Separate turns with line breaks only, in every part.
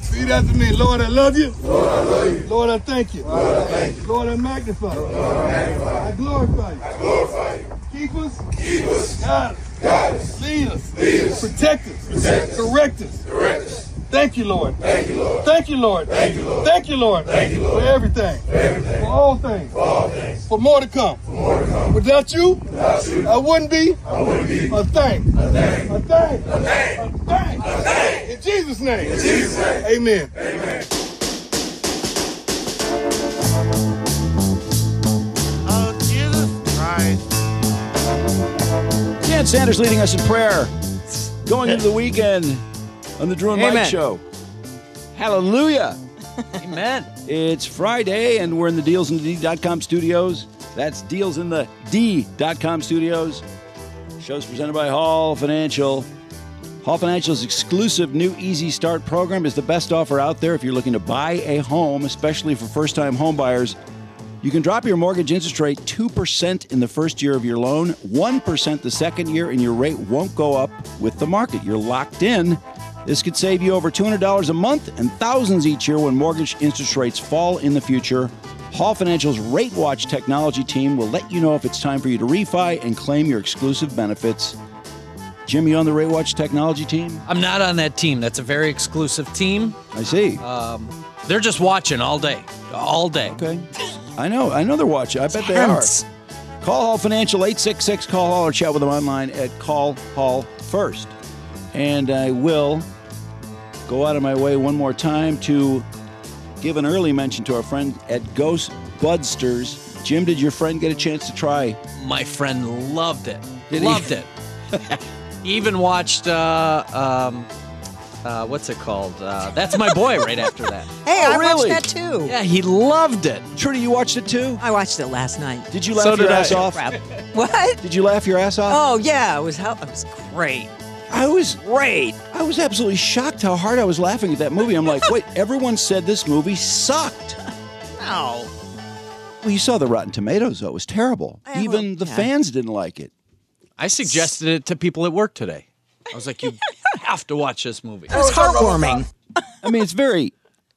Repeat after me. Lord, I love you. Lord, I love
Oh,
you. Lord, I thank you. Lord, I thank you. Lord, I magnify you. I glorify you.
I glorify you.
Keep us,
Keep us,
guide us,
guide us,
lead us,
lead us,
protect us,
Protect us.
correct us.
direct us.
Thank you, Lord.
Thank you, Lord.
Thank you, Lord.
Thank you, Lord.
Thank you, Lord.
Thank you, Lord.
For everything.
For everything.
For all things.
For all things.
For more to come.
For more to come.
Without you,
Without you,
I wouldn't be
I wouldn't be
a thing.
a thing.
A thing.
A thing.
A thing.
A thing.
In Jesus' name.
In Jesus' name.
Amen.
Amen.
Oh, Jesus Christ.
Dan Sanders leading us in prayer. Going into the weekend on the Drew and Mike
Amen.
Show. Hallelujah.
Amen.
It's Friday, and we're in the dealsinthed.com studios. That's dealsinthed.com studios. Show's presented by Hall Financial. Hall Financial's exclusive new Easy Start program is the best offer out there if you're looking to buy a home, especially for first time home buyers. You can drop your mortgage interest rate 2% in the first year of your loan, 1% the second year, and your rate won't go up with the market. You're locked in. This could save you over $200 a month and thousands each year when mortgage interest rates fall in the future. Hall Financial's Rate Watch technology team will let you know if it's time for you to refi and claim your exclusive benefits. Jim, you on the Rate Watch technology team?
I'm not on that team. That's a very exclusive team. Um,
I see.
They're just watching all day, all day.
okay. I know. I know they're watching. I bet they are.
Hence,
Call Hall Financial 866 Call Hall or chat with them online at Call Hall First. And I will go out of my way one more time to give an early mention to our friend at Ghost Budsters. Jim, did your friend get a chance to try?
my friend loved it.
Did he?
loved it. He even watched. Uh, um, uh, what's it called? Uh, That's my boy. Right after that.
Hey,
Oh,
I
really?
watched that too.
Yeah, he loved it.
Trudy, you watched it too?
I watched it last night.
Did you laugh
So
your
did I.
ass off?
Crap. What?
Did you laugh your ass off?
Oh yeah, it was hell. It was great.
I was
Great.
I was absolutely shocked how hard I was laughing at that movie. I'm like, wait, everyone said this movie sucked.
Oh.
Well, you saw the Rotten Tomatoes, though. It was terrible.
I have a-
Even the
yeah.
fans didn't like it.
I suggested it to people at work today. I was like, you have to watch this movie.
It was heartwarming.
I mean, it's very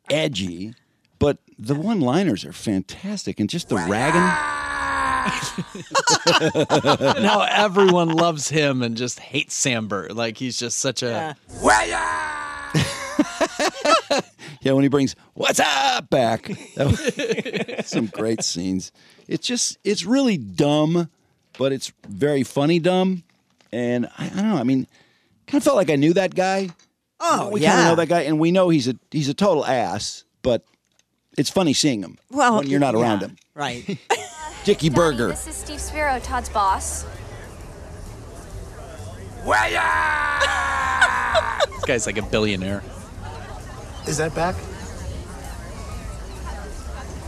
edgy, but the one liners are fantastic. And just the ragging.
And how everyone loves him and just hates Samber. Like he's just such a.
Yeah, when he brings what's up back. That was- some great scenes. It's just, it's really dumb, but it's very funny dumb. And I, I don't know. I mean, kind of felt like I knew that guy.
Oh
we kind
yeah.
of know that guy, and we know he's a he's a total ass, but it's funny seeing him
Well,
when you're not around
yeah,
him.
Right.
Dickie Berger.
This is Steve Spiro, Todd's boss.
This guy's like a billionaire.
Is that back?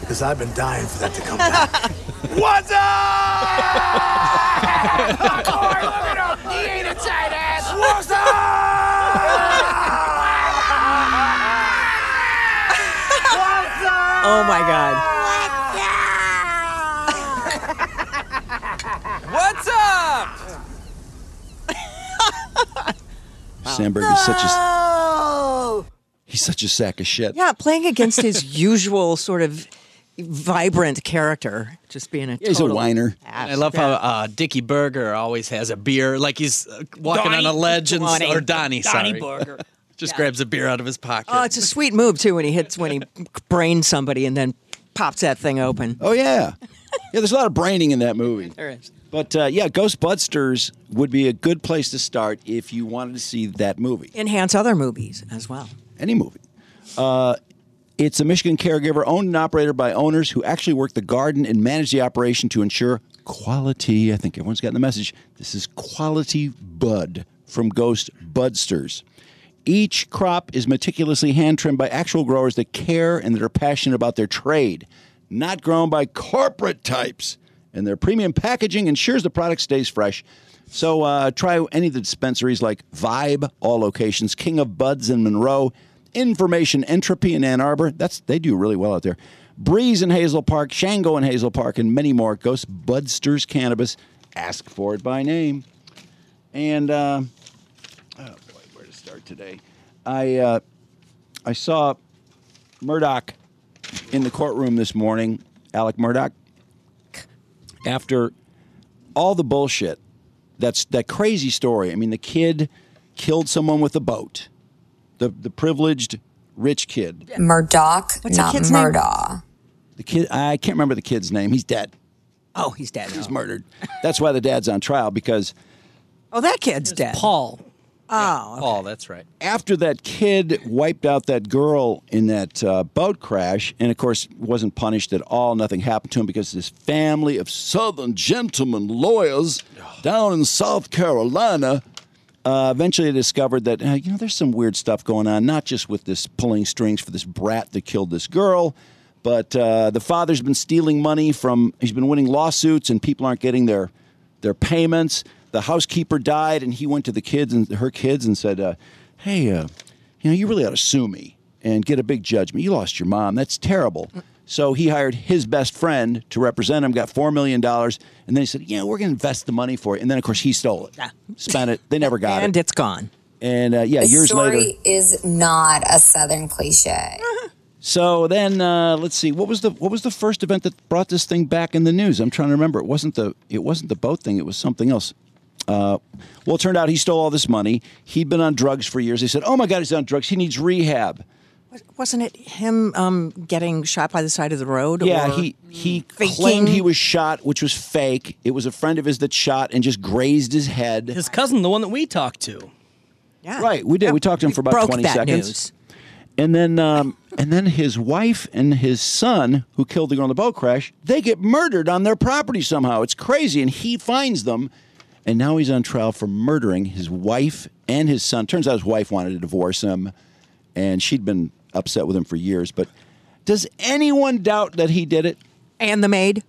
Because I've been dying for that to come back.
What's up? What's up?
Oh my god. Oh.
Sandberg is such a he's such a sack of shit.
Yeah, playing against his usual sort of vibrant character, just being a
Yeah, he's a
total
whiner.
ass.
I love
Yeah.
how uh, Dickie Berger always has a beer, like he's uh, walking on a ledge, and,
Donnie.
or Donnie, sorry,
Burger.
just grabs a beer out of his pocket.
Oh, it's a sweet move too when he hits when he brains somebody and then pops that thing open.
Oh yeah, yeah. There's a lot of braining in that movie.
There is.
But uh, yeah, Ghostbusters would be a good place to start if you wanted to see that movie,
Enhance other movies as well.
any movie. Uh, it's a Michigan caregiver owned and operated by owners who actually work the garden and manage the operation to ensure quality. I think everyone's gotten the message. This is quality bud from Ghost Budsters. Each crop is meticulously hand trimmed by actual growers that care and that are passionate about their trade, not grown by corporate types. And their premium packaging ensures the product stays fresh. So uh, try any of the dispensaries like Vibe, all locations, King of Buds in Monroe, Information Entropy in Ann Arbor. That's they do really well out there. Breeze in Hazel Park, Shango in Hazel Park, and many more. Ghost Budsters Cannabis. Ask for it by name. And uh, oh boy, where to start today? I uh, I saw Murdoch in the courtroom this morning, Alec Murdoch, after all the bullshit, that's that crazy story. I mean, the kid killed someone with a boat, the the privileged rich kid.
Murdoch, not
kid's name?
Murdaugh.
The kid I can't remember the kid's name. He's dead.
Oh, he's dead.
He's murdered. That's why the dad's on trial because
Oh, that kid's dead.
Paul.
Oh,
Paul, that's right.
after that kid wiped out that girl in that uh, boat crash, and of course wasn't punished at all. Nothing happened to him because this family of Southern gentlemen lawyers down in South Carolina. Uh, eventually, discovered that uh, you know there's some weird stuff going on, not just with this pulling strings for this brat that killed this girl, but uh, the father's been stealing money from. He's been winning lawsuits, and people aren't getting their their payments. The housekeeper died, and he went to the kids and her kids and said, uh, "Hey, uh, you know, you really ought to sue me and get a big judgment. You lost your mom. That's terrible." So he hired his best friend to represent him. Got four million dollars, and then he said, "Yeah, we're going to invest the money for it." And then, of course, he stole it,
Ah.
spent it. They never got
and
it.
it's gone.
And uh, yeah,
The
years
story
later.
is not a Southern cliche.
Uh-huh.
So then, uh, let's see. What was the what was the first event that brought this thing back in the news? I'm trying to remember. It wasn't the it wasn't the boat thing. It was something else. Uh, well, it turned out he stole all this money. He'd been on drugs for years. They said, "Oh my God, he's on drugs. He needs rehab."
Wasn't it him um, getting shot by the side of the road?
Yeah,
or-
he he
faking-
claimed he was shot, which was fake. It was a friend of his that shot and just grazed his head.
His cousin, the one that we talked to.
Yeah.
Right, we did.
Yeah,
We talked to him for about
broke
20
that
seconds.
News.
And then, um, and then his wife and his son, who killed the girl in the boat crash, they get murdered on their property somehow. It's crazy, and he finds them, and now he's on trial for murdering his wife and his son. Turns out his wife wanted to divorce him, and she'd been upset with him for years. But does anyone doubt that he did it?
And the maid.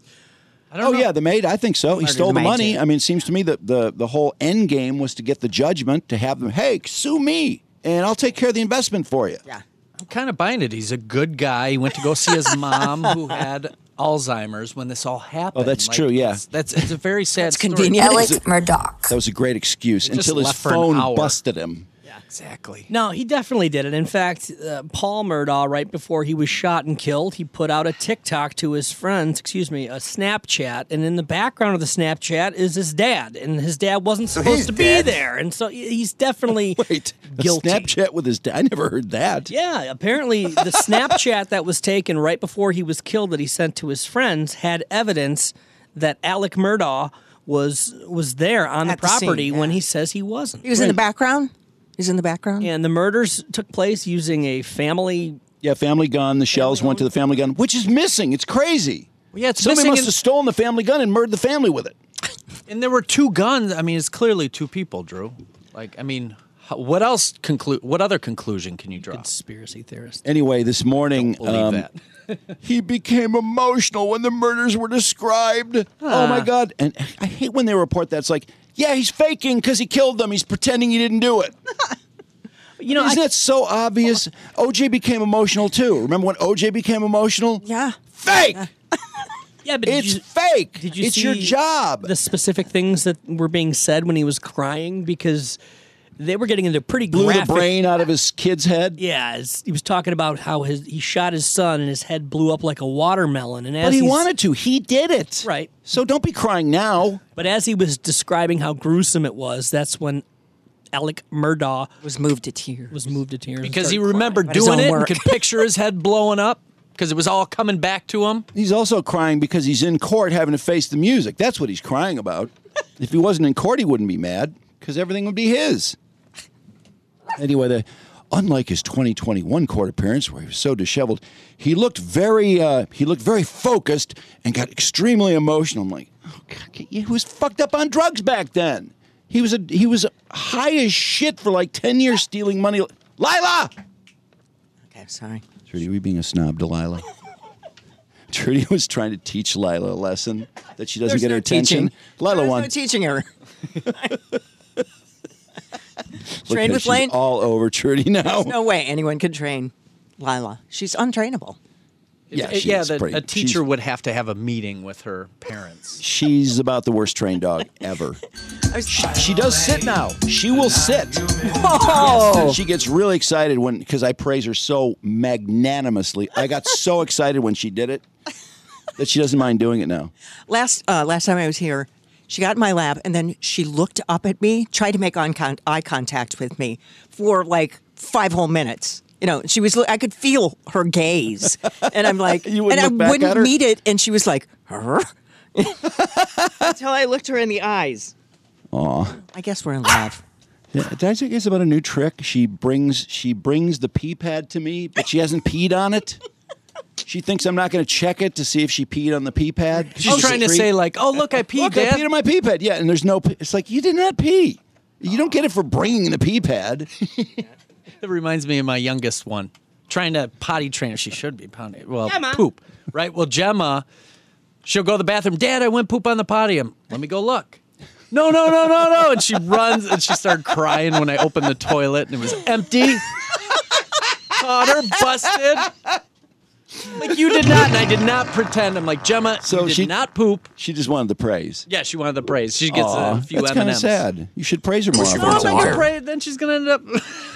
I
Oh
don't know.
yeah, the maid. I think so. He
Murdered
stole
the
the
maid,
money.
too.
I mean, it seems to me that the the whole end game was to get the judgment to have them. Hey, sue me, and I'll take care of the investment for you.
Yeah.
I'm kind of buying it. He's a good guy. He went to go see his mom who had Alzheimer's when this all happened.
Oh, that's true, yeah.
That's, that's- it's a very sad.
That's
story.
convenient.
Alec Murdoch.
That was a great excuse
They just
until his
left for an
phone
hour.
busted him.
Exactly.
No, he definitely did it. In fact, uh, Paul Murdaugh, right before he was shot and killed, he put out a TikTok to his friends, excuse me, a Snapchat. And in the background of the Snapchat is his dad. And his dad wasn't supposed
he's
to
dead?
be there. And so he's definitely
Wait, a
guilty.
Snapchat with his dad. I never heard that.
Yeah, apparently the Snapchat that was taken right before he was killed that he sent to his friends had evidence that Alec Murdaugh was was there on
At
the
the scene,
property when
yeah.
he says he wasn't.
He was in the background. He was in the background.
And the murders took place using a family
Yeah, Family Gun. The shells went to the Family Gun, which is missing. It's crazy.
Well, yeah, it's
Somebody
missing
must
in-
have stolen the Family Gun and murdered the family with it.
And there were two guns. I mean, it's clearly two people, Drew. Like, I mean, how, what else conclude? What other conclusion can you draw?
conspiracy theorist.
Anyway, this morning
Believe
um,
that.
he became emotional when the murders were described. Oh my God! And I hate when they report that. It's like, yeah, he's faking because he killed them. He's pretending he didn't do it.
You know, I-
Isn't that so obvious? OJ became emotional too. Remember when OJ became emotional?
Yeah.
Fake.
yeah, but
It's
did you,
fake.
did you
it's your
see
job.
the specific things that were being said when he was crying because they were getting into pretty
Blew
graphic.
the brain out of his kid's head.
Yeah, it's- he was talking about how his he shot his son and his head blew up like a watermelon. And as
But he
he's-
wanted to. He did it.
Right.
So don't be crying now.
but as he was describing how gruesome it was, that's when Alec Murdaugh
Was moved to tears.
was moved to tears and
Because he
started crying.
remembered
about his
doing
own
it
work.
and could picture his head blowing up because it was all coming back to him.
He's also crying because he's in court having to face the music. That's what he's crying about. if he wasn't in court, he wouldn't be mad because everything would be his. Anyway, the, unlike his 2021 court appearance where he was so disheveled, he looked very uh, he looked very focused and got extremely emotional. I'm like, oh, God, he was fucked up on drugs back then. He was a, he was high as shit for like 10 years stealing money. Lila,
Okay, sorry.
Trudy, are we being a snob to Lila? Trudy was trying to teach Lila a lesson that she doesn't
There's
get
no
her attention.
teaching.
Lila
There's
won.
No teaching her.
Look
Train
at-
with
she's
Lane.
all over Trudy now.
No way anyone could train Lila. She's untrainable.
Yeah,
It-
she
eh, yeah.
is
that
pretty-
a teacher
she's-
would have to have a meeting with her parents.
She's about the worst trained dog ever. She, she does sit now. She will sit.
Oh,
She gets really excited when because I praise her so magnanimously. I got so excited when she did it that she doesn't mind doing it now.
Last uh, last time I was here, she got in my lap and then she looked up at me, tried to make on con- eye contact with me for like five whole minutes. You know, she was. I could feel her gaze, and I'm like,
You wouldn't
and I
look back at
wouldn't
her?
meet it, and she was like, "Huh?" until I looked her in the eyes. Aw. I guess we're in love.
Yeah, Did I think it's about a new trick? She brings she brings the pee pad to me, but she hasn't peed on it. She thinks I'm not going to check it to see if she peed on the pee pad.
She's trying to say like, "Oh, look, I peed,
Look, I
Dad."
peed on my pee pad. Yeah, and there's no. pee- It's like you did not pee. You don't get it for bringing the pee pad.
It reminds me of my youngest one trying to potty train her. She should be potty. Well,
Gemma.
poop, right? Well, Gemma, she'll go to the bathroom. Dad, I went poop on the potty. I'm, Let me go look. No, no, no, no, no. And she runs and she started crying when I opened the toilet and it was empty. Caught her busted. Like you did not, and I did not pretend. I'm like Gemma.
So
you did
she-
not poop.
She just wanted the praise.
Yeah, she wanted the praise. She gets
Aw,
a few
that's
M
kind
and
of
M's.
sad. You should praise her more.
Oh,
often
I'm
sometimes.
gonna pray. Then she's gonna end up.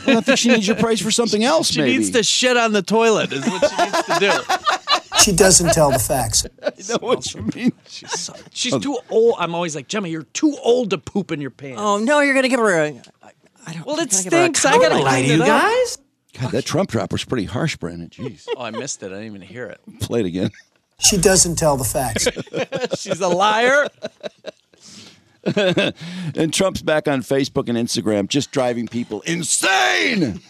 I think she needs your praise for something else.
She
maybe
needs to shit on the toilet. Is what she needs to do.
She doesn't tell the facts.
know what you mean.
She's too old. I'm always like, Gemma, you're too old to poop in your pants.
Oh no, you're gonna give her a. I don't.
well,
you're
it
gonna give her a
stinks. I gotta
compliment.
clean it up.
God, that Trump drop was pretty harsh, Brandon. Jeez,
Oh, I missed it. I didn't even hear it.
play it again.
She doesn't tell the facts.
She's a liar.
And Trump's back on Facebook and Instagram, just driving people insane.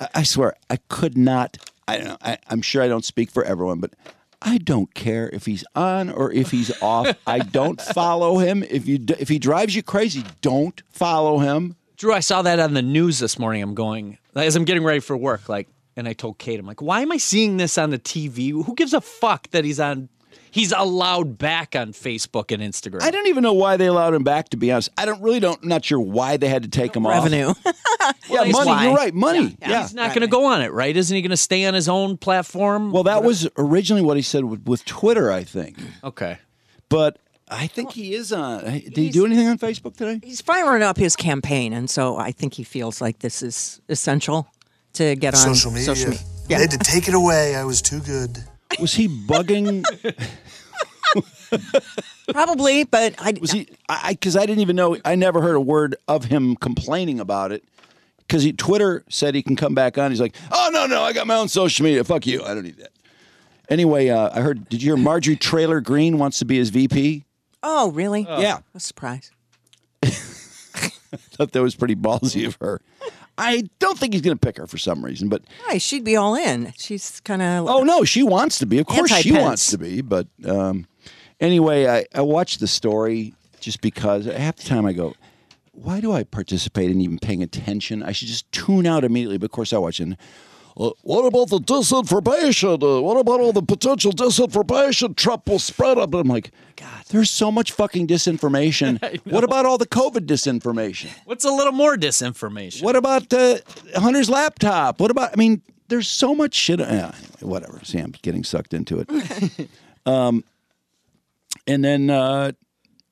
I, I swear, I could not. I, don't know, I I'm sure I don't speak for everyone, but I don't care if he's on or if he's off. I don't follow him. If you d- if he drives you crazy, don't follow him.
Drew, I saw that on the news this morning. I'm going as I'm getting ready for work. Like, and I told Kate, I'm like, why am I seeing this on the TV? Who gives a fuck that he's on? He's allowed back on Facebook and Instagram.
I don't even know why they allowed him back. To be honest, I don't really don't. Not sure why they had to take him off.
Revenue.
Yeah, money.
That's why.
You're right. Money. Yeah.
He's not going to go on it, right? Isn't he going to stay on his own platform?
Well, that was originally what he said with, with Twitter, I think.
okay.
But I think he is on. hey, Did he do anything on Facebook today?
He's firing up his campaign, and so I think he feels like this is essential to get on
Social media.
Social media.
They
Yeah.
had to take it away. I was too good.
Was he bugging?
Probably, but I
Was he? I because I, didn't even know. I never heard a word of him complaining about it. Because Twitter said he can come back on. He's like, oh no no, I got my own social media. Fuck you. I don't need that. Anyway, uh, I heard. Did you hear Marjorie Trailer Green wants to be his VP?
Oh, really?
Yeah.
What a surprise.
Thought that was pretty ballsy of her. I don't think he's going to pick her for some reason, but
Hi, she'd be all in. She's kind of
Oh no, she wants to be. Of course, she
Anti-Pence.
wants to be. But um, anyway, I, I watched the story just because half the time I go, why do I participate in even paying attention? I should just tune out immediately. But of course, I watch it. and, "Uh, what about the disinformation? Uh, what about all the potential disinformation Trump will spread? Up? I'm like, God, there's so much fucking disinformation. What about all the COVID disinformation?
What's a little more disinformation?
What about uh, Hunter's laptop? What about? I mean, there's so much shit. Uh, anyway, whatever. See, I'm getting sucked into it. um, and then uh,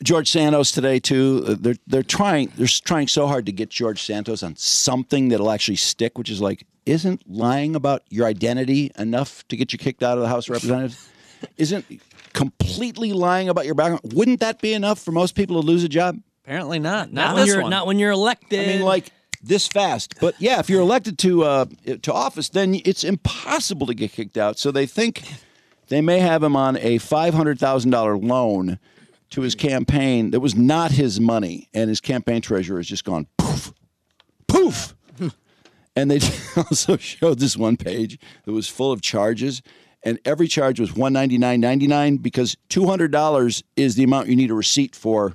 George Santos today too. Uh, They're they're trying they're trying so hard to get George Santos on something that'll actually stick, which is like, isn't lying about your identity enough to get you kicked out of the House of Representatives? isn't completely lying about your background? Wouldn't that be enough for most people to lose a job?
Apparently not. Not,
not when
this
you're
one.
not when you're elected.
I mean, like this fast. But yeah, if you're elected to uh, to office, then it's impossible to get kicked out. So they think they may have him on a five hundred thousand dollar loan to his campaign that was not his money, and his campaign treasurer has just gone poof, poof. And they also showed this one page that was full of charges, and every charge was one ninety nine ninety nine because two hundred dollars is the amount you need a receipt for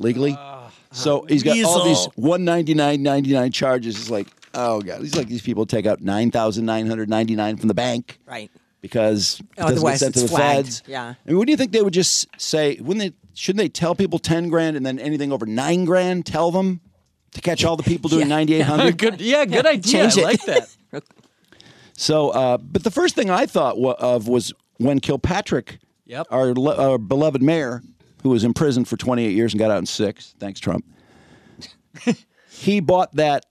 legally.
Uh,
So he's got all these
Weasel.
one ninety nine ninety nine charges. It's like, oh god, he's like these people take out nine thousand nine hundred ninety nine from the bank
right.
because it doesn't get
Otherwise,
sent to
it's
the
flagged.
feds.
Yeah.
I mean, what do you think they would just say? Wouldn't they? Shouldn't they tell people ten grand and then anything over nine grand? Tell them to catch all the people doing ninety eight hundred.
good. Yeah, good idea.
Change
I
it.
like that.
So, uh, but the first thing I thought wa of was when Kilpatrick,
Yep.
our, le- our beloved mayor, who was imprisoned for 28 years and got out in six, thanks Trump. he bought that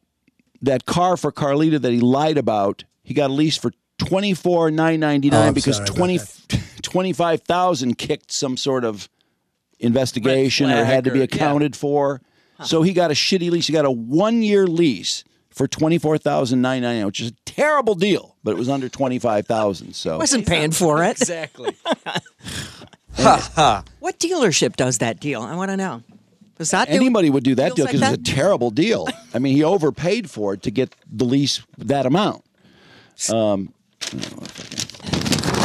that car for Carlita that he lied about. He got a lease for twenty four nine ninety
Oh,
nine
I'm
because
sorry about
20, 25,000 kicked some sort of investigation or had to be
flag or- yeah.
accounted for. So he got a shitty lease. He got a one year lease for twenty four thousand nine ninety nine, which is a terrible deal, but it was under twenty five thousand. So
Wasn't paying for it.
Exactly.
What dealership does that deal? I want to know. Does that do
anybody would do that deal
Feels
because
like
it was a terrible deal. I mean, he overpaid for it to get the lease that amount. Um, I don't know if I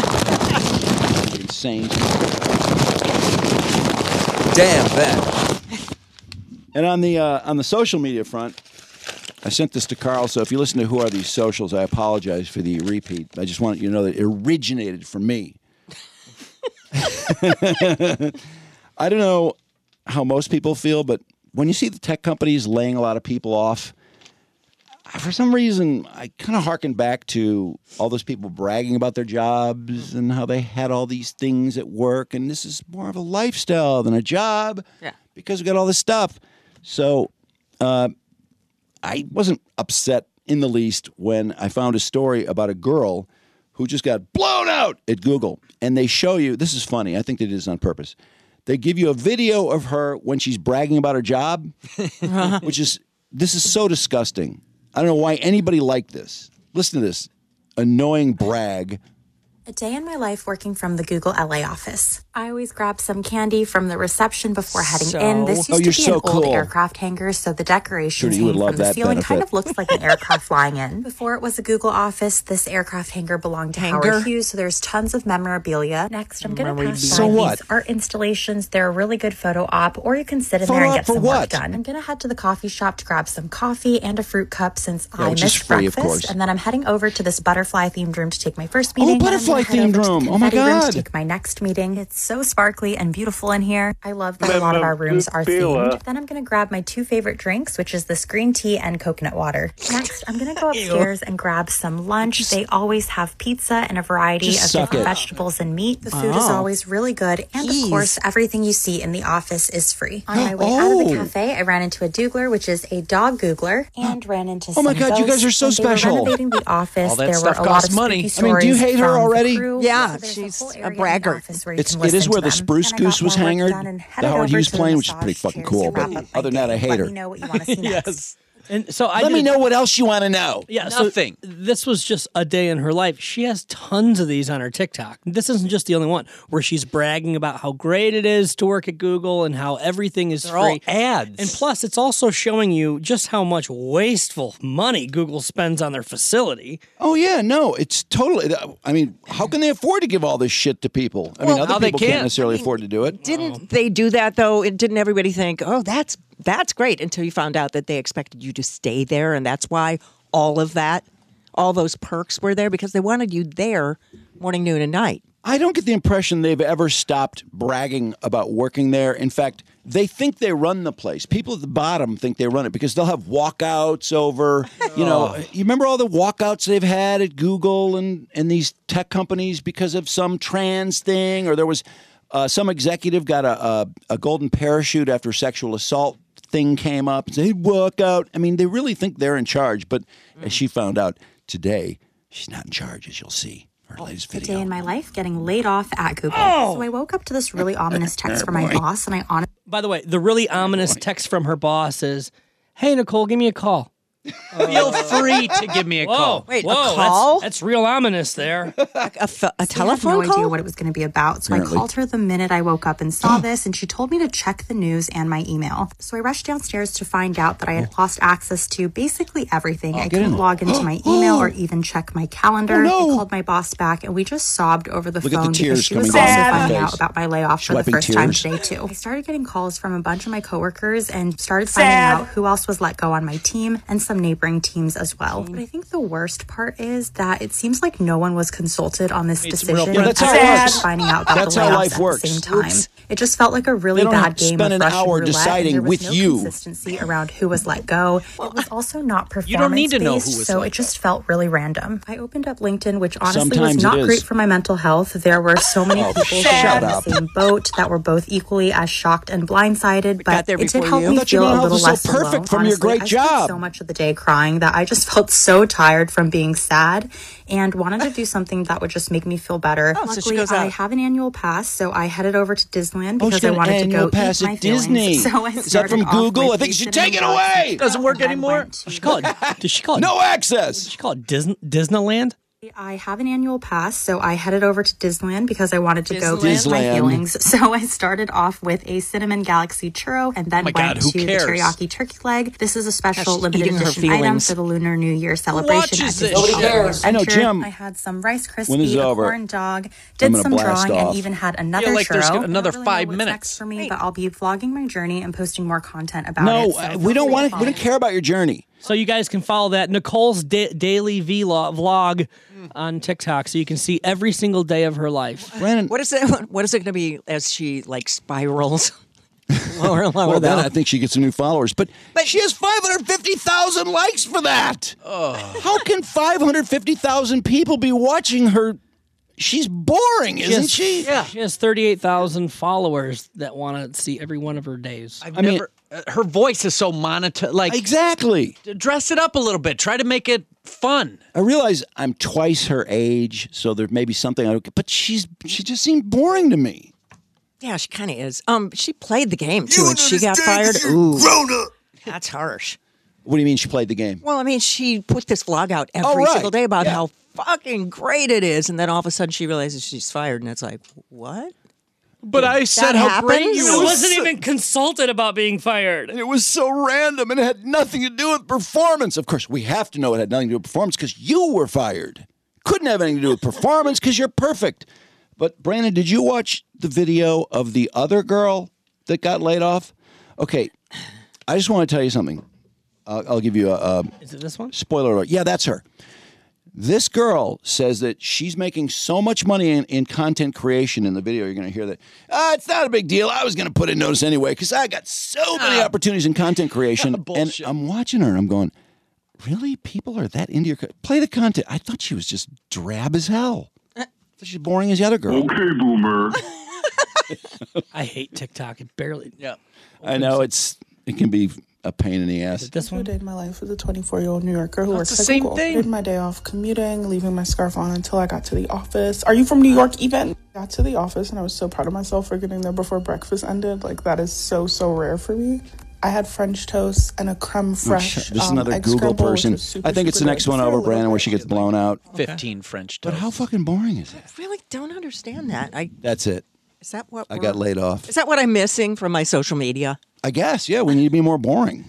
can- insane.
Damn that.
And on the uh, on the social media front, I sent this to Carl. So if you listen to who are these socials, I apologize for the repeat. I just want you to know that it originated from me. I don't know how most people feel, but when you see the tech companies laying a lot of people off, for some reason, I kind of harken back to all those people bragging about their jobs and how they had all these things at work. And this is more of a lifestyle than a job
Yeah.
because we got all this stuff. So uh, I wasn't upset in the least when I found a story about a girl who just got blown out at Google. And they show you this is funny. I think they did this on purpose. They give you a video of her when she's bragging about her job, which is this is so disgusting. I don't know why anybody liked this. Listen to this annoying brag.
A day in my life working from the Google LA office. I always grab some candy from the reception before heading
So-
in. This
Oh,
used
you're
to be
so
an old
cool.
aircraft hangar, so the decorations
Trudy, you would
hanging
love
from the
that
ceiling kind
benefit.
of looks like an aircraft flying in. Before it was a Google office, this aircraft hangar belonged to
Hangar?
Howard Hughes, so there's tons of memorabilia. Next, I'm going to pass
So
by
what?
these art installations. They're a really good photo op, or you can sit in there
Photo
and
op
get
for
some
what?
work done. I'm going to head to the coffee shop to grab some coffee and a fruit cup since
Yeah,
I
which
missed
is free, of
breakfast,
course.
and then I'm heading over to this butterfly themed room to take my first meeting.
Oh,
themed
butterfly themed room. Oh, my God.
take my next meeting. It's so sparkly and beautiful in here. I love that a lot of our rooms are
Memorabilia.
themed. Then I'm gonna grab my two favorite drinks, which is this green tea and coconut water. Next, I'm gonna go upstairs and grab some lunch. they always have pizza and a variety
Just
of
suck
different
it. Oh.
vegetables and meat. The food is
Wow.
always really good, and of course, everything you see in the office is free. On my way out of
Oh.
the cafe, I ran into a doogler, which is a dog googler, and ran into
Oh my
some
God, you
ghosts.
guys are so
When they were
special.
renovating the office.
All that
there
stuff
were a lot
costs
of
money.
spooky
I mean, do you
stories
hate her
from the
already?
crew.
Yeah,
there's
she's
whole
a
area in the
bragger.
office where you
It's
can
it is
listen
where
to
the
them.
spruce
And I got
goose was
more work
hangered.
done and headed
The Howard
over
Hughes
to the
plane, which is
massage
pretty fucking
chairs
cool.
to
But
wrap up my
other than that, I
day.
hate
Let
her.
me know what you want to see next.
And so I
Let
did-
me know what else you want to know.
Yeah, so this was just a day in her life. She has tons of these on her TikTok. This isn't just the only one where she's bragging about how great it is to work at Google and how everything is
They're
free.
all ads.
And plus, it's also showing you just how much wasteful money Google spends on their facility.
Oh yeah, no, it's totally. I mean, how can they afford to give all this shit to people? I mean,
Well,
other
no, they
people can't,
can't.
necessarily afford to do it.
Didn't they do that though? And didn't everybody think, "Oh, that's that's great," until you found out that they expected you to stay there, and that's why all of that, all those perks were there because they wanted you there morning, noon, and night.
I don't get the impression they've ever stopped bragging about working there. In fact, they think they run the place. People at the bottom think they run it because they'll have walkouts over. You know,
Oh.
you remember all the walkouts they've had at Google and and these tech companies because of some trans thing, or there was uh, some executive got a, a a golden parachute after sexual assault thing came up and said, "Hey, walkout." I mean, they really think they're in charge, but as she found out today, she's not in charge, as you'll see. Her latest
The
video.
day in my life getting laid off at Google. So I woke up to this really ominous text from my boss, and I honestly.
By the way, the really ominous text from her boss is, "Hey Nicole, give me a call."
Feel free to give me a
Whoa,
call.
whoa, that's- That's, real ominous there.
a,
I had no idea what it was going to be about, so
Apparently.
I called her the minute I woke up and saw this, and she told me to check the news and my email. So I rushed downstairs to find out that I had lost access to basically everything. I
Oh. get in
couldn't
there.
log into my email
Oh,
or even check my calendar. I called my boss back, and we just sobbed over the
Look at the
phone
tears
because she was
coming
also
down her
finding
face.
out about my layoff for the
Swiping
first time
tears.
today too. I started getting calls from a bunch of my coworkers and started finding
Sad.
out who else was let go on my team, and some neighboring teams as well. But I think the worst part is that it seems like no one was consulted on this
It's real
decision.
Yeah, that's
as
how it
opposed to
works.
Finding out about
That's
the
how
layoffs
life
at
works.
The same time.
Oops.
It just felt like a really
They don't have
bad
to
game
spend
of
an
Russian
hour
roulette, and
deciding
there was
with
no
you.
Consistency around who was let go. It was also not performance
You don't need to know who was
so
let
it just felt really random. I opened up LinkedIn, which honestly
Sometimes
was
it
not
is.
great for my mental health. There were so many
Oh,
people who
shut
were in the
up.
same boat that were both equally as shocked and blindsided, but
there
it did
before
help
you.
me
Thought your
feel
mental
a
health
little
was so
less alone.
perfect from your
Honestly,
great
I spent
job.
So much of the day crying that I just felt so tired from being sad and wanted to do something that would just make me feel better.
Oh, so she
Luckily,
goes
I
out.
have an annual pass, so I headed over to Disneyland
Oh, she
because I
got an
wanted to
annual
go
pass
eat my
at
feelings.
Disney.
So I
Is that
started
from
off
Google?
with
I think you should
Ethan
take
and
it
Roxy.
away. Doesn't
work
And then
anymore?
went to-
She called. Did she call it?
No access.
She called it Disney, Disneyland.
I have an annual pass, so I headed over to Disneyland because I wanted to go
Disneyland?
get my
Disneyland.
feelings. So I started off with a cinnamon galaxy churro and then
Oh my
went
God, who
to the
cares?
teriyaki turkey leg. This is a special
That's
limited
eating her
edition item
feelings.
for the Lunar New Year
watches
celebration. at
this?
Disney
Nobody
World
cares.
I know,
Adventure.
Jim,
I had some Rice
when this is
Krispies, a
over,
corn dog,
I'm
did
gonna
some
blast
drawing,
off.
and even had another
like there's
churro.
gonna- another
I don't really
five
know what's
minutes.
next for me, but I'll be vlogging my journey and posting more content about
No,
it. so
uh, we don't
hopefully
want to.
follow
We don't care about your journey.
So you guys can follow that Nicole's da- daily vlog, vlog on TikTok, so you can see every single day of her life.
What is it? What is it going to be as she like spirals lower and lower
Well, then
down?
I think she gets some new followers. But
But
she has 550,000 likes for that. How can 550,000 people be watching her? She's boring, isn't
has-
she?
Yeah, she has thirty-eight thousand followers that want to see every one of her days.
I've never, uh, her voice is so monotone. Like
exactly.
Dress it up a little bit. Try to make it fun.
I realize I'm twice her age, so there may be something I don't. But she's she just seemed boring to me.
Yeah, she kind of is. Um, she played the game too, and she got fired. Ooh, That's harsh.
What do you mean she played the game?
Well, I mean, she put this vlog out every
Oh, right.
single day about
Yeah.
how fucking great it is, and then all of a sudden she realizes she's fired, and it's like, what?
But I
said how happens? great you-
I wasn't even consulted about being fired.
It was so random and it had nothing to do with performance. Of course, we have to know it had nothing to do with performance because you were fired. Couldn't have anything to do with performance because you're perfect. But Brandon, did you watch the video of the other girl that got laid off? Okay, I just want to tell you something. I'll, I'll give you a, a
Is it this one?
spoiler alert. Yeah, that's her. This girl says that she's making so much money in, in content creation in the video. You're going to hear that. Ah, it's not a big deal. I was going to put in notice anyway because I got so many opportunities in content creation. and I'm watching her and I'm going, really? People are that into your. Co- Play the content. I thought she was just drab as hell. I thought she's boring as the other girl.
boomer. I hate TikTok. It barely. Yeah.
I know it's it can be a pain in the ass.
This one?
day of my life as a 24 year old New Yorker who
That's
works
the
at
same
Google.
thing.
Did my day off commuting, leaving my scarf on until I got to the office. Are you from New York even? Got to the office and I was so proud of myself for getting there before breakfast ended. Like that is so so rare for me. I had French toast and a creme
Oh,
fraiche.
shit. this is
um,
another
egg
Google
scramble, which
person.
was super,
I think it's the
super
next
good.
one
Just for a
over,
little
Brandon, where she gets blown out.
15 French
But how fucking boring is it?
I really don't understand that. I
That's it.
is that what
I got
we're-
laid off.
Is that what I'm missing from my social media?
I guess, yeah, we need to be more boring.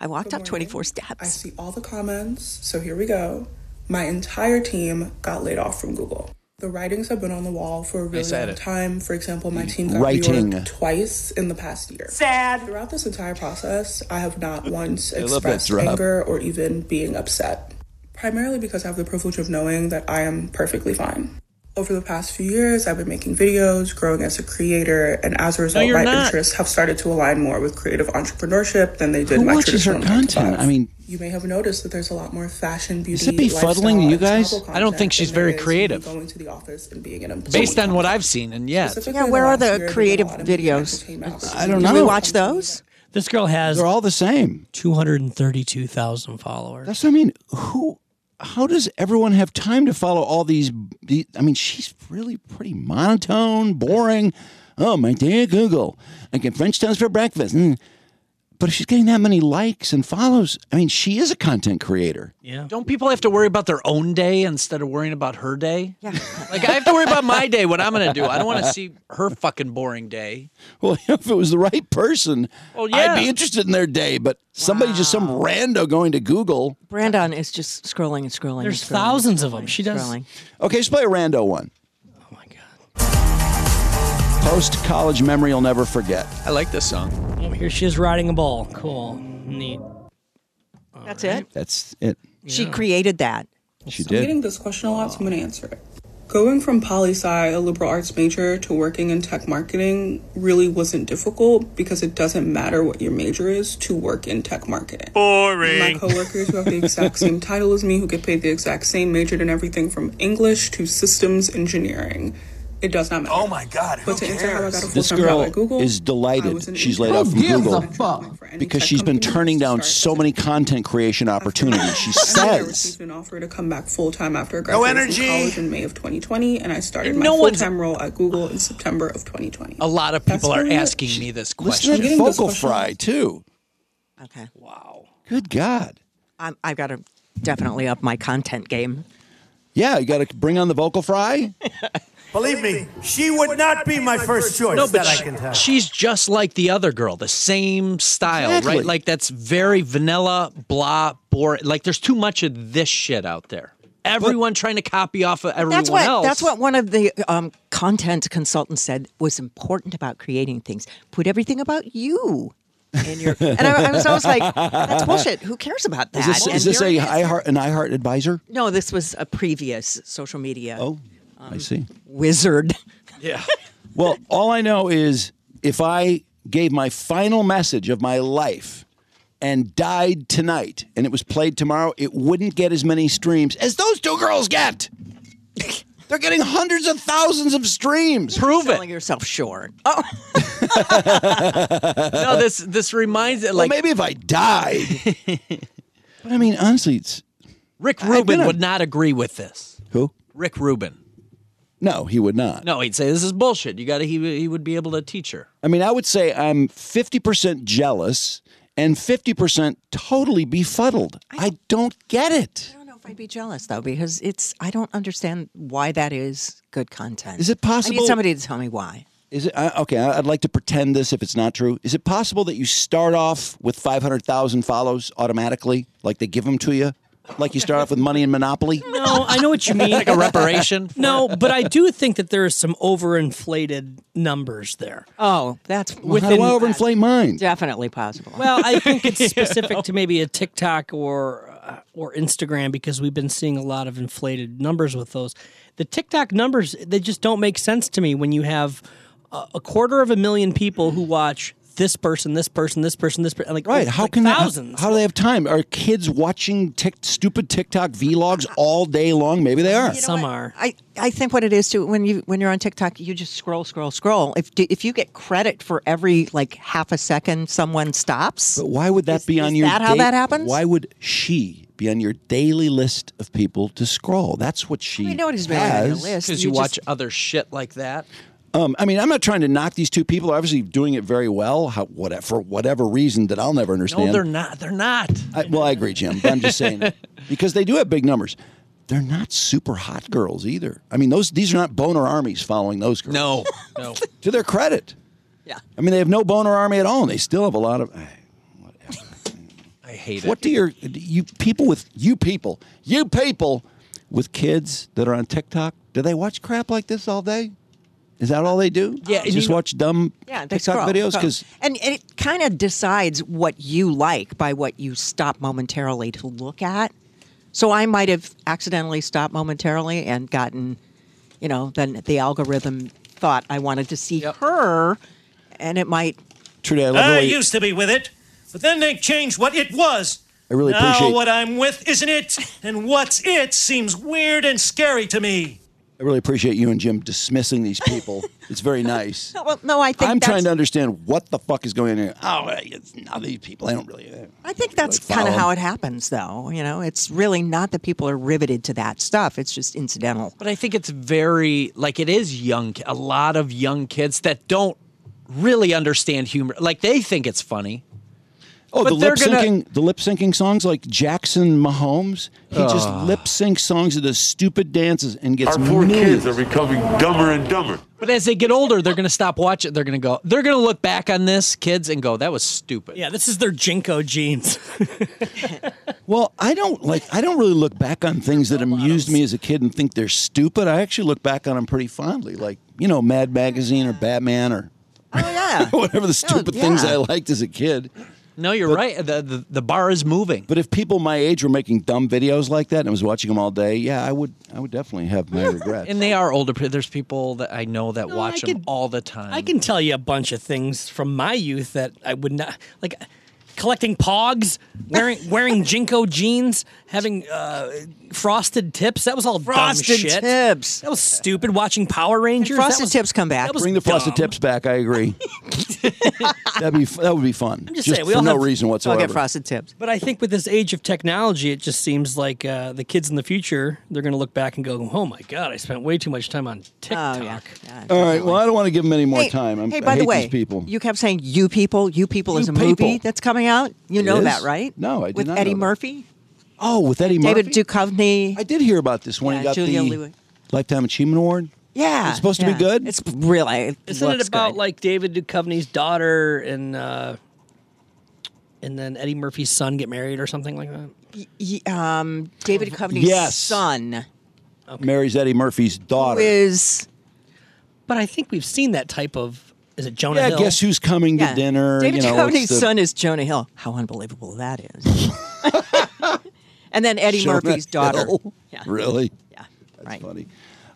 I walked up 24 steps. I
see all the comments. So here we go. My entire team got laid off from Google. The writings have been on the wall for a really
said it.
long time. For example, my team got
Writing.
reorged twice in the past year. Sad. Throughout this entire process, I have not once
I love that
expressed
drop.
anger or even being upset. Primarily because I have the privilege of knowing that I am perfectly fine. Over the past few years, I've been making videos, growing as a creator, and as a result,
you're
my
not.
interests have started to align more with creative entrepreneurship than they did
Who
my
watches her
traditional nine to
content?
five.
I mean,
You may have noticed that there's a lot more fashion, beauty.
Is it befuddling to
lifestyle,
you
and
guys?
travel
I don't think
content
she's
than there
very
is
creative.
Going to the office and being an employee.
Based on what I've seen, and yeah.
Yeah, where are the creative videos?
I don't
Do we
know.
watch those?
This girl has. They're
all the same.
Two hundred and thirty-two thousand followers.
That's what I mean. Who? How does everyone have time to follow all these? the- I mean, she's really pretty monotone, boring. Oh, my day at Google. I get French toast for breakfast. Mm. But if she's getting that many likes and follows, I mean, she is a content creator.
Yeah.
Don't people have to worry about their own day instead of worrying about her day? Yeah. Like I have to worry about my day, what I'm going to do. I don't want to see her fucking boring day.
Well, if it was the right person,
Well, yeah.
I'd be interested in their day. But somebody, just some rando going to Google.
Brandon is just scrolling and scrolling.
There's
and scrolling,
thousands of
scrolling,
them. She does.
Scrolling.
Okay, just play a rando one. Oh my god. Post college memory you'll never forget.
I like this song.
Oh, here she is riding a ball. Cool. Neat.
That's it.
That's it.
She created that.
She
I'm
did.
getting this question a lot, so I'm going to answer it. Going from poli sci, a liberal arts major, to working in tech marketing really wasn't difficult because it doesn't matter what your major is to work in tech marketing. My
Boring.
coworkers who have the exact same title as me, who get paid the exact same, majored in everything from English to systems engineering. It does not matter. Oh my God! but to answer how I got a
This
full-time job
girl
at Google,
is delighted she's laid off from Google because she's been turning down so many content creation opportunities. She
I
says,
received an offer to come back full time after
No
graduating
energy.
from college in May of 2020, and I started
And
my
no
full
one's-
time role at Google in September of 2020.
A lot of people are
really it.
asking me this
listen
question.
to Focal Fry, too.
Okay. Wow.
Good God.
I'm, I've got to definitely up my content game.
Yeah, you got to bring on the vocal fry.
Believe me, she would not be my first choice.
No, but
that
she-
I can tell.
she's just like the other girl, the same style,
Exactly.
right? Like that's very vanilla, blah, boring. Like there's too much of this shit out there. Everyone trying to copy off of everyone
that's what
else.
that's what one of the um, content consultants said was important about creating things. Put everything about you. And, your, and I, I was always like, that's bullshit. Who cares about that?
Is this,
And
is this
here
a
it is.
I heart, an iHeart advisor?
No, this was a previous social media. Oh,
I see.
Wizard.
Yeah.
Well, all I know is if I gave my final message of my life and died tonight and it was played tomorrow, it wouldn't get as many streams as those two girls get. They're getting hundreds of thousands of streams.
Prove
selling yourself short. Oh,
no, this this reminds it
Well,
like
maybe if I died. but I mean, honestly, it's
Rick
I've been
Rubin
on-
would not agree with this.
who?
Rick Rubin.
No, he would not.
No, he'd say this is bullshit. You got to he he would be able to teach her.
I mean, I would say I'm 50% jealous and 50% totally befuddled. I don't get it.
I don't know if I'd be jealous though, because it's I don't understand why that is good content.
Is it
I need
possible-
somebody to tell me why.
Is it I, okay? I- I'd like to pretend this if it's not true. Is it possible that you start off with 500,000 follows automatically? Like they give them to you? Like you start off with money and Monopoly?
No, I know what you mean.
Like a reparation?
No, but I do think that there is some overinflated numbers there.
Oh, that's
Well, how do I Within-
overinflate mine?
Definitely possible.
Well, I think it's specific to maybe a TikTok or uh, or Instagram because we've been seeing a lot of inflated numbers with those. The TikTok numbers they just don't make sense to me when you have a, a quarter of a million people who watch this person, this person, this person, this person. Like
Right? How
like
can they- how-
thousands?
How, do they have time? Are kids watching tic, stupid TikTok vlogs all day long? Maybe they are.
Some are.
I, I think what it is too when you when you're on TikTok, you just scroll, scroll, scroll. If if you get credit for every like half a second someone stops,
But why would that
Is-
be on
is
your?
that how
da-
that happens?
Why would she be on your daily list of people to scroll? That's what she.
mean, nobody's really on
has.
your list.
Because you, watch other shit like that.
Um, I mean, I'm not trying to knock these two people. They're obviously doing it very well, how, what, for whatever reason that I'll never understand.
No, they're not. They're not.
I, well, I agree, Jim. But I'm just saying it. because they do have big numbers. They're not super hot girls either. I mean, those these are not boner armies following those girls.
No, no.
to their credit.
Yeah.
I mean, they have no boner army at all, and they still have a lot of.
I hate
What
it.
do your you people with you people you people with kids that are on TikTok? Do they watch crap like this all day? Is that all they do?
Yeah, and
just
you know-
watch dumb
Yeah, they
TikTok
scroll,
videos
scroll.
because
and, and it kind of decides what you like by what you stop momentarily to look at. So I might have accidentally stopped momentarily and gotten, you know, then the algorithm thought I wanted to see her, and it might.
Trudy,
Ah,
I love the
I
way you-
used to be with it, but then they changed what it was.
I really
now
appreciate-
what I'm with isn't it, and what's it seems weird and scary to me.
I really appreciate you and Jim dismissing these people. it's very nice.
Well, no, I think
I'm
that's,
trying to understand what the fuck is going on here. Oh, it's not these people. I don't really.
I think that's
follow
kind of
them.
how it happens, though. You know, it's really not that people are riveted to that stuff; it's just incidental.
But I think it's very like it is young. A lot of young kids that don't really understand humor. Like they think it's funny.
Oh,
But
the
they're
lip
gonna-
syncing, the lip syncing songs like Jackson Mahomes. He just
Ah.
lip syncs songs to the stupid dances and gets
Our poor
millions.
kids are becoming dumber and dumber.
But as they get older, they're going to stop watching. They're going to go. They're going to look back on this, kids, and go, "That was stupid."
Yeah, this is their Jinko jeans.
Well, I don't like. I don't really look back on things that amused me as a kid and think they're stupid. I actually look back on them pretty fondly, like you know, Mad Magazine or Batman or
Oh yeah,
whatever the stupid things
yeah.
I liked as a kid.
No, you're right. The, the the bar is moving.
But if people my age were making dumb videos like that and I was watching them all day, yeah, I would I would definitely have my regrets.
And they are older. pe- There's people that I know that watch
I
them
could-
all the time.
I can tell you a bunch of things from my youth that I would not like collecting pogs, wearing wearing Jinko jeans, having uh, frosted tips. That was all dumb
Frosted
shit. tips. That was stupid. Watching Power Rangers. that
frosted
was-
tips come back.
That was
Bring the frosted
dumb.
tips back. I agree. That'd be that would be fun.
I'm just, saying, we
for
all
no
have-
reason whatsoever.
tips.
But I think with this age of technology, it just seems like uh, the kids in the future they're going to look back and go, "Oh my god, I spent way too much time on
Oh,
TikTok."
All right. Well, I don't want to give them any more
hey,
time. I'm,
hey, by
I hate
the way,
these people.
you kept saying "you people," "you people" is a movie
people.
that's coming out. You
It
know
is?
that, right?
No, I did
With
not
Eddie
know that.
Murphy,
oh, with Eddie Murphy.
David Duchovny.
I did hear about this when
Yeah,
he got
Julia
the
Louis-
Lifetime Achievement Award.
Yeah,
It's supposed to
yeah.
be good.
It's really. It
Isn't
looks
it about
good.
like David Duchovny's daughter and uh, and then Eddie Murphy's son get married or something like that?
Y- um, David Duchovny's
Yes.
son?
Marries Eddie Murphy's daughter.
Is
But I think we've seen that type of. Is it Jonah
yeah,
Hill?
guess who's coming
Yeah.
to dinner?
David
you know, it's
Duchovny's
the-
son is Jonah Hill. How unbelievable that is! and then Eddie
Jonah
Murphy's daughter.
Hill?
Yeah.
Really?
Yeah. That's right.
funny.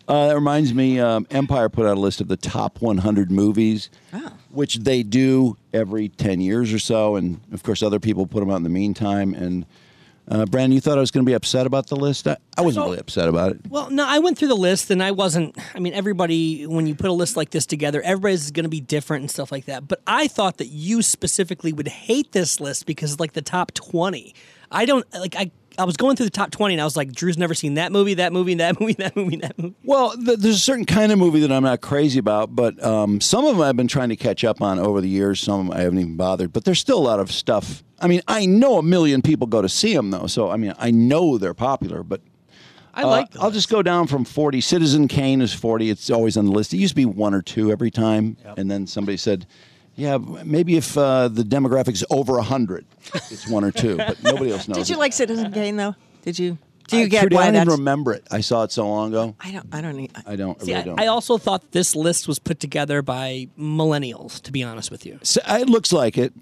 Uh, that reminds me, um, Empire put out a list of the top 100 movies,
Oh.
which they do every 10 years or so. And of course, other people put them out in the meantime. And uh, Brandon, you thought I was going to be upset about the list? I, I wasn't really upset about it.
Well, no, I went through the list and I wasn't. I mean, everybody, when you put a list like this together, everybody's going to be different and stuff like that. But I thought that you specifically would hate this list because, it's like, the top 20. I don't, like, I. I was going through the top 20 and I was like, Drew's never seen that movie, that movie, that movie, that movie, that movie.
Well, th- there's a certain kind of movie that I'm not crazy about, but um, some of them I've been trying to catch up on over the years. Some I haven't even bothered, but there's still a lot of stuff. I mean, I know a million people go to see them, though, so I mean, I know they're popular, but. uh,
I like
I'll just go down from 40. Citizen Kane is 40. It's always on the list. It used to be one or two every time. And then somebody said, yeah, maybe if uh, the demographic's over 100, it's one or two. But nobody else knows.
Did
it.
you like Citizen Kane though? Did you? Do you
I,
get
Trudy,
why
I don't
that's?
even remember it. I saw it so long ago.
I don't. I don't. e-
I don't. I
See,
really
I,
don't.
I also thought this list was put together by millennials, to be honest with you.
So, it looks like it.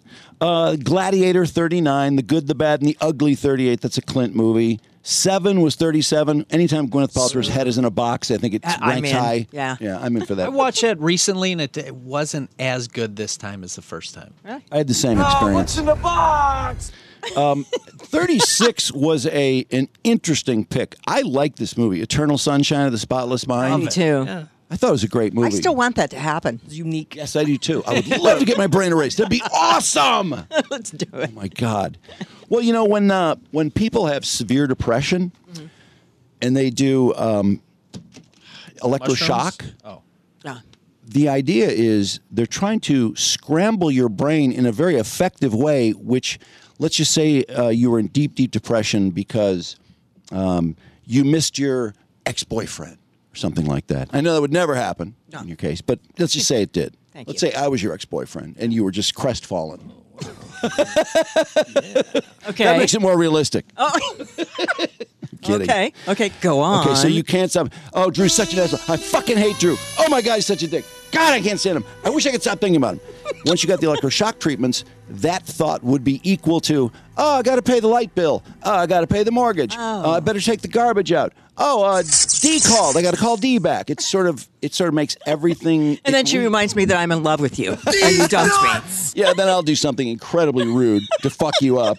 Uh, Gladiator 39, The Good, the Bad, and the Ugly 38. That's a Clint movie. Seven was 37. Anytime Gwyneth Paltrow's head is in a box, I think it
I-
ranks
I'm in.
high.
Yeah.
Yeah, I'm in for
I
that.
watched that recently, and it, it wasn't as good this time as the first time.
I had the same
Oh,
Oh,
experience.
in the box?
Um, 36 was a an interesting pick. I like this movie, Eternal Sunshine of the Spotless Mind.
Me too. Yeah.
I thought it was a great movie.
I still want that to happen.
unique.
Yes, I do too. I would love to get my brain erased. That'd be awesome.
Let's do it.
Oh my God. Well, you know when uh, when people have severe depression
Mm-hmm.
and they do um, electroshock,
Oh.
Ah.
the idea is they're trying to scramble your brain in a very effective way, which let's just say uh, you were in deep, deep depression because um, you missed your ex boyfriend or something like that. I know that would never happen in your case, but let's just say it did.
Thank
let's say I was your ex boyfriend and you were just crestfallen.
Okay.
That makes it more realistic.
Oh.
Kidding.
okay. Okay. Go on.
Okay, so you can't stop. Oh, Drew's such an asshole. I fucking hate Drew. Oh my God, he's such a dick. God, I can't stand him. I wish I could stop thinking about him. Once you got the electroshock treatments, that thought would be equal to, oh, I got to pay the light bill. Oh, I got to pay the mortgage. Oh. I better take the garbage out. Oh, uh, D called. I got to call D back. It's sort of, it sort of makes everything.
And then she reminds me that I'm in love with you, and you dumps me.
yeah, then I'll do something incredibly rude to fuck you up.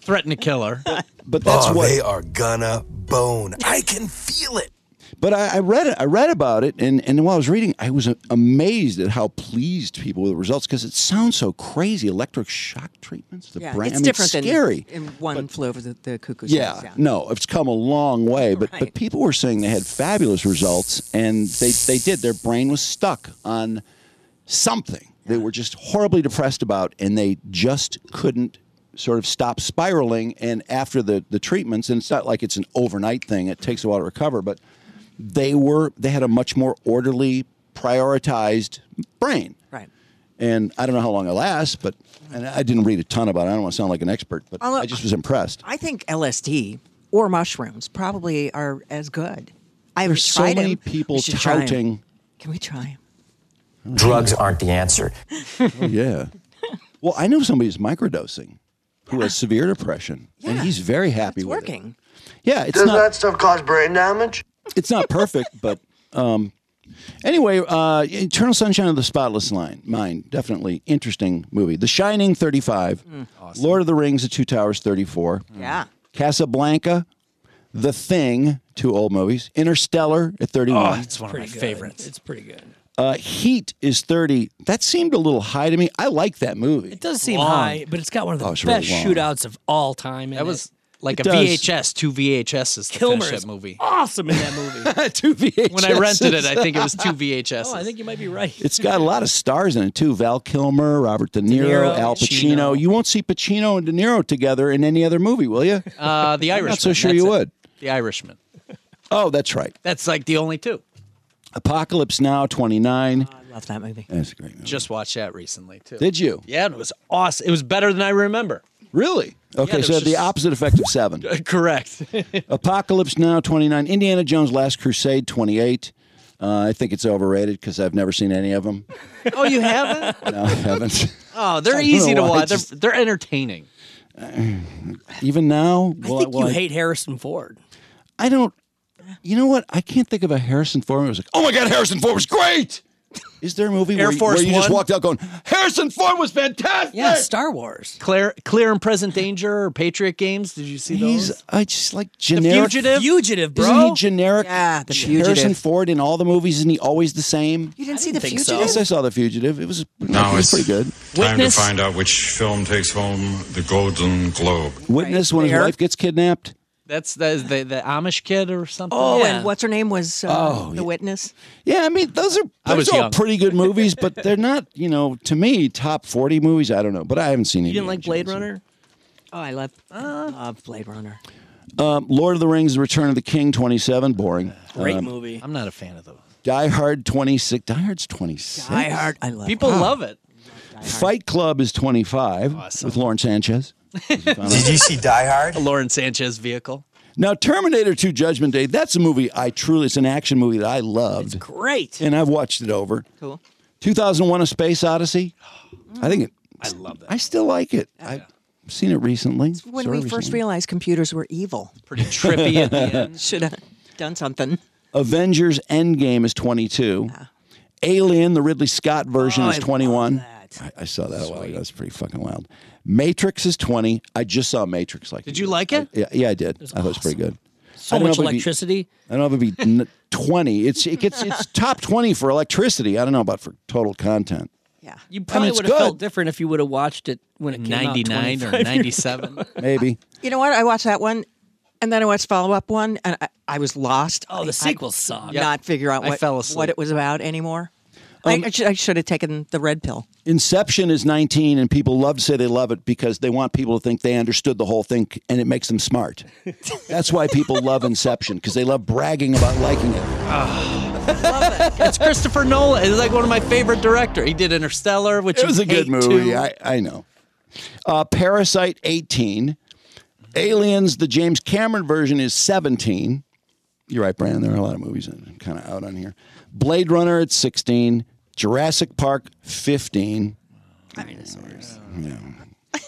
Threaten to kill her.
But that's
Oh,
what
they are gonna bone. I can feel it.
But I, I read it. I read about it, and, and while I was reading, I was a- amazed at how pleased people were with the results because it sounds so crazy. Electric shock treatments, the
yeah,
brand, I
it's
mean,
different than
scary.
in one flew over the, the cuckoo's
yeah,
nest.
no, it's come a long way. But but people were saying they had fabulous results, and they they did. Their brain was stuck on something they were just horribly depressed about, and they just couldn't sort of stop spiraling. And after the the treatments, and it's not like it's an overnight thing; it takes a while to recover, but they were they had a much more orderly, prioritized brain.
Right.
And I don't know how long it lasts, but and I didn't read a ton about it. I don't want to sound like an expert, but
I'll-
I just was impressed.
I think LSD or mushrooms probably are as good. I haven't
There's so
tried 'em.
many
We
people
should try 'em.
touting-
Can we try 'em?
Drugs aren't the answer. Oh, yeah. Well, I know somebody who's microdosing who has severe depression, and he's very happy with it.
working.
Yeah, it's
Does
not.
that stuff cause brain damage?
It's not perfect, but um, anyway, uh, Eternal Sunshine of the Spotless Line, Mind, definitely interesting movie. The Shining, thirty-five. Lord of the Rings: The Two Towers, thirty-four.
Mm. Yeah.
Casablanca, The Thing, two old movies. Interstellar at thirty-one.
Oh, it's one of my favorites.
It's pretty good.
Uh, Heat is 30. That seemed a little high to me. I like that movie.
It does seem
Long.
high, but it's got one of the
Oh, it's really
best
long.
shootouts of all time. That
was Like
It
a
does.
VHS, two VHSs to
Kilmer
finish
is
that movie.
awesome in that movie.
two VHS.
When I rented it, I think it was two VHSs.
Oh, I think you might be right.
It's got a lot of stars in it too. Val Kilmer, Robert De Niro,
Niro,
Al Pacino. You won't see Pacino and De Niro together in any other movie, will you?
Uh, the
I'm
Irishman.
not so sure
that's
you
it.
would.
The Irishman.
Oh, that's right.
That's like the only two.
Apocalypse Now, 29.
Oh,
Love that movie.
That's a great. movie.
Just watched that recently too.
Did you?
Yeah, and it was awesome. It was better than I remember.
Really? Okay,
there's
so the
just-
opposite effect of seven.
Correct.
Apocalypse Now 29, Indiana Jones Last Crusade 28. Uh, I think it's overrated because I've never seen any of them.
oh, you haven't?
No, I haven't.
Oh, they're
I don't
easy to
know why,
watch.
just-
They're, they're entertaining.
Even now,
I think you hate Harrison Ford.
I don't. You know what? I can't think of a Harrison Ford. movie. I was like, oh my god, Harrison Ford was great. Is there a movie
Air
where, you-
Force
where you just
One?
walked out going, Harrison Ford was fantastic?
Yeah, Star Wars.
Clear, clear and present danger or Patriot games. Did you see those?
He's I just like generic.
Fugitive? Fugitive, bro.
Isn't he generic?
Yeah, The
Harrison
Fugitive.
Ford in all the movies. Isn't he always the same?
You didn't see
I
the
think
fugitive?
so. Yes, I saw the fugitive. It was
No,
it was
it's-
pretty good.
Time to find out which film takes home the Golden Globe.
Witness when his
Fair.
wife gets kidnapped.
That's the, the the Amish kid or something.
Oh, and what's her name was uh,
Oh,
the witness.
Yeah, I mean those are
I was
those are all
young.
pretty good movies, but they're not you know to me top forty movies. I don't know, but I haven't seen
You
any.
didn't like Blade Runner?
Oh, I love love Blade Runner.
Um, Lord of the Rings: The Return of the King, twenty-seven, boring.
Great
Um,
movie.
I'm not a fan of those.
Die Hard, twenty-six. Die Hard's twenty-six.
Die Hard,
I love. Oh.
People
Wow.
love it.
Fight Club is twenty-five with Lauren Sanchez. Did
you see Die Hard? Lauren Sanchez vehicle.
Now, Terminator 2: Judgment Day. That's a movie I truly. It's an action movie that I loved.
Great.
and I've watched it over.
Cool.
2001: A Space Odyssey. I think it.
I love that.
I still like it. I've seen it recently.
When
Saw it
we first
recently.
realized computers were evil,
pretty trippy at the end.
Should have done something.
Avengers Endgame is 22. Alien, the Ridley Scott version,
Oh,
is
I love
21. I, I saw that a while ago. That's pretty fucking wild. Matrix is 20. I just saw Matrix like uh,
Did you like it?
Yeah, yeah, I did. I thought it was pretty good.
So
I don't know
much
if it'd be-
electricity.
I don't know if it'd be n- 20. It's it gets it's top 20 for electricity. I don't know about for total content.
You probably
it's
would have felt
good.
different if you would have watched it when it came out.
99 or
25 years
97.
ago.
Maybe.
You know what? I watched that one, and then I watched follow up one, and I, I was lost.
Oh, the
I-
sequel
I
sucked.
could Not figure out
I
what,
fell asleep.
what it was about anymore. I,
Um,
I, should, I should have taken the red pill.
Inception is 19 and people love to say they love it because they want people to think they understood the whole thing and it makes them smart. That's why people love Inception because they love bragging about liking it.
it's Christopher Nolan. He's like one of my favorite director. He did Interstellar, which
it was
you
a good
hate
movie.
too.
I, I know. Uh, Parasite 18. Aliens, the James Cameron version is 17. You're right, Brian. There are a lot of movies that I'm kind of out on here. Blade Runner at 16. Jurassic Park 15. Dinosaurs. Yeah. I,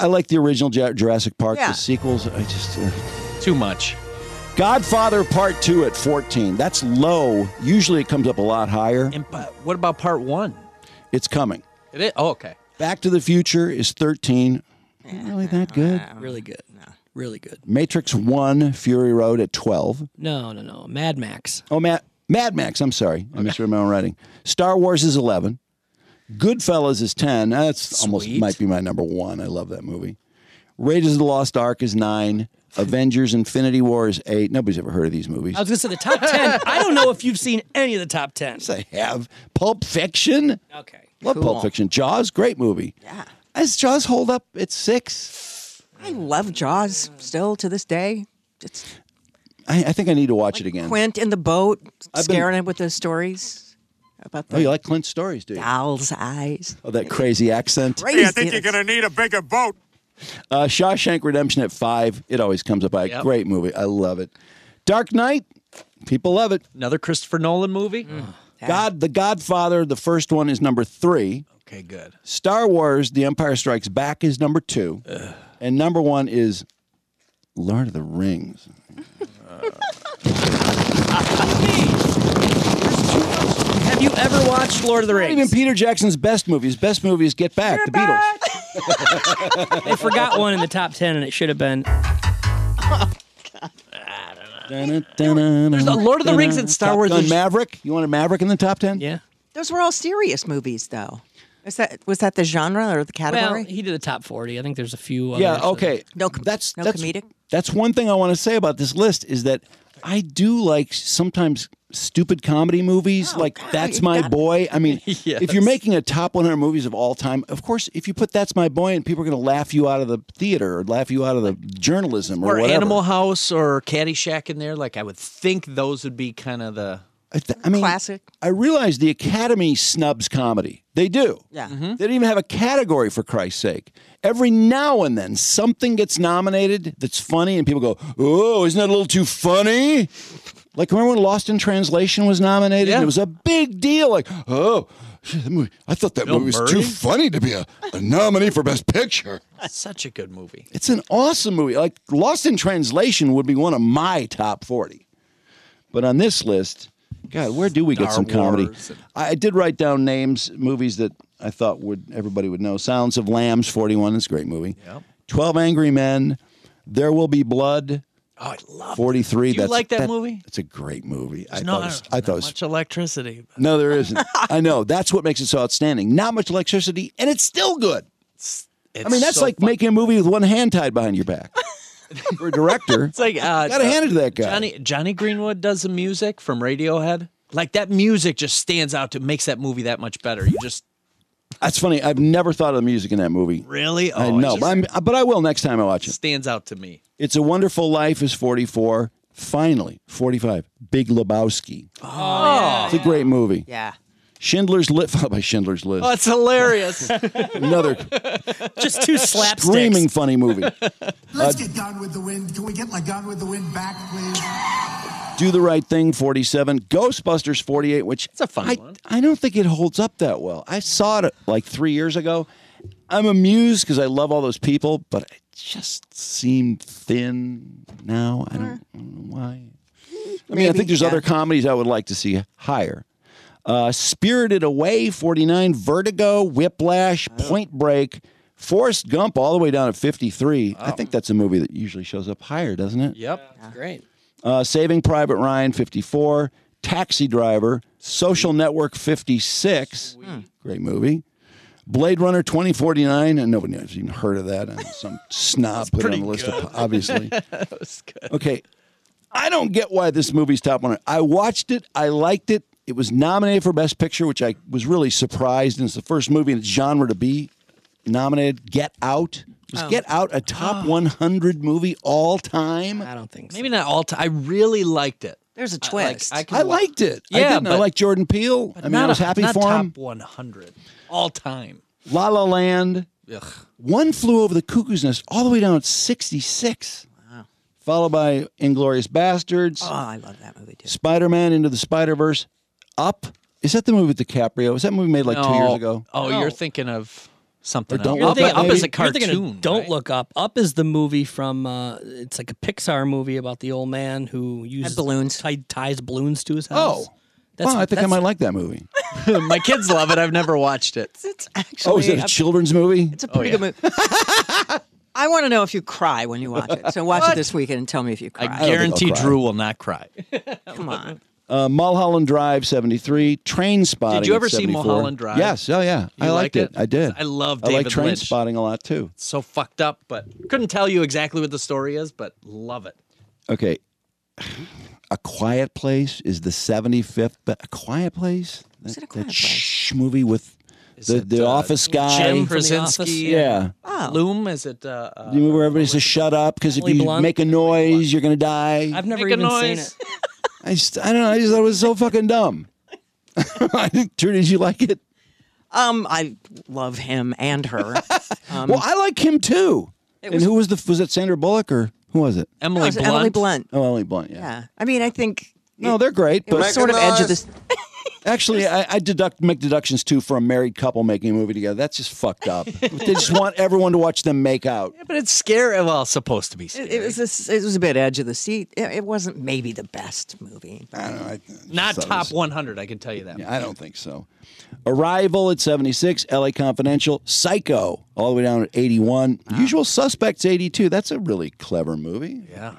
I like the original Ju- Jurassic Park.
Yeah.
The sequels, I just. they're-
Too much.
Godfather Part 2 at 14. That's low. Usually it comes up a lot higher.
But what about part one?
It's coming.
It is. Oh, okay.
Back to the Future is 13. Not really that good.
Really good. Really good.
Matrix 1, Fury Road at 12.
No, no, no. Mad Max.
Oh, Matt, Mad Max, I'm sorry. I misread my own writing. Star Wars is 11. Goodfellas is 10. That's almost might be my number one. I love that movie. Raiders of the Lost Ark is 9. Avengers Infinity War is 8. Nobody's ever heard of these movies.
I was going to say the top 10. I don't know if you've seen any of the top 10.
I have. Pulp Fiction.
Okay.
Love Pulp Fiction. Jaws, great movie. Yeah. As Jaws hold up at six.
I love Jaws still to this day. It's
I, I think I need to watch it again.
Quint in the boat,
I've been-
scaring it with those stories about the
Oh, you like Clint's stories, do you?
doll's eyes.
Oh, that crazy accent.
Crazy. I think
you're gonna need a bigger boat.
Uh, Shawshank Redemption at five. It always comes up. I
Yep.
great movie. I love it. Dark Knight. People love it.
Mm.
Another Christopher Nolan movie.
God, The Godfather, the first one is number three.
Okay, good.
Star Wars: The Empire Strikes Back is number two, and number one is Lord of the Rings.
Have you ever watched Lord of the Rings?
Not even Peter Jackson's best movies. Best movies: Get Back, The Beatles.
They forgot one in the top ten, and it should have been.
There's
the Lord of the Rings and Star Wars.
Gun Maverick. You wanted Maverick in the top ten?
Yeah.
Those were all serious movies, though. Is that was that the genre or the category?
Well, he did the top forty. I think there's a few. others
Yeah.
that-
Okay.
no, com-
that's
no
that's-
comedic.
That's one thing I want to say about this list is that I do like sometimes stupid comedy movies like That's My Boy. I mean, if you're making a top 100 movies of all time, of course, if you put That's My Boy in, people are going to laugh you out of the theater or laugh you out of the journalism or,
Or
whatever.
Animal House or Caddyshack in there. Like I would think those would be kind of the
I, th- I mean,
Classic.
I realize the Academy snubs comedy. They do.
Yeah.
They don't even have a category for Christ's sake. Every now and then, something gets nominated that's funny, and people go, "Oh, isn't that a little too funny?" Like remember when Lost in Translation was nominated? It was a big deal. Like, oh, shit, that movie, I thought that
Bill
movie was
Murray?
too funny to be a, a nominee for Best Picture.
such a good movie.
It's an awesome movie. Like Lost in Translation would be one of my top 40. But on this list, God, where do we get
Star
some comedy?
Wars and-
I I did write down names, movies that I thought would everybody would know. Silence of Lambs, 41, is a great movie. 12 Angry Men, There Will Be Blood.
Oh, I love
43.
it. Do you
that's,
like that movie?
It's a great movie. I
There's
thought
not-
it was, I thought it was
much electricity.
no, there isn't. I know. That's what makes it so outstanding. Not much electricity, and it's still good. I
it's
mean, that's
so
like making a movie with one hand tied behind your back. For a director,
It's like uh,
gotta hand it to that guy.
Johnny Johnny Greenwood does the music from Radiohead. Like that music just stands out to makes that movie that much better. You just
That's funny. I've never thought of the music in that movie.
Really?
I
Oh,
know,
it's
but, I'm, but I will next time I watch it.
stands out to me.
It's a Wonderful Life is 44. Finally, 45. Big Lebowski.
Oh,
It's a great movie.
Yeah.
Schindler's List, followed by Schindler's List.
Oh, it's hilarious.
Another
just two
screaming funny movie. Uh,
get Gone with the Wind. Can we get my Gone with the Wind back, please?
Do the Right Thing, 47. Ghostbusters, 48, which it's a fun I, one. I don't think it holds up that well. I saw it like three years ago. I'm amused because I love all those people, but it just seemed thin now. I don't, I don't know why. I mean, I
Maybe,
think there's
yeah.
other comedies I would like to see higher. Uh, Spirited Away, 49, Vertigo, Whiplash, Point Break, Forrest Gump, all the way down at 53. I think that's a movie that usually shows up higher, doesn't it?
Yep.
Great.
Uh, Saving Private Ryan, 54. Taxi Driver. Social Network, 56. Great movie. Blade Runner 2049, and nobody has even heard of that. And some snob put it on the list, of, obviously.
That was good.
Okay. I don't get why this movie's top 100. I watched it. I liked it. It was nominated for Best Picture, which I was really surprised. And it's the first movie in its genre to be nominated. Get Out. Was
Oh.
Get Out a top 100 movie all time? I
don't think
Maybe not all time. I really liked it.
There's a
twist.
I, like, I,
I liked it. I
Yeah,
didn't. I
but-
liked Jordan Peele. I mean, I was happy for him.
Top
Oh.
100 all time.
La La Land.
Ugh.
One flew over the cuckoo's nest, all the way down at 66. Followed by Inglorious Bastards.
Oh, I love that movie too.
Spider Man Into the Spider Verse. Up. Is that the movie with DiCaprio? Was that movie made like two years ago?
Oh,
No.
you're thinking of something.
Or Don't
else.
Look Up,
up, up is a
maybe? You're thinking of
cartoon.
Don't look up. Up is the movie from. Uh, it's like a Pixar movie about the old man who uses balloons. ties balloons to his house.
Oh. Wow, I think I might like that movie.
My kids love it. I've never watched it.
It's
oh, is it a children's movie?
It's a pretty
Oh,
good movie. I want to know if you cry when you watch it. So watch it
What?
this weekend and tell me if you cry.
I guarantee Drew will not cry.
Come on.
Uh, Mulholland Drive, 73. Train Spotting.
Did you ever
at
see
74.
Mulholland Drive?
Yes. Oh, yeah.
You
I
liked
liked it.
it?
I did.
I love
I like
David
Train
Lynch.
Spotting a lot, too.
so fucked up, but couldn't tell you exactly what the story is, but love it.
Okay. A Quiet Place is the 75th, but A Quiet Place? That,
it A
that shh movie with the, the office guy.
uh, Jim Krasinski.
Yeah.
Oh.
Loom. Is it? Uh, uh,
you remember everybody says shut up because if
Emily
you
Blunt?
make a noise, you're going to die.
I've never
Make a
even seen
noise.
it.
I, just, I don't know. I just thought it was so fucking dumb. I think, Drew, did you like it?
Um, I love him and her. Um,
well, I like him too.
It
and
was-
who was the, was it Sandra Bullock or who was it?
No, it was Emily Blunt.
Oh, Emily Blunt, yeah.
Yeah. I mean, I think
No, they're great,
it was
but-
sort of edge of this.
Actually, I, I deduct make deductions too for a married couple making a movie together. That's just fucked up. they just want everyone to watch them make out.
but it's scary. Well, it's supposed to be. Scary.
It, it was a, s- it was a bit edge of the seat. It, it wasn't maybe the best movie.
I don't know. I,
Not
thought it
top
was-
100, I can tell you that.
I don't think so. Arrival at 76, LA Confidential, Psycho all the way down at 81,
Ah.
Usual Suspects 82. That's a really clever movie. Yeah.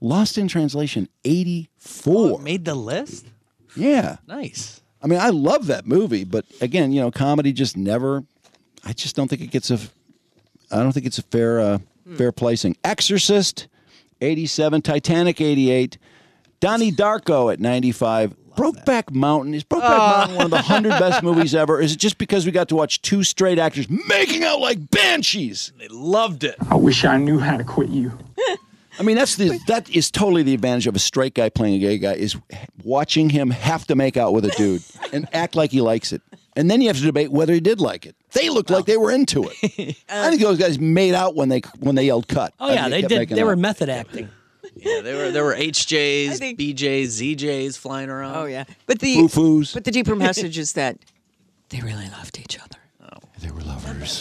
Lost in Translation 84.
Oh, made the list?
Yeah.
Nice.
I mean, I love that movie, but again, you know, comedy just never. I just don't think it gets a. I don't think it's a fair uh,
Hmm.
fair placing. Exorcist, eighty-seven. Titanic, eighty-eight. Donnie Darko at ninety-five. Brokeback Mountain is Brokeback
Ah.
Aw.
Mountain one of the hundred best movies ever? Is it just because we got to watch two straight actors making out like banshees?
They loved it.
I wish I knew how to quit you. I mean, that's the that is totally the advantage of a straight guy playing a gay guy is watching him have to make out with a dude and act like he likes it, and then you have to debate whether he did like it. They looked like they were into it. I think those guys made out when they when they yelled cut.
Oh
I think
yeah, they
kept
did.
making
They
out.
were method acting.
Yeah, there were there were HJs, BJs, ZJs flying around. Oh yeah,
But the
Foo-foos.
but the deeper message is that they really loved each other.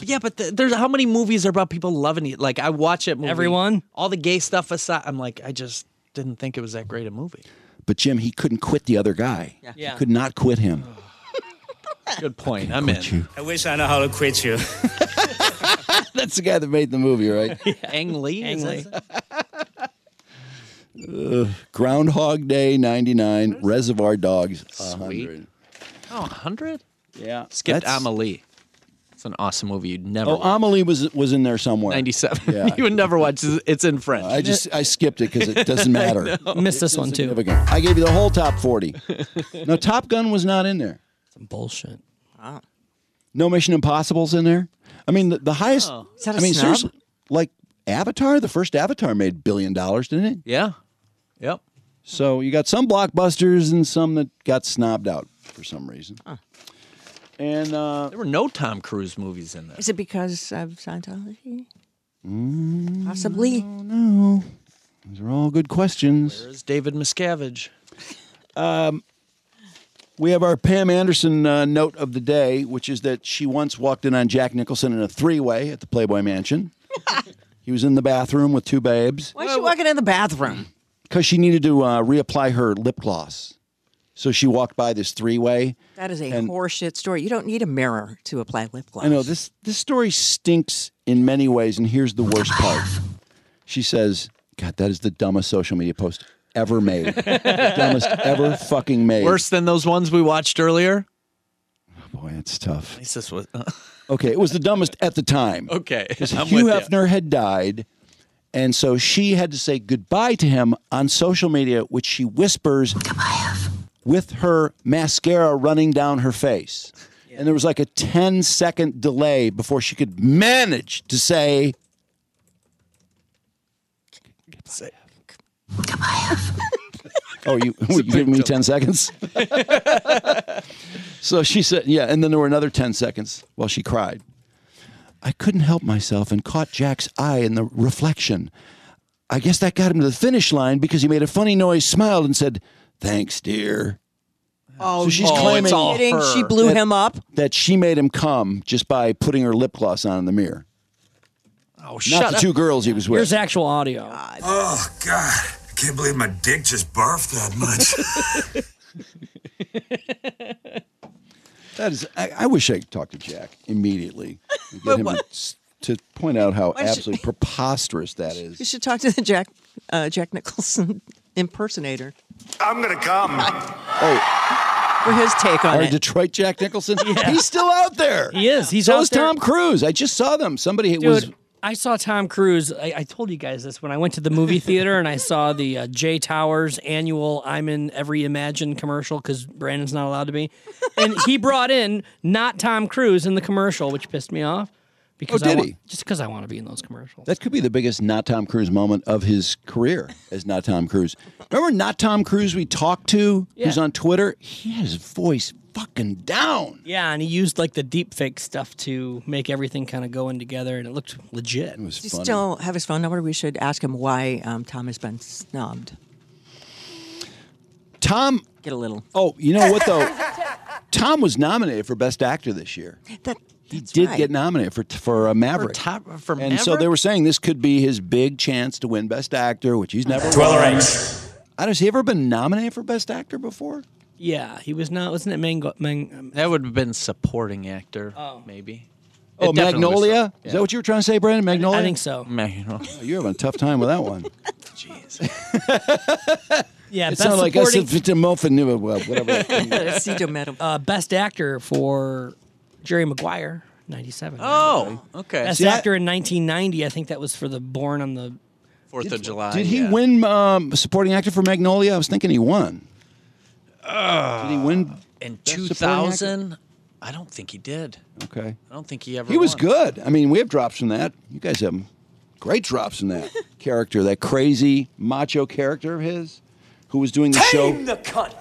yeah, but the, there's how many movies are about people loving you? Like I watch it. Movie,
Everyone?
all the gay stuff aside, I'm like I just didn't think it was that great a movie.
But Jim, he couldn't quit the other guy.
Yeah.
He could not quit him.
Oh.
Good point. I'm in.
I wish I know how to quit you.
That's the guy that made the movie, right?
Ang Lee. is
Ang Lee.
that-
Ugh. Groundhog Day '99, Reservoir Dogs
Sweet.
100.
Oh, 100?
Yeah.
Skipped
That's-
Amelie. It's an awesome movie you'd never
Oh,
watch.
Amelie was was in there somewhere.
97.
Yeah.
you would never watch it. It's in French.
I just I skipped it because it doesn't matter.
I know. Missed this one, too.
Significant. I gave you the whole top forty. No, Top Gun was not in there.
Some bullshit.
Oh. No Mission Impossible's in there. I mean, the, the highest.
Oh. Is that a
I mean,
snub?
seriously, like Avatar. The first Avatar made billion dollars, didn't it?
Yeah. Yep.
So you got some blockbusters and some that got snobbed out for some reason. And uh,
there were no Tom Cruise movies in there.
Is it because of Scientology?
Mm,
Possibly.
No. These are all good questions.
There's David Miscavige.
Um, we have our Pam Anderson uh, note of the day, which is that she once walked in on Jack Nicholson in a three way at the Playboy Mansion. he was in the bathroom with two babes
Why is she walking in the bathroom?
because she needed to uh, reapply her lip gloss. So she walked by this three way.
That is a
And-
horseshit story. You don't need a mirror to apply lip gloss.
I know this this story stinks in many ways, and here's the worst part. She says, "God, that is the dumbest social media post ever made, the dumbest ever fucking made." Oh,
Worse than those ones we watched earlier.
Boy, it's tough.
At least this was. uh.
Okay, it was the dumbest at the time.
okay.
'Cause
I'm
Hugh
with ya.
Hefner had died, and so she had to say goodbye to him on social media, which she whispers with her mascara running down her face. And there was like a 10 second delay before she could manage to say,
Say-
Oh, you, you give me 10 seconds? so she said, Yeah. And then there were another 10 seconds while she cried. I couldn't help myself and caught Jack's eye in the reflection. I guess that got him to the finish line because he made a funny noise, smiled, and said, Thanks, dear.
Oh,
So she's claiming
she blew
that-
him up.
That she made him come just by putting her lip gloss on in the mirror.
Oh,
Not the two girls he was with.
Here's actual audio.
Oh God! I can't believe my dick just barfed that much.
That is, I, I wish I could talk to Jack immediately and get him to, s- to point out how
Why should-
absolutely preposterous that is.
You should talk to the Jack uh, Jack Nicholson impersonator
I'm gonna come.
Oh,
for his take on
our
it.
Detroit Jack Nicholson, he's still out there. He
is. He's
so
out
is
there.
Tom Cruise. I just saw them. Somebody
Dude,
was
I saw Tom Cruise. I, I told you guys this when I went to the movie theater and I saw the uh, Jay Towers annual I'm in every imagined commercial because Brandon's not allowed to be. And he brought in not Tom Cruise in the commercial, which pissed me off. Because I
Oh, did
wa-
he?
Just because I want to be in those commercials.
that could be the biggest not Tom Cruise moment of his career as not Tom Cruise. Remember not Tom Cruise we talked to who's
Yeah.
on Twitter? He had his voice fucking down.
Yeah, and he used like the deep fake stuff to make everything kind of go in together and it looked legit. It
was
Does he still have his phone number? We should ask him why um, Tom has been snubbed.
Tom
Get a little.
Oh, you know what though? Tom was nominated for Best Actor this year. he did
right.
get nominated for for uh, Maverick.
top- for
and so
Maverick?
they were saying this could be his big chance to win Best Actor, which he's never.
Twelve
won.
ranks.
I don't. Has he ever been nominated for Best Actor before?
Yeah, he was not. Wasn't it Mango? Mang, um,
That would have been supporting actor, oh. maybe.
Oh,
It definitely was
Magnolia.
some-
Is that what you were trying to say, Brandon? Magnolia.
I think so.
Oh, you're having a tough time with that one.
yeah,
it
best
sounded like
supporting.
Esifitamophanu- well, whatever.
uh, best actor for Jerry Maguire, ninety-seven.
Oh, okay.
Best
See, I-
actor in nineteen ninety. I think that was for the Born on the
Fourth of July.
Did he
Uh, yeah.
win um, supporting actor for Magnolia? I was thinking he won. did he win?
in
Best
two
Supporting Actor?
thousand? I don't think he did.
Okay.
I don't think he ever.
He was
won.
good. I mean, we have drops from that. You guys have great drops from that character, that crazy macho character of his, who was doing the show,
the cunt.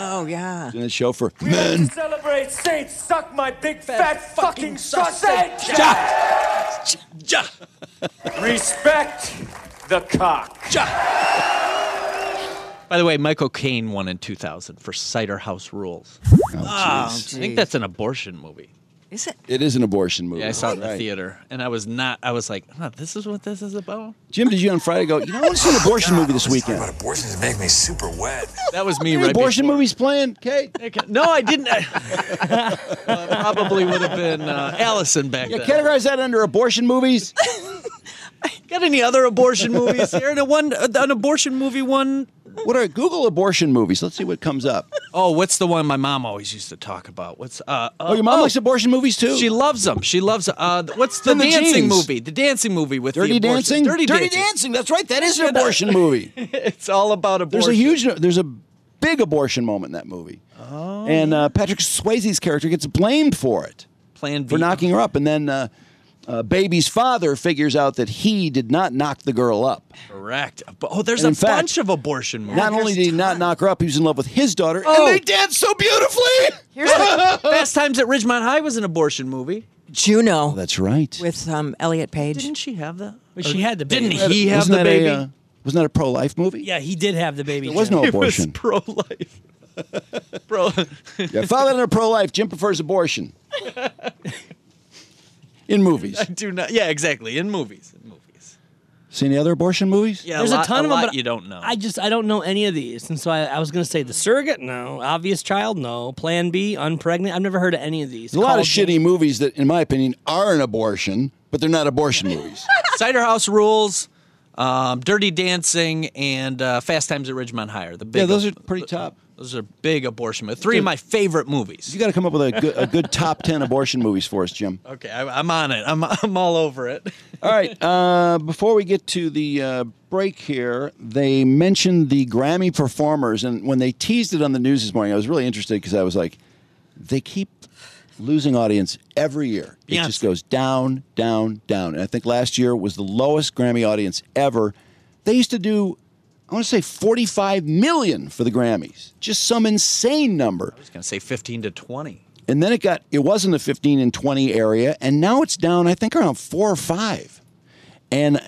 Oh yeah.
doing the show for
We like to
men.
celebrate Saint Suck my big fat, fucking, sausage.
Ja.
Respect the cock.
By the way, Michael Caine won in two thousand for Cider House Rules. Ah,
Oh, jeez.
I think that's an abortion movie.
Is it?
It is an abortion movie.
Yeah, I saw it in the
Right.
theater, and I was not. I was like, huh, "This is what this is about."
Jim, did you on Friday go? You know, I want to see an abortion movie this weekend.
Abortions make me super wet.
That was me.
Any
Right
abortion movies playing, Kate?
before- No, I didn't. Well, it probably would have been uh, Allison back
Yeah,
then.
categorize that under abortion movies.
Got any other abortion movies here? And a one, an abortion movie one.
What are Google abortion movies? Let's see what comes up.
Oh, what's the one my mom always used to talk about? What's uh, uh
Oh, your mom likes abortion movies too.
She loves them. She loves uh th- what's the,
In the
dancing
jeans.
movie? The dancing movie with
Dirty
the abortion-
Dancing?
Dirty,
Dirty
dancing.
Dancing, That's right. That is an abortion movie.
it's all about abortion.
There's a huge. There's a big abortion moment in that movie. Oh. And uh, Patrick Swayze's character gets blamed for it.
Plan B.
for knocking her up, and then uh, uh, baby's father figures out that he did not knock the girl up.
Correct. But oh, there's
And
a
in fact,
bunch of abortion movies.
not only did he not knock her up, he was in love with his daughter,
Oh.
and they danced so beautifully.
Here's the Fast Times at Ridgemont High was an abortion movie.
Juno.
Oh, That's right.
With um, Elliot Page. Didn't
she have that?
she had the baby.
Didn't he have
Wasn't
the
that a,
baby?
uh, wasn't that a pro-life movie?
Yeah, he did have the baby.
There was no
Jim.
abortion.
Pro life. Pro.
yeah, father and a pro-life. Jim prefers abortion in movies.
I do not. Yeah, exactly. In movies. In movies.
See any other abortion movies?
Yeah,
There's
a,
a
lot,
ton of 'em,
lot
but
you don't know.
I just I don't know any of these, and so I, I was gonna say the surrogate, no. Obvious child, no. Plan B, unpregnant. I've never heard of any of these.
There's a lot of
Called-
shitty movies that, in my opinion, are an abortion, but they're not abortion movies.
Cider House Rules, um, Dirty Dancing, and uh, Fast Times at Ridgemont High are the big.
Yeah, those are pretty top.
Those are big abortion. movies. Three of my favorite movies.
You got to come up with a good, a good top ten abortion movies for us, Jim.
Okay, I, I'm on it. I'm I'm all over it.
All right. Uh, before we get to the uh, break here, they mentioned the Grammy performers, and when they teased it on the news this morning, I was really interested because I was like, they keep losing audience every year. It just goes down, down, down. And I think last year was the lowest Grammy audience ever. They used to do, I want to say, 45 million for the Grammys, just some insane number.
I was gonna say 15 to 20.
And then it got it was in the 15 and 20 area, and now it's down I think around four or five. And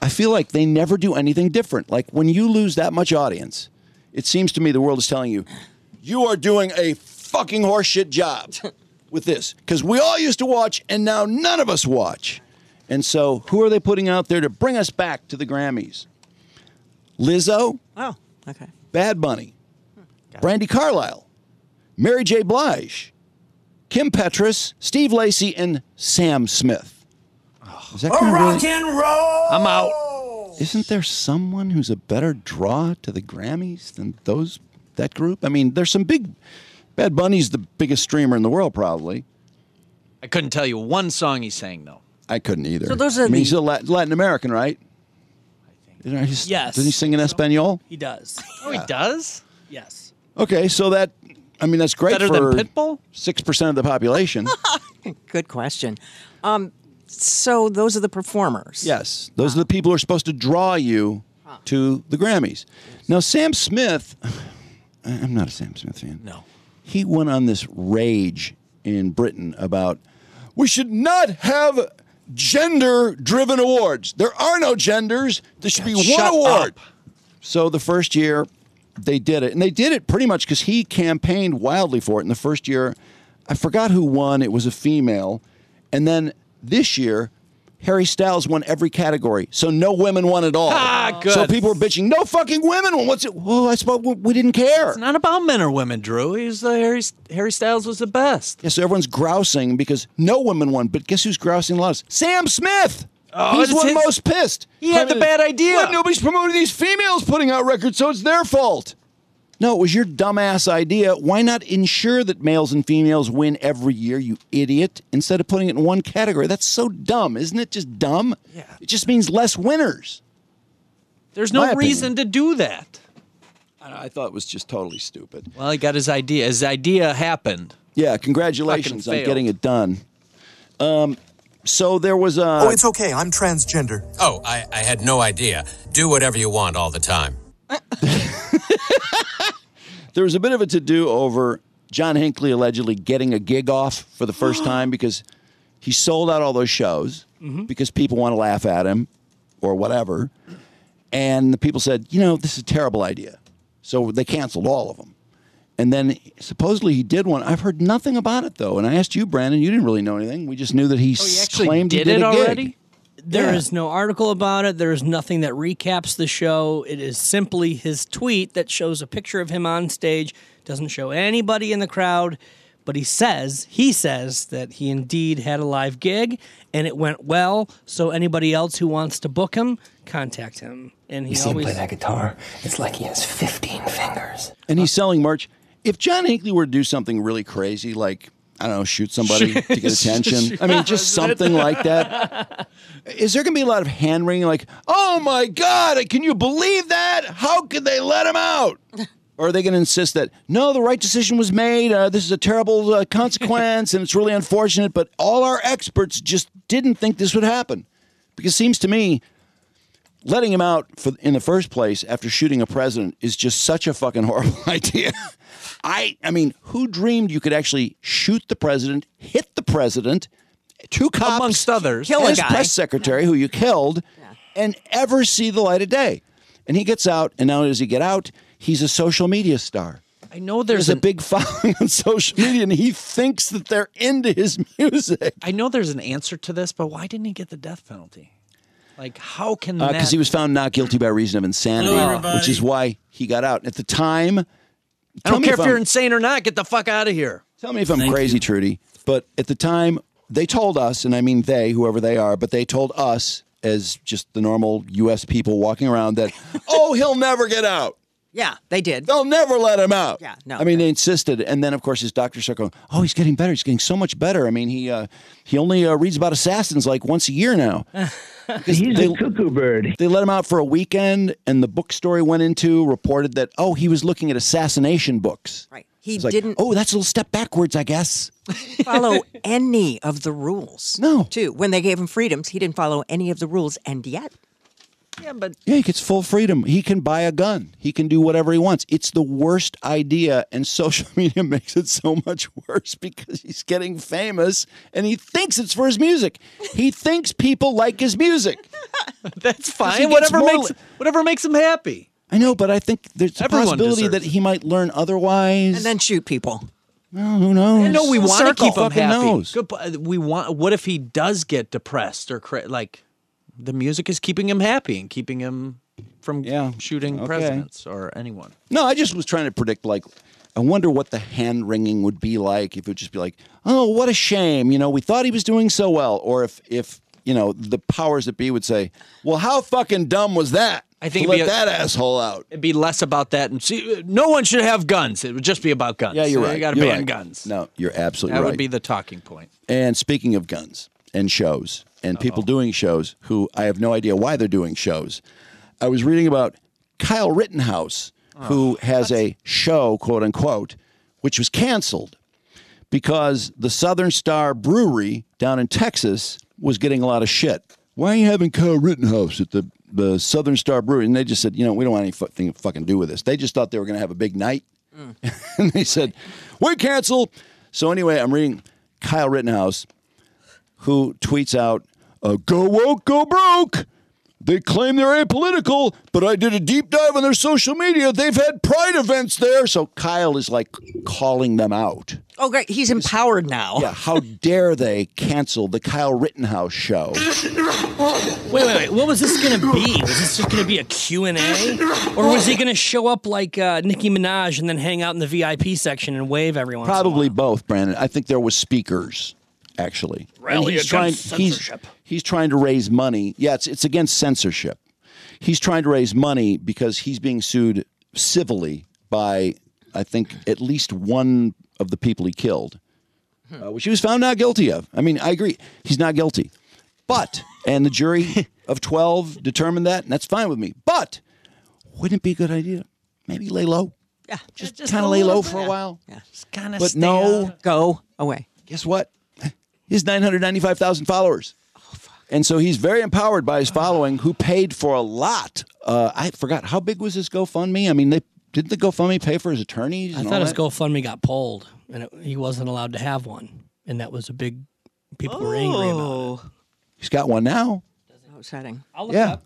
I feel like they never do anything different. Like when you lose that much audience, it seems to me the world is telling you, you are doing a fucking horseshit job with this because we all used to watch and now none of us watch. And so who are they putting out there to bring us back to the Grammys? Lizzo,
Oh, okay.
Bad Bunny, Brandy Carlisle, Mary J. Blige, Kim Petras, Steve Lacey, and Sam Smith. Is that
A
gonna
rock
really-
and roll.
I'm out. Oh!
Isn't there someone who's a better draw to the Grammys than those that group? I mean, there's some big. Bad Bunny's the biggest streamer in the world, probably.
I couldn't tell you one song he sang though.
I couldn't either.
So those are
I mean,
the-
he's a Latin, Latin American, right? I think.
Yes.
Doesn't he sing in Espanol?
He does.
Oh, he does.
Yes.
Okay, so that. I mean, that's great
Better
for
than Pitbull.
Six percent of the population.
Good question. Um, so those are the performers.
Yes, those are the people who are supposed to draw you to the Grammys. Now, Sam Smith, I- I'm not a Sam Smith fan. No. He went on this rage in Britain about we should not have gender driven awards. There are no genders, there should be one
shut
award. So the first year, they did it, and they did it pretty much because he campaigned wildly for it in the first year. I forgot who won. It was a female, and then this year. Harry Styles won every category, so no women won at all.
Ah, good.
So people were bitching, no fucking women won. What's it? Well, I suppose we- we didn't care. It's
not about men or women, Drew. He's the Harry, Harry Styles was the best.
Yeah, so everyone's grousing because no women won. But guess who's grousing the loudest? Sam Smith.
Oh,
He's
it's
one
his-
most pissed.
He had the bad idea.
"What, nobody's promoting these females putting out records, so it's their fault. No, it was your dumbass idea. Why not ensure that males and females win every year, you idiot, instead of putting it in one category? That's so dumb. Isn't it just dumb? Yeah. It just means less winners.
There's no
My opinion.
reason to do that.
I thought it was just totally stupid.
Well, he got his idea. His idea happened.
Yeah, congratulations
Fucking
on
failed.
getting it done. Um, so there was a.
Oh, it's okay. I'm transgender.
Oh, I, I had no idea. Do whatever you want all the time.
There was a bit of a to do over John Hinckley allegedly getting a gig off for the first time because he sold out all those shows
Mm-hmm.
because people want to laugh at him or whatever. And the people said, you know, this is a terrible idea. So they canceled all of them. And then supposedly he did one. I've heard nothing about it though. And I asked you, Brandon, you didn't really know anything. We just knew that he,
Oh, actually
claimed
did
he did
it
a gig.
already? There is
Yeah.
no article about it. There is nothing that recaps the show. It is simply his tweet that shows a picture of him on stage. Doesn't show anybody in the crowd, but he says he says that he indeed had a live gig and it went well. So anybody else who wants to book him, contact him. And he
You see him
always
play that guitar? It's like he has 15 fingers.
And he's selling merch. If John Hinckley were to do something really crazy, like I don't know, shoot somebody to get attention. I mean, just something like that. Is there going to be a lot of hand wringing? Like, oh my God, can you believe that? How could they let him out? Or are they going to insist that no, the right decision was made? Uh, this is a terrible uh, consequence, and it's really unfortunate. But all our experts just didn't think this would happen, because it seems to me letting him out for, in the first place after shooting a president is just such a fucking horrible idea. I, I mean, who dreamed you could actually shoot the president, hit the president, two cops, amongst
others,
Kill a
his
guy.
press secretary who you killed, and ever see the light of day? And he gets out, and not only does he get out, he's a social media star.
I know
There's
there's
a
an-
big following on social media, and he thinks that they're into his music.
I know there's an answer to this, but why didn't he get the death penalty? Like, how can that?
because Uh, he was found not guilty by reason of insanity,
Mm, Hello, everybody.
which is why he got out. At the time,
I
tell
don't
me
care if,
I'm-
you're insane or not. Get the fuck out of here.
Tell me if I'm crazy, Trudy, but at the time they told us, and I mean they, whoever they are, but they told us as just the normal U.S. people walking around that, oh, he'll never get out.
Yeah, they did.
They'll never let him out.
Yeah, no.
I mean, they insisted, and then of course his doctor started going, "Oh, he's getting better. He's getting so much better. I mean, he uh, he only uh, reads about assassins like once a year now." Because
He's a cuckoo bird.
They let him out for a weekend, and the bookstore he went into reported that oh, he was looking at assassination books. Right.
He
didn't. Oh, that's a little step backwards, I guess.
follow any of the rules.
No.
Too. When they gave him freedoms, he didn't follow any of the rules, and yet.
Yeah, but
Yeah, he gets full freedom. He can buy a gun. He can do whatever he wants. It's the worst idea, and social media makes it so much worse because he's getting famous and he thinks it's for his music. He thinks people like his music.
That's
he
fine.
gets
Whatever
more
makes
li-
whatever makes him happy.
I know, but I think there's a
Everyone
possibility
deserves
that he might learn otherwise. And
then shoot people.
Well, who knows?
I know we want to
Circle
keep him
fucking
happy.
knows.
Good, po- we want. What if he does get depressed or cra- like? The music is keeping him happy and keeping him from shooting
Okay.
presidents or anyone.
No, I just was trying to predict. Like, I wonder what the hand wringing would be like if it would just be like, "Oh, what a shame!" You know, we thought he was doing so well, or if if you know the powers that be would say, "Well, how fucking dumb was that?"
I think it'd
to let
be a-
that asshole out.
It'd be less about that, and see, no one should have guns. It would just be about guns.
Yeah, you're
So
right.
You got to
You're
ban
right.
guns.
No, you're absolutely
that
right.
would be the talking point.
And speaking of guns and shows and people doing shows who I have no idea why they're doing shows, I was reading about Kyle Rittenhouse, who has a show, quote unquote, which was canceled because the Southern Star Brewery down in Texas was getting a lot of shit. Why are you having Kyle Rittenhouse at the, the Southern Star Brewery? And they just said, you know, we don't want anything to fucking do with this. They just thought they were going to have a big night and they said, "We cancel." So anyway, I'm reading Kyle Rittenhouse, who tweets out, uh, "Go woke, go broke." They claim they're apolitical, but I did a deep dive on their social media. They've had pride events there. So Kyle is like calling them out.
Oh, great. He's empowered now.
Yeah, how dare they cancel the Kyle Rittenhouse show?
Wait, wait, wait. What was this going to be? Was this just going to be a Q&A? Or was he going to show up like uh, Nicki Minaj and then hang out in the VIP section and wave everyone?
Probably both, Brandon. I think there was speakers actually. And
Rally
he's
against
trying,
censorship.
He's, he's trying to raise money. Yeah, it's it's against censorship. He's trying to raise money because he's being sued civilly by I think at least one of the people he killed, uh, which he was found not guilty of. I mean, I agree, he's not guilty, but and the jury of twelve determined that, and that's fine with me. But wouldn't it be a good idea? Maybe lay low.
Yeah,
just, kind of lay low for a while.
Yeah,
kind
But no,
go away.
Guess what? His 995,000 followers. And so he's very empowered by his following, who paid for a lot. Uh, I forgot how big was his GoFundMe. I mean, they didn't the GoFundMe pay for his attorneys?
I
and
thought
all
his
that?
GoFundMe got pulled and it, he wasn't allowed to have one. And that was a big, people were angry
Oh.
about it.
He's got one now.
How exciting.
I'll
yeah. uh,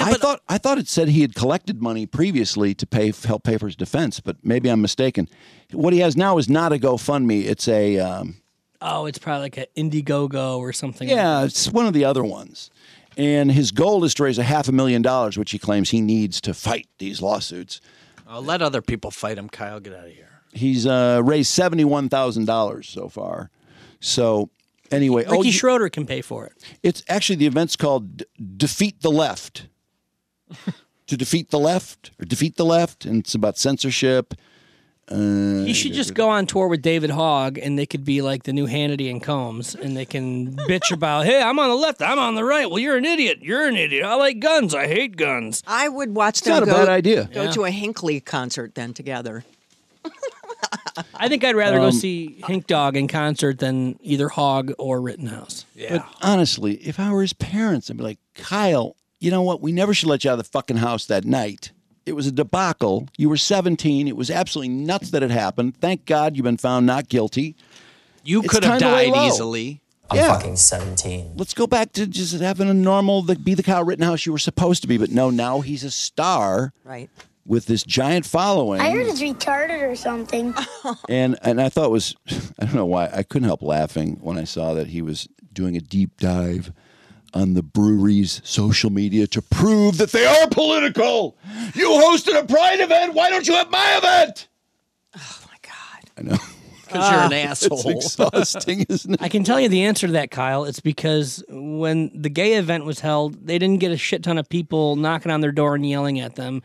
I thought I thought it said he had collected money previously to pay help pay for his defense, but maybe I'm mistaken. What he has now is not a GoFundMe. It's a um,
Oh, it's probably like an Indiegogo or something.
Yeah, it's one of the other ones. And his goal is to raise a half a million dollars, which he claims he needs to fight these lawsuits.
Uh, let other people fight him, Kyle. Get out of here.
He's uh, raised seventy-one thousand dollars so far. So anyway, oh,
Ricky
you-
Schroeder can pay for it.
it's actually the event's called D- "Defeat the Left." to defeat the left, or defeat the left, and it's about censorship. Uh,
He should just go on tour with David Hogg, and they could be like the new Hannity and Combs, and they can bitch about, hey, I'm on the left, I'm on the right. Well, you're an idiot. You're an idiot. I like guns. I hate guns.
I would watch them
not a
go,
bad idea.
go
Yeah.
to a Hinkley concert then together.
I think I'd rather go
Um,
see Hink Dog in concert than either Hogg or Rittenhouse.
But honestly, if I were his parents, I'd be like, Kyle, you know what? We never should let you out of the fucking house that night. It was a debacle. You were 17. It was absolutely nuts that it happened. Thank God you've been found not guilty.
You
It's
could have
time to lay
died
low.
easily.
I'm Yeah. fucking
17.
Let's go back to just having a normal, the, be the Kyle Rittenhouse you were supposed to be. But no, now he's a star
Right.
with this giant following.
I heard it's retarded or something.
and and I thought it was I don't know why I couldn't help laughing when I saw that he was doing a deep dive on the brewery's social media to prove that they are political. You hosted a pride event. Why don't you have my event? Oh my god! I know.
'Cause you're an
Ah, It's
asshole.
exhausting, isn't it?
I can tell you the answer to that, Kyle. It's because when the gay event was held, they didn't get a shit ton of people knocking on their door and yelling at them.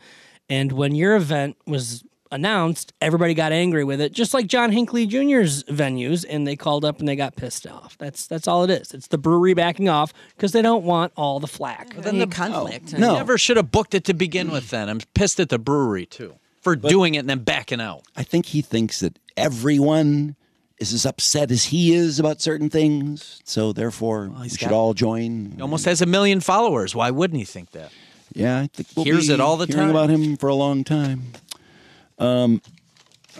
And when your event was announced, everybody got angry with it, just like John Hinckley Jr.'s venues, and they called up and they got pissed off. That's that's all it is. It's the brewery backing off because they don't want all the flack.
then the conflict. No. Never should have booked it to begin with then. I'm pissed at the brewery too for doing it and then backing out.
I think he thinks that everyone is as upset as he is about certain things, so therefore we should
got-
all join.
He almost has a million followers. Why wouldn't he think that?
Yeah, I think we'll
Hears
be
it all the
hearing
time.
about him for a long time. Um,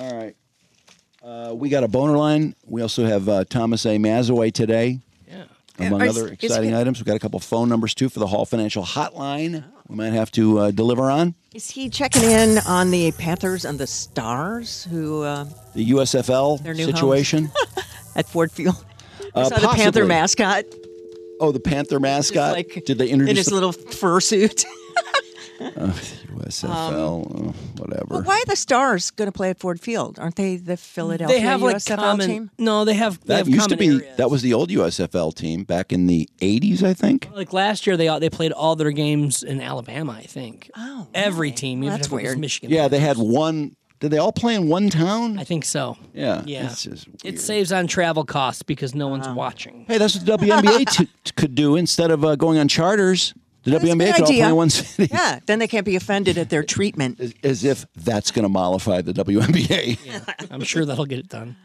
all right, uh, we got a boner line. We also have uh, Thomas A. Mazaway today. Yeah, among
Are-
other
is- is
exciting
he-
items, we've got a couple phone numbers too for the Hall Financial Hotline. We might have to uh, deliver on
Is he checking in on the Panthers and the Stars, who uh,
the USFL
Their new
situation
at Ford Field? I
Uh,
saw the Panther
possibly.
mascot
Oh, the Panther mascot.
like,
Did they
in
introduce
his
the-
little fursuit.
Uh, USFL? oh, whatever.
Why are the Stars going to play at Ford Field? Aren't they the Philadelphia
They have like
USFL
common.
team?
No, they have. They
that
have
used to
common
be
areas.
that was the old USFL team back in the '80s, I think.
Like last year, they all- they played all their games in Alabama. I think. Oh, every team. even
that's
if it was
weird.
Michigan.
Yeah, they had one. Did they all play in one town?
I think so.
Yeah.
Yeah.
It's just
It saves on travel costs because no one's watching.
hey, that's what the WNBA t- t- could do instead of uh, going on charters. The WNBA could all play in one city.
Yeah, then they can't be offended at their treatment.
As, as if that's going to mollify the WNBA.
I'm sure that'll get it done.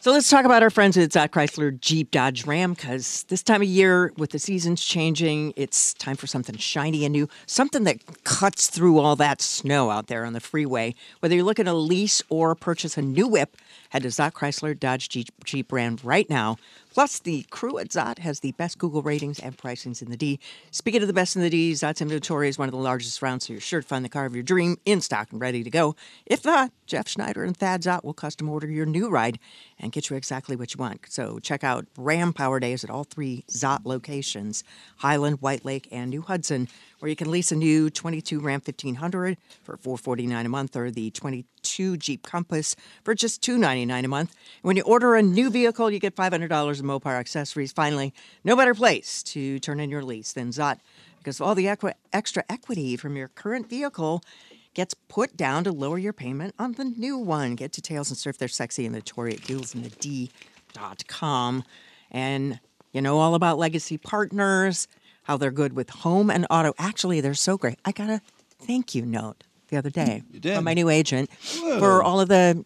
So let's talk about our friends at Zott Chrysler Jeep Dodge Ram because this time of year, with the seasons changing, it's time for something shiny and new, something that cuts through all that snow out there on the freeway. Whether you're looking to lease or purchase a new whip, head to Zott Chrysler Dodge Jeep, Jeep Ram right now. Plus, the crew at Zott has the best Google ratings and pricings in the D. Speaking of the best in the D, Zot's inventory is one of the largest around, so you're sure to find the car of your dream in stock and ready to go. If not, Jeff Schneider and Thad Zott will custom order your new ride and get you exactly what you want. So check out Ram Power Days at all three Zott locations Highland, White Lake, and New Hudson, where you can lease a new 22 Ram 1500 for $449 a month or the 22 Jeep Compass for just $299 a month. And when you order a new vehicle, you get $500 in Mopar accessories. Finally, no better place to turn in your lease than Zott because all the equi- extra equity from your current vehicle gets put down to lower your payment on the new one. Get details and surf their sexy inventory at dealsinthedee.com. And you know all about legacy partners, how they're good with home and auto. Actually, they're so great. I got a thank you note the other day
did.
from my new agent
Whoa.
for all of the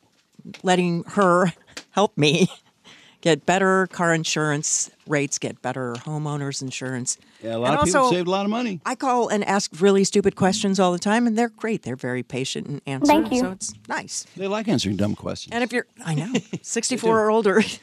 letting her help me get better car insurance rates, get better homeowners insurance.
Yeah, a lot
And
of people
also,
saved a lot of money.
I call and ask really stupid questions all the time, and they're great. They're very patient and answer.
Thank you.
So it's nice.
They like answering dumb questions.
And if you're, I know, 64 or older,
As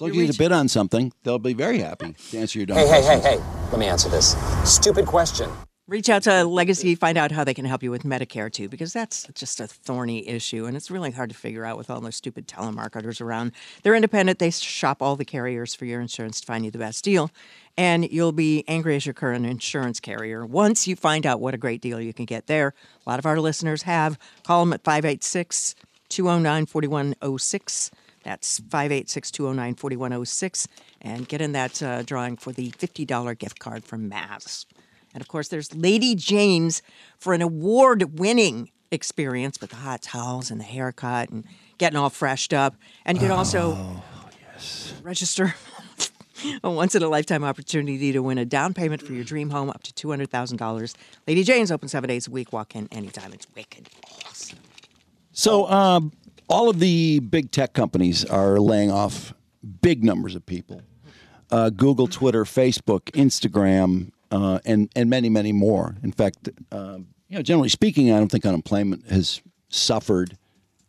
long as you get a bid on something, they'll be very happy to answer your dumb
Hey, hey,
questions.
hey, hey. Let me answer this. Stupid question.
reach out to Legacy, find out how they can help you with Medicare too, because that's just a thorny issue. And it's really hard to figure out with all those stupid telemarketers around. They're independent, they shop all the carriers for your insurance to find you the best deal. And you'll be angry as your current insurance carrier once you find out what a great deal you can get there. A lot of our listeners have. Call them at 586 209 4106. That's 586 209 4106. And get in that uh, drawing for the $50 gift card from Mavs. And of course, there's Lady Jane's for an award winning experience with the hot towels and the haircut and getting all freshed up. And you can also
Oh,
register a once in a lifetime opportunity to win a down payment for your dream home up to $200,000. Lady Jane's open seven days a week. Walk in anytime. It's wicked.
So, um, all of the big tech companies are laying off big numbers of people. Uh, Google, Twitter, Facebook, Instagram, uh, and and many, many more. In fact, um, you know, generally speaking, I don't think unemployment has suffered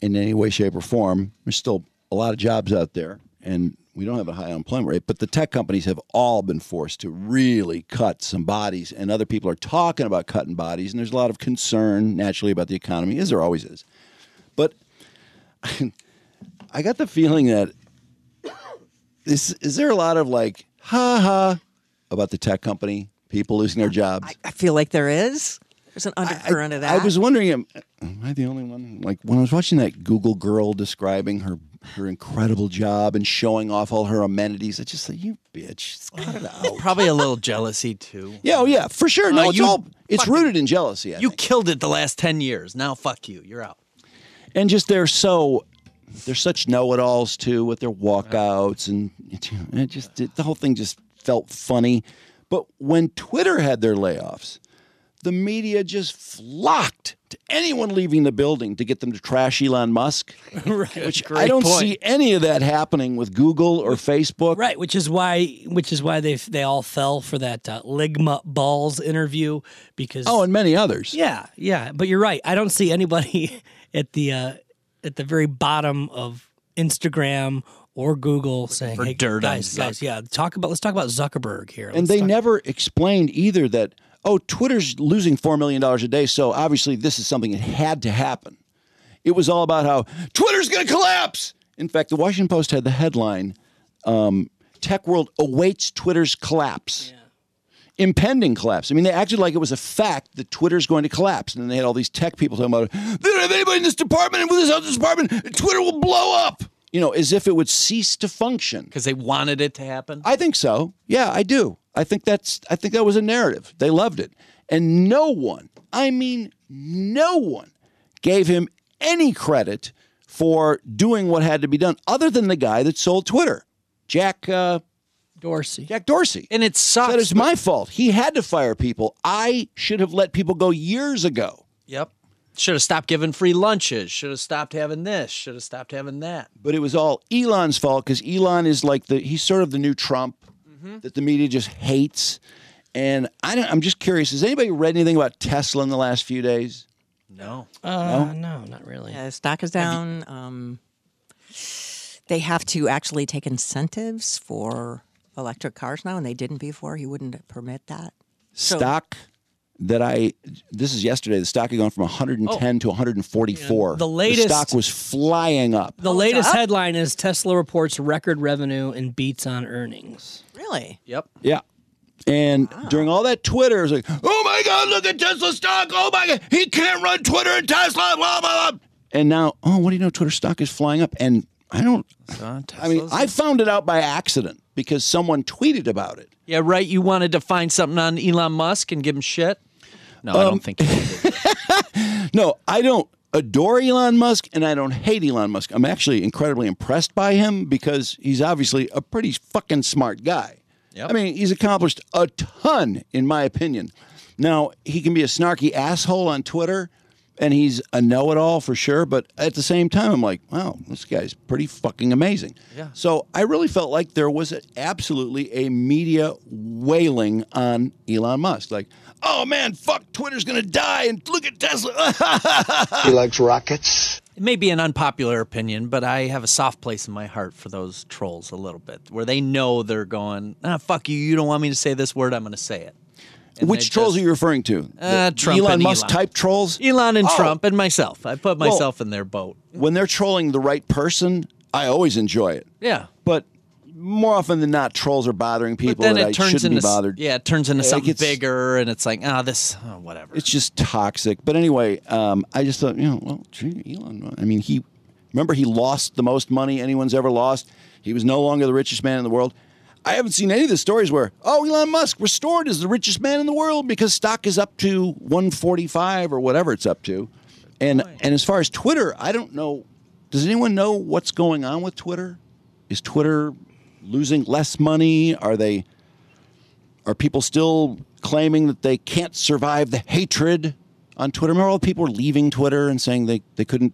in any way, shape, or form. There's still a lot of jobs out there, and we don't have a high unemployment rate. But the tech companies have all been forced to really cut some bodies, and other people are talking about cutting bodies. And there's a lot of concern naturally about the economy, as there always is. But I got the feeling that is is there a lot of like ha ha about the tech company people losing their jobs? I,
feel like there is. There's an undercurrent of that.
I was wondering, am, am I the only one? Like when I was watching that Google girl describing her her incredible job and showing off all her amenities, I just thought, you bitch, cut it out.
Probably a little jealousy too.
Yeah, oh yeah, for sure.
Uh,
No, it's
you
all it's rooted in jealousy. I
You
think.
killed it the last ten years. Now fuck you. You're out.
and just they're so they're such know-it-alls too with their walkouts and it, it just it, the whole thing just felt funny but when twitter had their layoffs the media just flocked to anyone leaving the building to get them to trash Elon Musk, which I
Great
don't
point.
see any of that happening with Google or Facebook.
Right, which is why which is why they they all fell for that uh, Ligma Balls interview because
Oh, and many others.
Yeah, yeah, but you're right. I don't see anybody at the uh, at the very bottom of Instagram or Google saying,
for
"Hey,
dirt on
guys,
Zuck."
guys, yeah, talk about let's talk about Zuckerberg here."
And
Let's
they
talk-
never explained either that, oh, Twitter's losing $4 million a day, so obviously this is something that had to happen. It was all about how Twitter's going to collapse. In fact, the Washington Post had the headline um, Tech World awaits Twitter's collapse. Impending collapse. I mean, they acted like it was a fact that Twitter's going to collapse. And then they had all these tech people talking about, they don't have anybody in this department and with this other department, Twitter will blow up. You know, as if it would cease to function.
Because they wanted it to happen.
I think so. Yeah, I do. I think that's I think that was a narrative. They loved it. And no one, I mean no one gave him any credit for doing what had to be done other than the guy that sold Twitter. Jack uh
Dorsey.
Jack Dorsey.
And it sucks.
That is my fault. He had to fire people. I should have let people go years ago.
Yep. Should have stopped giving free lunches. Should have stopped having this. Should have stopped having that.
But it was all Elon's fault because Elon is like the he's sort of the new Trump that the media just hates. And I don't, I'm just curious. Has anybody read anything about Tesla in the last few days?
No.
Uh, no, not really.
Yeah, the stock is down. um, they have to actually take incentives for electric cars now, and they didn't before. He wouldn't permit that. So-
stock that I this is yesterday. The stock had gone from 110 to 144.
Yeah, the latest-
stock was flying up.
The latest
up?
headline is Tesla reports record revenue and beats on earnings.
Really?
Yep.
Yeah. And during all that Twitter, it was like, oh my God, look at Tesla stock. Oh my God, he can't run Twitter and Tesla, blah, blah, blah. And now, oh, what do you know? Twitter stock is flying up. And I don't,
Uh,
I mean, I found it out by accident because someone tweeted about it.
Yeah, right. You wanted to find something on Elon Musk and give him shit. No, I
Um,
don't think. He did.
No, I don't adore Elon Musk and I don't hate Elon Musk. I'm actually incredibly impressed by him because he's obviously a pretty fucking smart guy. I mean, he's accomplished a ton, in my opinion. Now, he can be a snarky asshole on Twitter and he's a know it all for sure, but at the same time, I'm like, wow, this guy's pretty fucking amazing.
Yeah.
So I really felt like there was absolutely a media wailing on Elon Musk. Like, oh man, fuck, Twitter's gonna die, and look at Tesla.
he likes rockets. It may be an unpopular opinion, but I have a soft place in my heart for those trolls a little bit, where they know they're going, ah, fuck you, you don't want me to say this word, I'm going to say it. And
Which
they
trolls
just-
are you referring to?
Uh,
The
Trump
Elon
and
Musk
Elon.
type trolls?
Elon and
Oh.
Trump and myself. I put
Well-
myself in their boat.
When they're trolling the right person, I always enjoy it.
Yeah.
But more often than not, trolls are bothering people
then
that
it
I
turns
shouldn't
into
be
s-
bothered.
yeah, it turns into
Like,
something
it's-
bigger, and it's like, ah, this, oh, whatever.
It's just toxic. But anyway, um, I just thought, you know, well, gee, Elon. I mean, he remember he lost the most money anyone's ever lost. He was no longer the richest man in the world. I haven't seen any of the stories where, oh, Elon Musk restored as the richest man in the world because stock is up to 145 or whatever it's up to. And and as far as Twitter, I don't know. Does anyone know what's going on with Twitter? Is Twitter losing less money? Are they are people still claiming that they can't survive the hatred on Twitter? Remember all the people were leaving Twitter and saying they, they couldn't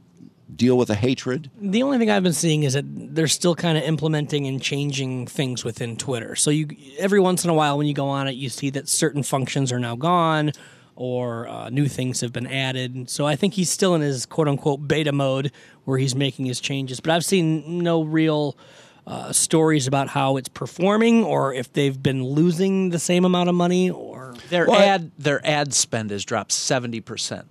deal with the hatred?
The only thing I've been seeing is that they're still kind of implementing and changing things within Twitter. So you every once in a while when you go on it, you see that certain functions are now gone or uh, new things have been added. So I think he's still in his quote unquote beta mode where he's making his changes. But I've seen no real uh, stories about how it's performing or if they've been losing the same amount of money or
Their ad their ad spend has dropped seventy percent.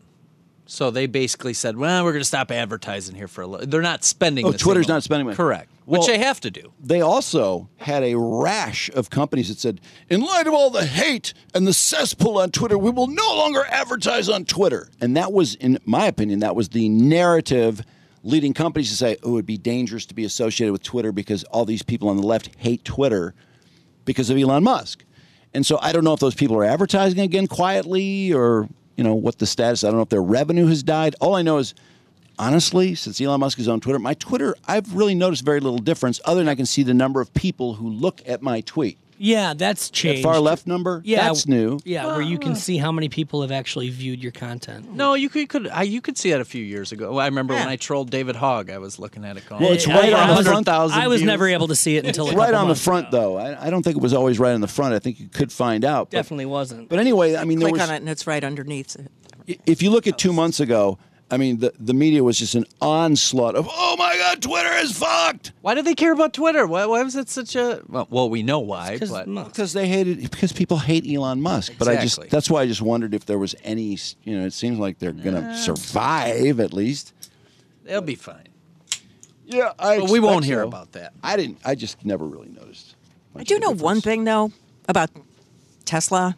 So they basically said, "Well, we're going to stop advertising here for a little." They're not spending.
Oh,
the same
Twitter's
amount.
not spending money.
Correct,
Well-
which they have to do.
They also had a rash of companies that said, in light of all the hate and the cesspool on Twitter, we will no longer advertise on Twitter. And that was, in my opinion, that was the narrative leading companies to say, oh, it'd be dangerous to be associated with Twitter because all these people on the left hate Twitter because of Elon Musk. And so I don't know if those people are advertising again quietly or, you know, what the status. I don't know if their revenue has died. All I know is honestly, since Elon Musk is on Twitter, my Twitter, I've really noticed very little difference other than I can see the number of people who look at my tweet.
Yeah, that's changed.
far left number?
Yeah,
That's new.
Yeah, where you can see how many people have actually viewed your content.
No, you could, you could I, you could see that a few years ago. I remember when I trolled David Hogg, I was looking at it going,
Well, it's
"Yeah,
right
over
on the front.
100,000
I was
views."
never able to see it until a
It's right
couple
on the
months
front, though. I, I don't think it was always right on the front. I think you could find out. but-
Definitely wasn't.
But anyway, I mean, there
click
was,
on it and it's right underneath. it.
if you look at two months ago, I mean, the, the media was just an onslaught of, oh my God, Twitter is fucked.
Why do they care about Twitter? Why, why was it such a? Well, well we know why, but
because they hated because people hate Elon Musk. But I
Exactly.
just that's why I just wondered if there was any. You know, it seems like they're going to survive at least.
they'll be fine.
Yeah, Uh, I.
But we won't
expect
hear
so.
about that.
I didn't. I just never really noticed.
I do know one thing though about Tesla.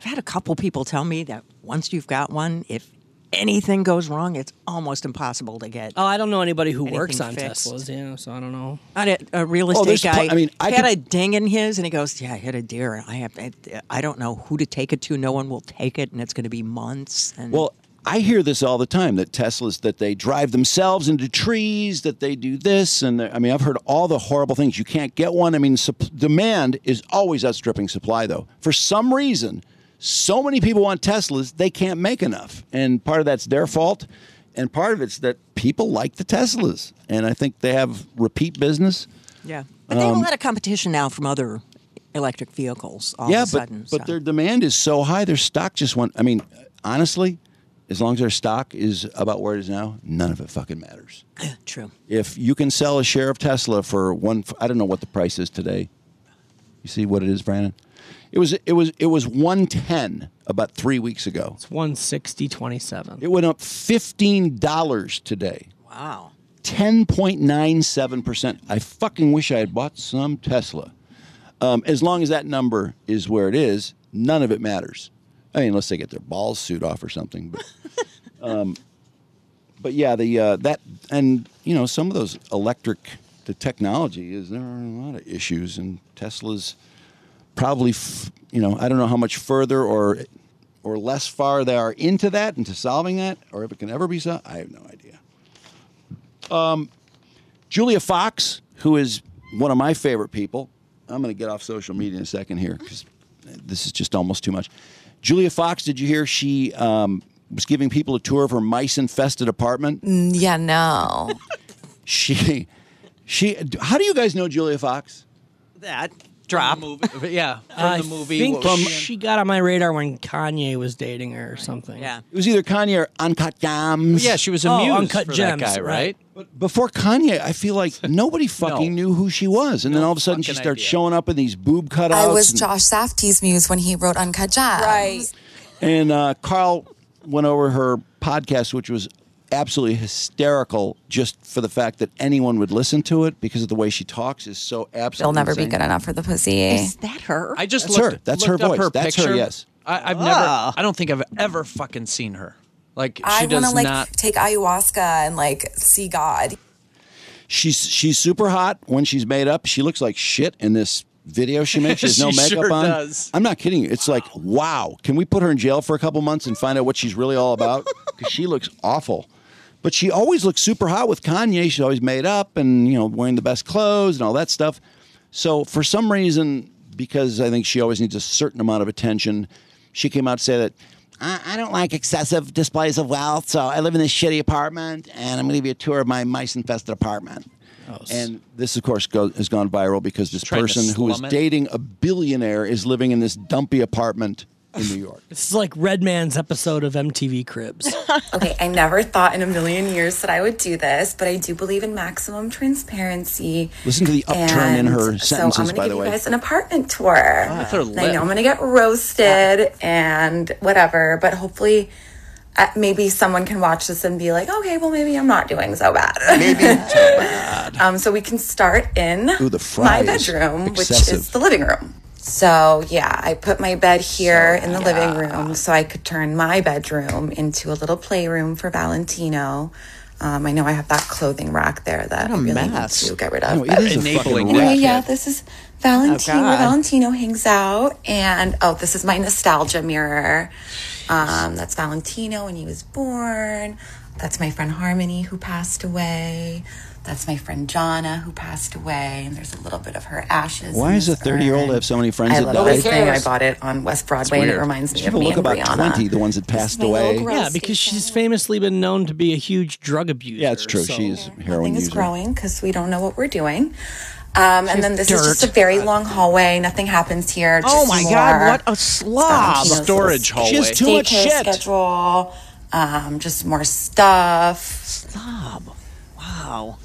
I've had a couple people tell me that once you've got one, if anything goes wrong, it's almost impossible to get.
Oh, I don't know anybody who works on
Anything fixed.
Teslas, yeah, so I don't know.
I had a, a real
Oh,
estate
there's
guy.
pl- I mean, I
had
could-
a ding in his, and he goes, "Yeah, I hit a deer. I have. I, I don't know who to take it to. No one will take it, and it's going to be months." And
Mm-hmm. Well, I hear this all the time that Teslas that they drive themselves into trees, that they do this, and I mean I've heard all the horrible things. You can't get one. I mean, sup- demand is always outstripping supply, though. For some reason, so many people want Teslas they can't make enough, and part of that's their fault, and part of it's that people like the Teslas, and I think they have repeat business.
yeah, but they have a
Um,
lot of competition now from other electric vehicles. All
yeah,
of a sudden,
but but their demand is so high, their stock just went. I mean, honestly, as long as our stock is about where it is now, none of it fucking matters.
True.
If you can sell a share of Tesla for one, I don't know what the price is today. You see what it is, Brandon? It was it was it was one ten about three weeks ago. It's
one sixty twenty seven.
It went up fifteen dollars today.
Wow.
10.97%. I fucking wish I had bought some Tesla. Um, as long as that number is where it is, none of it matters. I mean, unless they get their balls sued off or something. But, um, but yeah, the uh, that and you know some of those electric the technology is there are a lot of issues, and Tesla's probably f- you know I don't know how much further or or less far they are into that into solving that, or if it can ever be solved. I have no idea. Um, Julia Fox, who is one of my favorite people, I'm going to get off social media in a second here because this is just almost too much. Julia Fox, did you hear she um, was giving people a tour of her mice infested apartment?
Mm, Yeah, no.
She, she, how do you guys know Julia Fox?
That
drop. movie. Yeah, from
I
the movie.
think
what was she in?
she got on my radar when Kanye was dating her or something. Yeah.
It was either Kanye or Uncut Gems.
Yeah, she was a Oh, muse Uncut for that Gems, guy, right. right?
But before Kanye, I feel like nobody fucking knew who she was, and then all of a sudden she starts showing up in these boob cutouts.
I was
and-
Josh Safdie's muse when he wrote Uncut Gems. Right.
And uh, Carl went over her podcast, which was absolutely hysterical just for the fact that anyone would listen to it because of the way she talks is so absolutely.
They'll never be
insane.
good enough for the pussy.
Is
that her?
I just
That's
looked,
her. That's her
looked up
voice.
her
That's her,
picture.
yes.
I, I've never. I don't think I've ever fucking seen her. Like she
I want to
does
like
not.
take ayahuasca and like see God.
She's she's super hot when she's made up. She looks like shit in this video she makes. She has no
She
makeup
sure
on.
does.
I'm not kidding you. It's like wow. Can we put her in jail for a couple months and find out what she's really all about? Because she looks awful. But she always looks super hot with Kanye. She's always made up and you know wearing the best clothes and all that stuff. So for some reason, because I think she always needs a certain amount of attention, she came out to say that I, I don't like excessive displays of wealth. So I live in this shitty apartment, and I'm going to give you a tour of my mice-infested apartment. and this, of course, go, has gone viral because this
trying to
person who is
slum it.
dating a billionaire is living in this dumpy apartment in New York.
This is like Redman's episode of MTV Cribs.
okay, I never thought in a million years that I would do this, but I do believe in maximum transparency.
Listen to the upturn in her
And
sentences,
so I'm gonna
by
give
the
you
way.
guys an apartment tour.
Wow. With her
And I
lip.
know I'm gonna get roasted and whatever, but hopefully, uh, maybe someone can watch this and be like, okay, well, maybe I'm not doing so bad. Maybe um, so we can start in
Ooh, the
my
fries.
bedroom, which
Excessive.
is the living room. So yeah, I put my bed here in the living room so I could turn my bedroom into a little playroom for Valentino. Um, I know I have that clothing rack there that I really need to get rid of.
No, it
but-
is a fucking
yeah,
racket.
yeah, this is Valentino. Oh, where God. Valentino hangs out, and oh, this is my nostalgia mirror. Um, that's Valentino when he was born. That's my friend Harmony who passed away. That's my friend Jonna who passed away, and there's a little bit of her ashes.
Why
in
does a
this
30 year old have so many friends
I
that
love
died?
this thing. I bought it on West Broadway, and it reminds me of
People
me
look
and
about
Brianna.
20, the ones that passed away.
yeah, because she's famously been known to be a huge drug abuser. Yeah, it's
true. She is heroin
Nothing is
user.
growing because we don't know what we're doing. Um, and then this
dirt.
is just a very long hallway. Nothing happens here.
Oh
just
my
more
God! What a slob.
Valentino's little daycare Schedule, um, just more stuff. Slob.
Wow.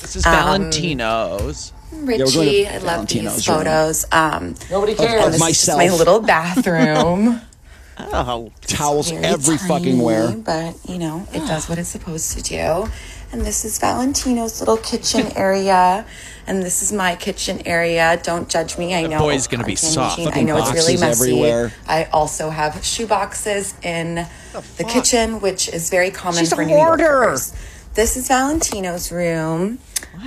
This is
Um,
Valentino's.
Richie, I love these photos. Um,
Nobody
of-
cares.
and this is
Myself.
my little bathroom.
oh,
towels
Very
every fucking where.
But you know, it does what it's supposed to do. And this is Valentino's little kitchen area, and this is my kitchen area. Don't judge me. I know
boy's gonna be
I'm Tammy
soft.
Jean. I
Fucking
know it's really
boxes
messy.
everywhere.
I also have shoe boxes in the, kitchen, which is very common
She's a
for New
hoarder.
Yorkers. This is Valentino's room.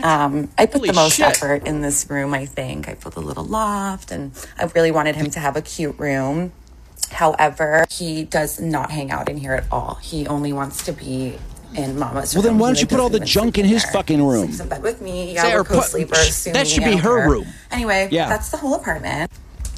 Um, I put
Holy
the most
shit.
effort in this room. I think I put a little loft, and I really wanted him to have a cute room. However, he does not hang out in here at all. He only wants to be in Mama's
Well,
room.
then why don't
He
you put all the
doesn't
junk in his fucking room?
even bed with me.
Say,
Yeah,
or
we're
put- sh-
co-sleepers. soon,
that should
yeah,
be her
whatever.
room.
Anyway,
Yeah.
that's the whole apartment,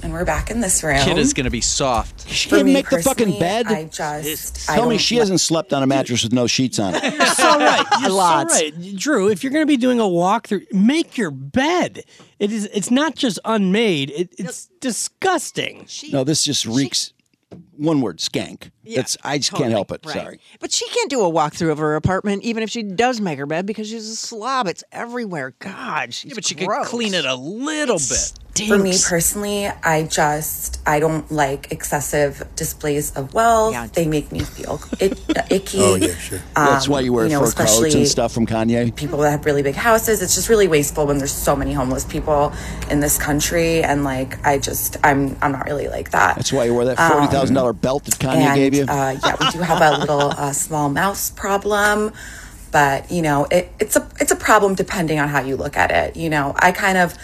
and we're back in this room.
Kid is gonna be soft.
She
For
can't
me
make the
personally,
fucking bed.
I just I
Tell me
don't
she
like-
hasn't slept on a mattress with no sheets on it.
You're so right. You're so right, Drew. If you're going to be doing a walkthrough, make your bed. It is. It's not just unmade. It, it's disgusting.
No, this just reeks. one word skank. That's I just can't
totally.
help it.
Right.
Sorry.
But she can't do a walkthrough of her apartment, even if she does make her bed, because she's a slob. It's everywhere. God, she's yeah, but she
Could clean it a little bit.
For me personally, I just I don't like excessive displays of wealth. They make me feel it, icky.
Oh, yeah, sure. That's
Um,
why you wear
know,
fur coats
especially
and stuff from Kanye.
People that have really big houses. It's just really wasteful when there's so many homeless people in this country, and like I just I'm I'm not really like that.
That's why you wore that
Um,
forty thousand dollar belt that Kanye
and,
gave you.
Uh, yeah, we do have a little uh, small mouse problem, but you know, it, it's a it's a problem depending on how you look at it. You know, I kind of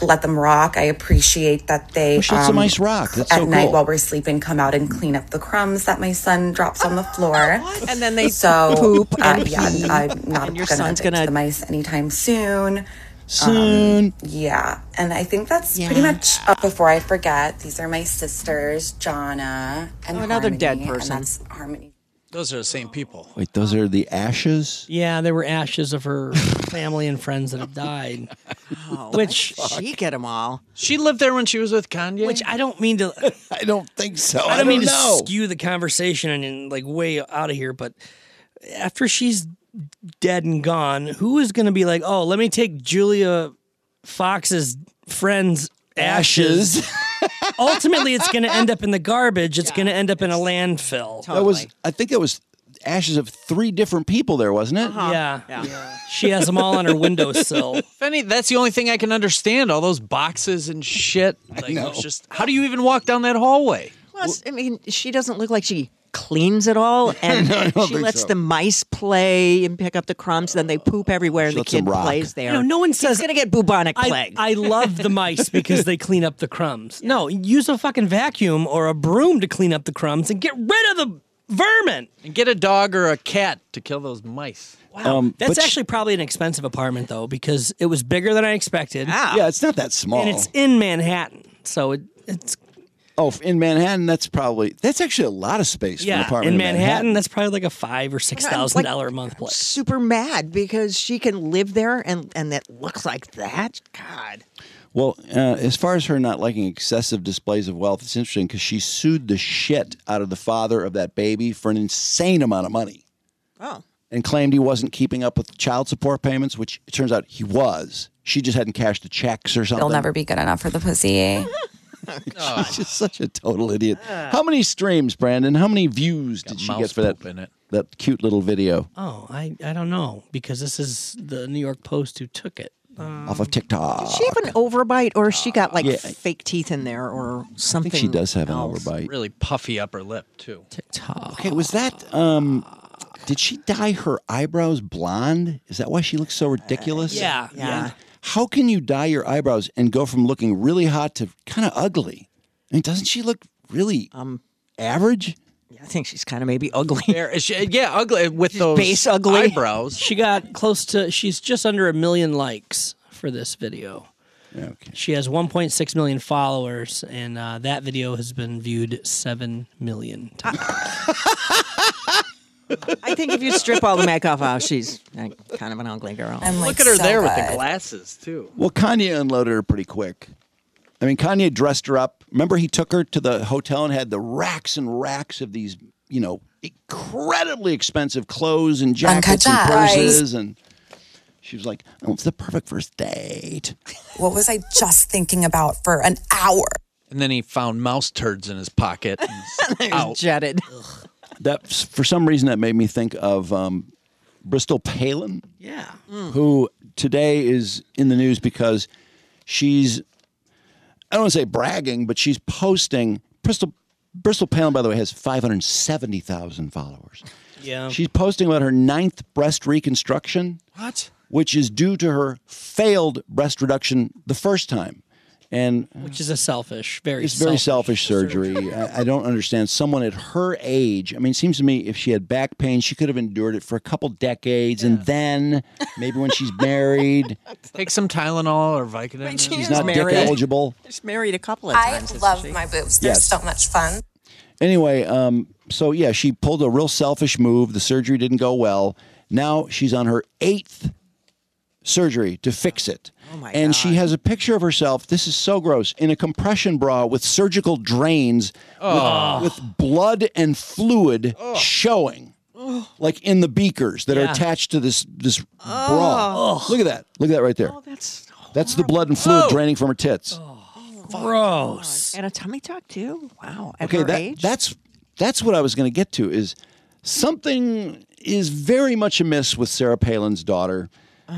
let them rock. I appreciate that they um,
Wish that's a nice rock. That's
at
so
night
cool.
while we're sleeping come out and clean up the crumbs that my son drops on the floor.
Oh, And then they
so
poop
uh,
and
yeah,
pee,
I'm not
and your
gonna
son's
evict the mice anytime soon. Um,
Soon.
yeah, and I think that's pretty
Yeah.
much. Uh, before I forget, these are my sisters, Jonna and
Oh, another
Harmony,
dead
and
person.
that's Harmony.
Those are the same people.
Wait, those are the ashes.
Yeah, there were ashes of her family and friends that have died. which
Oh, she get them all.
She lived there when she was with Kanye.
Which I don't mean to.
I don't think so.
I don't,
I don't
mean
know.
to skew the conversation and, and like way out of here, but after she's dead and gone, who is going to be like, oh, let me take Julia Fox's friend's ashes? Ultimately, it's going to end up in the garbage. It's going to end up in a landfill.
That was I think that was ashes of three different people there, wasn't it?
Uh-huh.
Yeah. She has them all on her windowsill.
If any, that's the only thing I can understand. All those boxes and shit. Like, it was just how do you even walk down that hallway?
Plus, I mean, she doesn't look like she cleans it all, and
No, I don't
she
think
lets
so.
the mice play and pick up the crumbs. Then they poop everywhere, and the
lets them
kid
rock.
plays there.
You know, no one
says he's gonna get bubonic
I,
plague.
I love the mice because they clean up the crumbs. No, use a fucking vacuum or a broom to clean up the crumbs and get rid of the vermin.
And get a dog or a cat to kill those mice.
Wow.
Um,
That's
but sh-
actually probably an expensive apartment though because it was bigger than I expected.
Yeah, it's not that small.
And it's in Manhattan. So it, it's
Oh, in Manhattan, that's probably that's actually a lot of space for an
yeah,
apartment
in Manhattan, that's probably like a 5 or $6,000
like-
dollar a month place.
Super mad because she can live there, and and that looks like that. God,
Well, uh, as far as her not liking excessive displays of wealth, it's interesting because she sued the shit out of the father of that baby for an insane amount of money.
Oh.
And claimed he wasn't keeping up with child support payments, which it turns out he was. She just hadn't cashed the checks or something.
They'll never be good enough for the pussy.
She's just such a total idiot. How many streams, Brandon? How many views did she
mouse
get for that
poop in it.
that cute little video
Oh, I, I don't know because this is the New York Post who took it. Um,
off of TikTok?
she have an overbite, or she got like
Yeah.
fake teeth in there, or
I
something.
think she does have an
else.
overbite.
really puffy upper lip too.
TikTok.
Okay, was that um did she dye her eyebrows blonde? Is that why she looks so ridiculous?
yeah, yeah. Yeah.
How can you dye your eyebrows and go from looking really hot to kind of ugly? I mean, doesn't she look really um average?
I think she's kind of maybe ugly.
There- she- yeah, ugly uh, with those
base ugly.
eyebrows.
She got close to. She's just under a million likes for this video.
Okay.
She has 1.6 million followers, and uh, that video has been viewed seven million times.
I think if you strip all the makeup off, she's uh, kind of an ugly girl.
Look at her there with the glasses too.
Well, Kanye unloaded her pretty quick. I mean, Kanye dressed her up. Remember he took her to the hotel and had the racks and racks of these, you know, incredibly expensive clothes and jackets and
Uncut eyes.
purses and she was like, "Oh, it's the perfect first date."
What was I just thinking about for an hour?
And then he found mouse turds in his pocket. And out.
jetted.
that for some reason that made me think of um, Bristol Palin,
Yeah.
Mm. who today is in the news because she's I don't want to say bragging, but she's posting Bristol Bristol Palin. By the way, has five hundred seventy thousand followers.
Yeah.
She's posting about her ninth breast reconstruction.
What?
Which is due to her failed breast reduction the first time, and
Which is a selfish, very.
it's very
selfish.
selfish, surgery. I, I don't understand. Someone at her age, I mean, it seems to me if she had back pain, she could have endured it for a couple decades, and then maybe when she's married,
Take some Tylenol or Vicodin.
she's not dick eligible.
She's married a couple of
I
times. isn't
love
she?
my boobs. They're
Yes.
so much fun.
Anyway, um, so yeah, she pulled a real selfish move. The surgery didn't go well. Now she's on her eighth surgery to fix it.
Oh my
and she has a picture of herself. This is so gross in a compression bra with surgical drains
Oh.
with, with blood and fluid showing, like in the beakers that are
Yeah.
attached to this this bra. Look at that! Look at that right there.
Oh, that's
That's the blood and fluid
Oh.
draining from her tits.
gross. Oh, And a tummy tuck too. Wow. At her
that,
age.
that's that's what I was going to get to is something is very much amiss with Sarah Palin's daughter.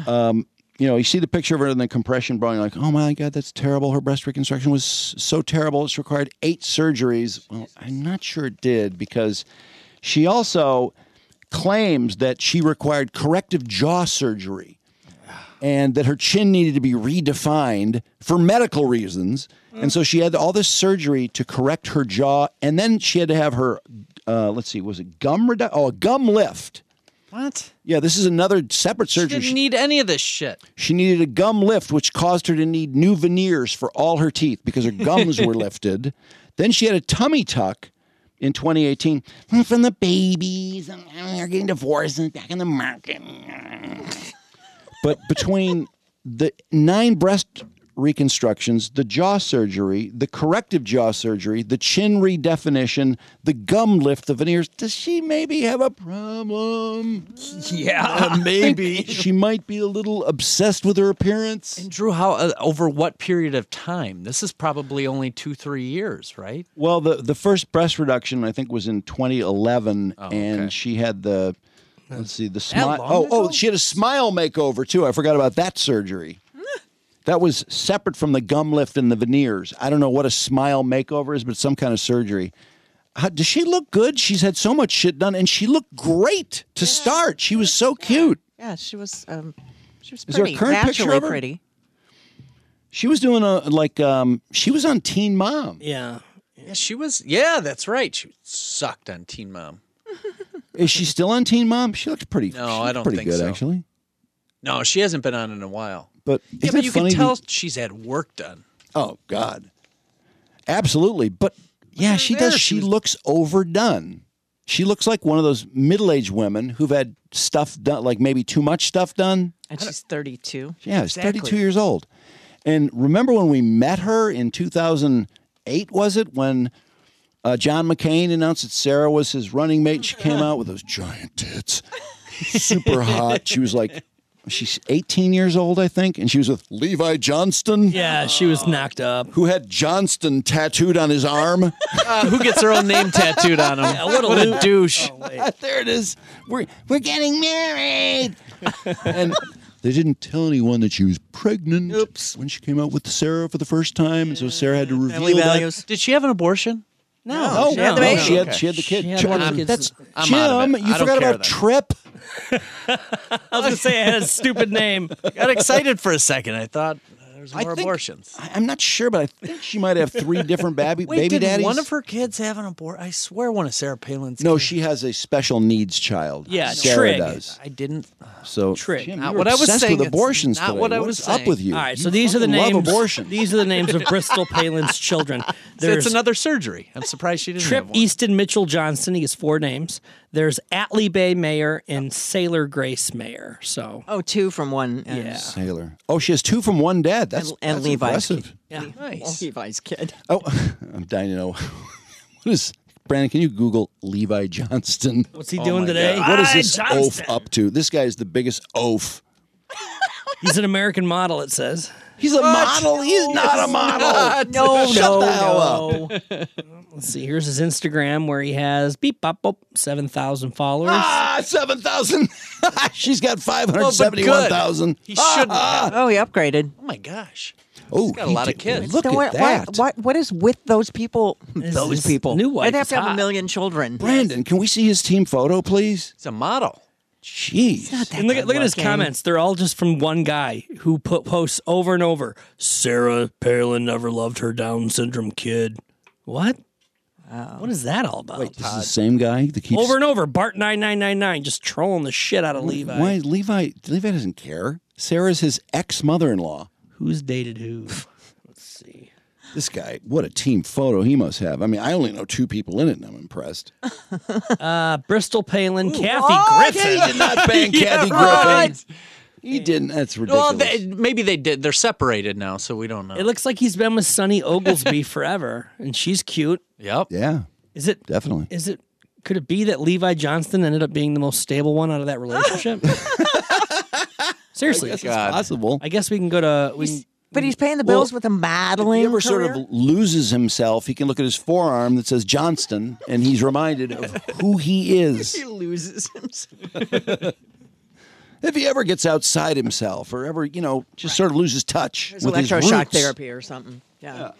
Um, you know, you see the picture of her in the compression bra, and you're like, oh my god, that's terrible. Her breast reconstruction was so terrible; it's required eight surgeries. Well, I'm not sure it did because she also claims that she required corrective jaw surgery and that her chin needed to be redefined for medical reasons. And so she had all this surgery to correct her jaw, and then she had to have her, uh, let's see, was it gum redu- Oh, a gum lift.
What?
Yeah, this is another separate surgery.
Didn't need any of this shit.
She needed a gum lift, which caused her to need new veneers for all her teeth because her gums were lifted. Then she had a tummy tuck in 2018 from the babies. and They're getting divorced and back in the market. But between the nine breast reconstructions, the jaw surgery, the corrective jaw surgery, the chin redefinition, the gum lift, the veneers, does she maybe have a problem? Uh,
Yeah,
I think
maybe.
she might be a little obsessed with her appearance.
And Drew, how uh, over what period of time? This is probably only two, three years, right?
Well, the the first breast reduction I think was in 2011, and she had the let's see the smile.
long
Oh, oh, she had a smile makeover too. I forgot about that surgery. that was separate from the gum lift and the veneers. I don't know what a smile makeover is, but some kind of surgery. How, does she look good? She's had so much shit done, and she looked great to start. She was so cute.
yeah, she was. Um, she was
Is there a
pretty.
current picture
naturally
of her?
pretty.
She was doing a like um she was on Teen Mom.
Yeah.
Yeah, she was. Yeah, that's right. She sucked on Teen Mom.
Is she still on Teen Mom? She looked pretty.
No,
she
I
looked
don't
pretty
think
good
so.
actually.
No, she hasn't been on in a while.
But
yeah,
isn't
but
it
you
funny
can
the-
tell she's had work done.
Oh God, absolutely. But yeah, she does. She looks overdone. She looks like one of those middle-aged women who've had stuff done, like maybe too much stuff done.
And she's 32.
Yeah, she's 32 years old. And remember when we met her in 2008? Was it when uh, John McCain announced that Sarah was his running mate? She came out with those giant tits, super hot. She was like, she's 18 years old, I think, and she was with Levi Johnston.
Yeah, she was knocked up.
Who had Johnston tattooed on his arm?
Uh, who gets her own name tattooed on him?
Yeah, what a
what a
loser. Oh,
douche.
Oh,
there it is. We're we're getting married. and they didn't tell anyone that she was pregnant Oops. when she came out with Sarah for the first time, and so Sarah had to reveal that.
Did she have an abortion?
No,
she had the
no,
baby.
she had
Okay.
she had the kid.
She had one of the
Jim,
kids.
That's
I'm
Jim.
out of it.
You
I don't
forgot
care then.
about Trip.
I was gonna say I had a stupid name.
Got excited for a second. I thought uh, there's
I
more
think-
abortions.
I- I'm not sure, but I think she might have three different baby
Wait,
baby
did
daddies.
one of her kids have an abortion? I swear, one of Sarah Palin's.
no, she has a special needs child.
Yeah,
Sarah
Trig.
does.
I didn't.
So
Trick.
Jim,
Not
you're
what I was
obsessed
saying.
With
It's
abortions
not
today.
what I was
is
saying.
up with you?
All right, so
You
these are the
fucking
names.
Love abortion.
These are the names of Bristol Palin's children.
So it's another surgery. I'm surprised she didn't
Trip
have one.
Easton Mitchell Johnston. He has four names. There's Atlee Bay Mayer and Sailor Grace Mayer. So
Oh, two from one. And,
Yeah.
Sailor. Oh, she has two from one dad. That's
and
that's
Levi's
impressive.
Yeah.
Nice. Levi's kid.
Oh, I'm dying to know. what is Brandon? Can you Google Levi Johnston?
What's he
Oh
doing
my
today?
God. What is
Levi
this
Johnston.
oaf up to? This guy is the biggest oaf.
he's an American model. It says
He's a model. He's not a model.
No,
Shut
no,
the hell up.
no. Let's see. Here's his Instagram where he has beep bop bop seven thousand followers.
Ah, seven thousand. She's got five hundred seventy-one thousand.
He shouldn't. have.
Oh, he upgraded.
Oh my gosh.
Ah. Oh,
got a
he
lot of
did-
kids.
Look
So
at
what,
that,
What, what, what is with those people? those
is
people.
new wife
I'd have
is
to have
hot.
a million children.
Brandon. Can we see his team photo, please?
It's a model.
Jeez.
And look at look at his
good-looking.
comments. They're all just from one guy who put posts over and over. Sarah Palin never loved her Down syndrome kid. What? What is that all about?
This is the same guy that keeps
over and over, Bart nine nine nine nine, just trolling the shit out of Levi.
Why Levi? Levi doesn't care. Sarah's his ex-mother-in-law.
Who's dated who? Let's see.
This guy, what a team photo he must have. I mean, I only know two people in it, and I'm impressed.
Uh, Bristol Palin, Kathy
Oh,
Griffin.
He did not bang Kathy Griffin. He didn't. That's
Well,
ridiculous.
they, maybe they did. They're separated now, so we don't know.
It looks like he's been with Sonny Oglesby forever, and she's cute.
Yep.
Yeah.
Is it
definitely?
Is it? Could it be that Levi Johnston ended up being the most stable one out of that relationship? Seriously,
I guess it's
Uh,
God. possible.
I guess we can go to. We can,
But he's paying the bills with a modeling.
He ever sort of loses himself. He can look at his forearm that says Johnston, and he's reminded of who he is.
loses himself.
If he ever gets outside himself, or ever you know, just sort of loses touch
There's
with his
electroshock
roots.
therapy or something. Yeah.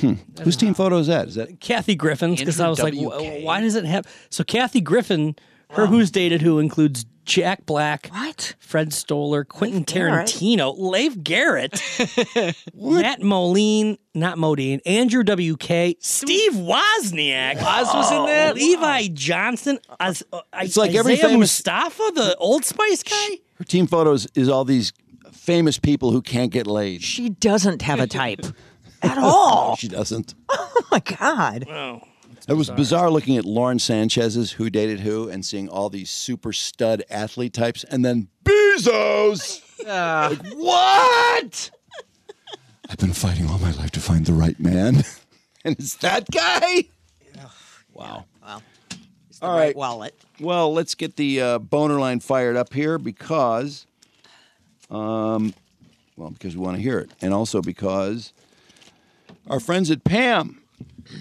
Hmm. Whose team photo is that? Is that
Kathy Griffin's because I was like,
Andrew
"Wh- why does it have? So Kathy Griffin, her Who's Dated Who includes Jack Black,
what?
Fred Stoller, Quentin
Garrett.
Tarantino, Leif Garrett, Matt Moline, not Modine, Andrew W.K., Steve Wozniak,
Woz was in that?
Levi Johnson, as, uh,
It's like every
Isaiah
famous-
Mustafa, the Old Spice guy.
her team photos is all these famous people who can't get laid.
She doesn't have a type at all.
she doesn't.
Oh my God.
It was bizarre looking at Lauren Sanchez's Who Dated Who and seeing all these super stud athlete types and then Bezos.
Uh,
what? I've been fighting all my life to find the right man. and it's that guy? Wow.
Wow. It's
the All right. right
wallet.
Well, let's get the uh, boner line fired up here because, um, well, because we want to hear it, and also because our friends at Pam.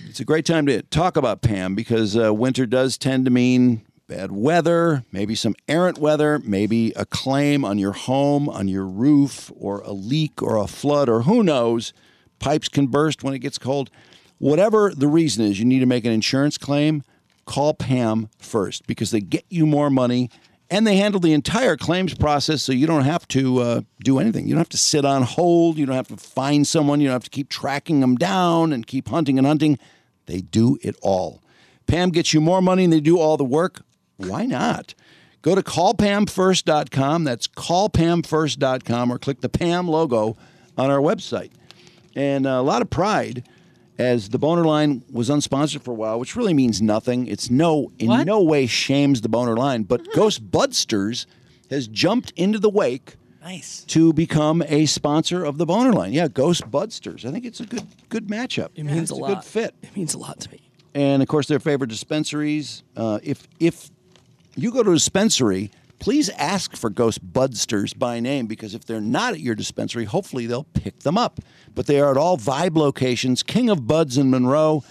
It's a great time to talk about Pam because uh, winter does tend to mean bad weather, maybe some errant weather, maybe a claim on your home, on your roof, or a leak or a flood, or who knows. Pipes can burst when it gets cold. Whatever the reason is, you need to make an insurance claim, call Pam first because they get you more money and they handle the entire claims process so you don't have to uh, do anything. You don't have to sit on hold. You don't have to find someone. You don't have to keep tracking them down and keep hunting and hunting. They do it all. Pam gets you more money and they do all the work. Why not? Go to callpamfirst.com. That's callpamfirst.com or click the Pam logo on our website. And uh, a lot of pride as the boner line was unsponsored for a while, which really means nothing. It's no in no way shames the boner line, but Ghost Budsters has jumped into the wake
Nice.
to become a sponsor of the boner line. Yeah, Ghost Budsters. I think it's a good good matchup.
It means
It's
a
a
lot.
good fit.
It means a lot to me.
And of course, their favorite dispensaries. Uh, if if you go to a dispensary, please ask for Ghost Budsters by name because if they're not at your dispensary, hopefully they'll pick them up. But they are at all Vibe locations King of Buds in Monroe,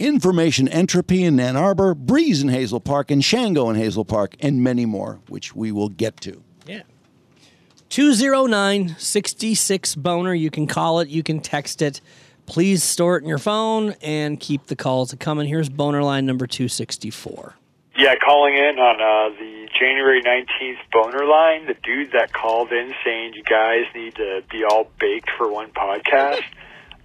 Information Entropy in Ann Arbor, Breeze in Hazel Park, and Shango in Hazel Park, and many more, which we will get to.
Yeah. 209 66 Boner. You can call it, you can text it. Please store it in your phone and keep the calls coming. Here's Boner line number 264.
Yeah, calling in on uh, the January 19th boner line, the dude that called in saying you guys need to be all baked for one podcast,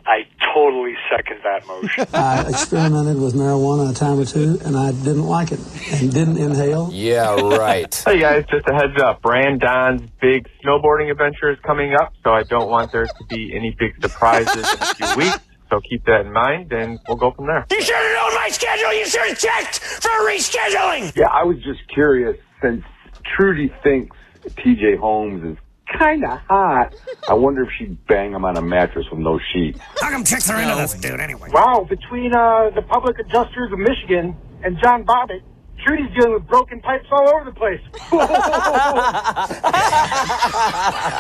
I totally second that motion.
I experimented with marijuana a time or two, and I didn't like it and didn't inhale.
Yeah, right. hey guys, just a heads up. Brandon's big snowboarding adventure is coming up, so I don't want there to be any big surprises in a few weeks. So keep that in mind, and we'll go from there.
You should have known my schedule. You should have checked for rescheduling.
Yeah, I was just curious since Trudy thinks TJ Holmes is kind of hot. I wonder if she'd bang him on a mattress with no sheets.
How come chicks are into this dude anyway?
Wow, between uh, the public adjusters of Michigan and John Bobbitt, Trudy's dealing with broken pipes all over the place.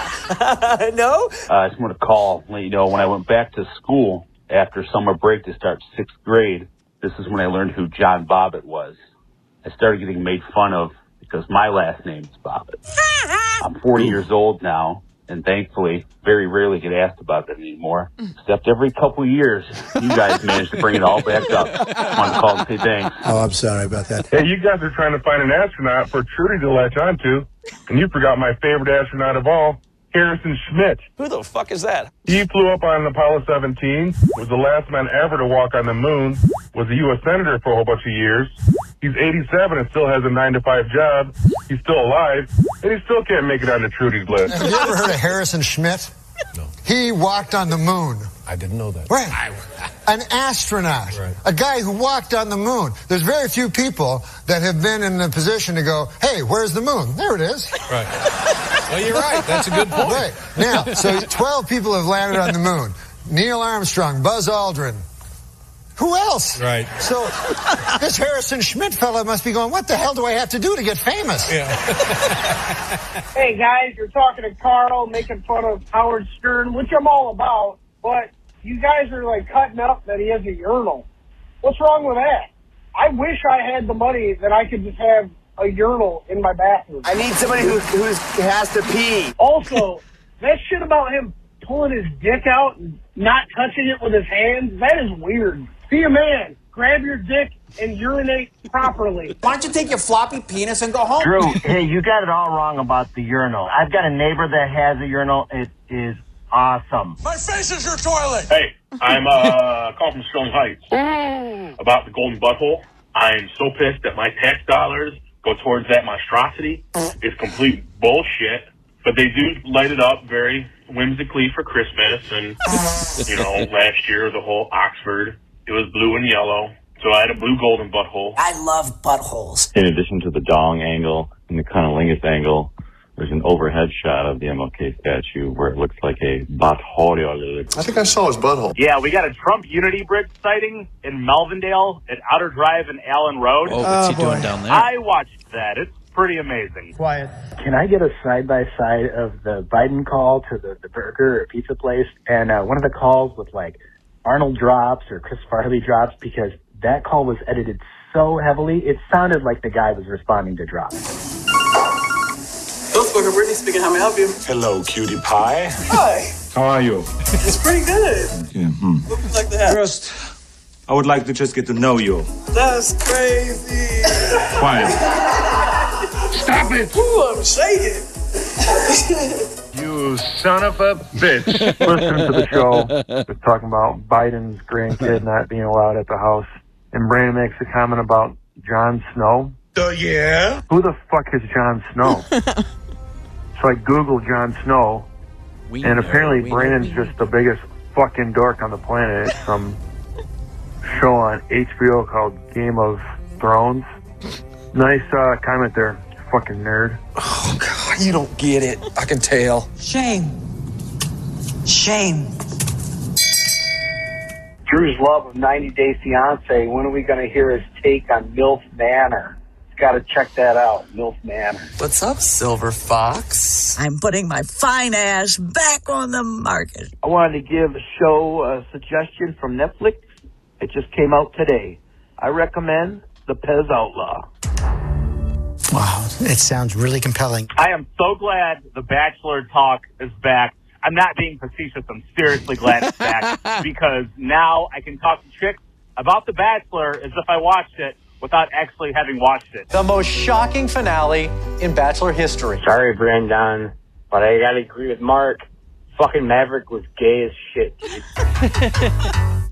no?
Uh, I just want to call, let you know, when I went back to school after summer break to start sixth grade, this is when I learned who John Bobbitt was. I started getting made fun of because my last name is Bobbitt. I'm 40 years old now, and thankfully, very rarely get asked about it anymore. Except every couple years, you guys manage to bring it all back up. I want to call and say thanks.
Oh, I'm sorry about that.
Hey, you guys are trying to find an astronaut for Trudy to latch onto, and you forgot my favorite astronaut of all, Harrison Schmitt.
Who the fuck is that?
He flew up on Apollo 17, was the last man ever to walk on the moon, was a U.S. Senator for a whole bunch of years. He's 87 and still has a 9 to 5 job. He's still alive, and he still can't make it onto Trudy's list.
Have you ever heard of Harrison Schmitt? No. He walked on the moon.
I didn't know that.
Right.
an astronaut, a guy who walked on the moon. There's very few people that have been in a position to go, hey, where's the moon? There it is.
Right. Well, you're right. That's a good point.
Right. Now, so 12 people have landed on the moon Neil Armstrong, Buzz Aldrin. Who else?
Right.
So this Harrison Schmidt fella must be going, what the hell do I have to do to get famous?
Yeah.
Hey guys, you're talking to Carl, making fun of Howard Stern, which I'm all about, but you guys are like cutting up that he has a urinal. What's wrong with that? I wish I had the money that I could just have a urinal in my bathroom.
I need somebody who who's, has to pee.
Also, that shit about him pulling his dick out and not touching it with his hands, that is weird. Be a man. Grab your dick and urinate properly.
Why don't you take your floppy penis and go home?
Drew, hey, you got it all wrong about the urinal. I've got a neighbor that has a urinal. It is awesome.
My face is your toilet.
Hey, I'm uh, call from Sterling Heights about the golden butthole. I'm so pissed that my tax dollars go towards that monstrosity.
Mm.
It's complete bullshit. But they do light it up very whimsically for Christmas, and you know, last year the whole Oxford it was blue and yellow, so I had a blue golden butthole.
I love buttholes.
In addition to the dong angle and the cunnilingus angle, there's an overhead shot of the MLK statue where it looks like a butthole.
I think I saw his butthole. Yeah, we got a Trump unity bridge sighting in Melvindale at Outer Drive and Allen Road.
Oh, what's he Oh, doing boy. down there?
I watched that. It's pretty amazing.
Quiet. Can I get a side by side of the Biden call to the, the burger or pizza place and uh, one of the calls with like Arnold drops or Chris Farley drops because that call was edited so heavily it sounded like the guy was responding to drops.
Ghostbooker Brittany speaking. How may I help you?
Hello, cutie pie.
Hi.
How are you?
It's pretty good. What would you like to have?
First, I would like to just get to know you.
That's crazy.
Quiet.
Stop it. Ooh, I'm shaking.
You son of a bitch. Listen
to the show. It's talking about Biden's grandkid not being allowed at the house. And Brandon makes a comment about John Snow.
Uh, yeah.
Who the fuck is John Snow? so I Googled John Snow,
We
and
know,
apparently
we know,
Brandon's
we know.
just the biggest fucking dork on the planet. It's Some show on HBO called Game of Thrones. Nice uh, comment there, fucking nerd.
Oh, God, you don't get it. I can tell.
Shame. Shame.
Drew's love of 90 Day Fiance. When are we going to hear his take on MILF Manor? Got to check that out, MILF Manor.
What's up, Silver Fox? I'm putting my fine ass back on the market.
I wanted to give a show a suggestion from Netflix. It just came out today. I recommend The Pez Outlaw.
Wow, it sounds really compelling.
I am so glad the Bachelor talk is back. I'm not being facetious. I'm seriously glad it's back because now I can talk to chicks about The Bachelor as if I watched it without actually having watched it.
The most shocking finale in Bachelor history.
Sorry, Brandon, but I gotta agree with Mark. Fucking Maverick was gay as shit. dude.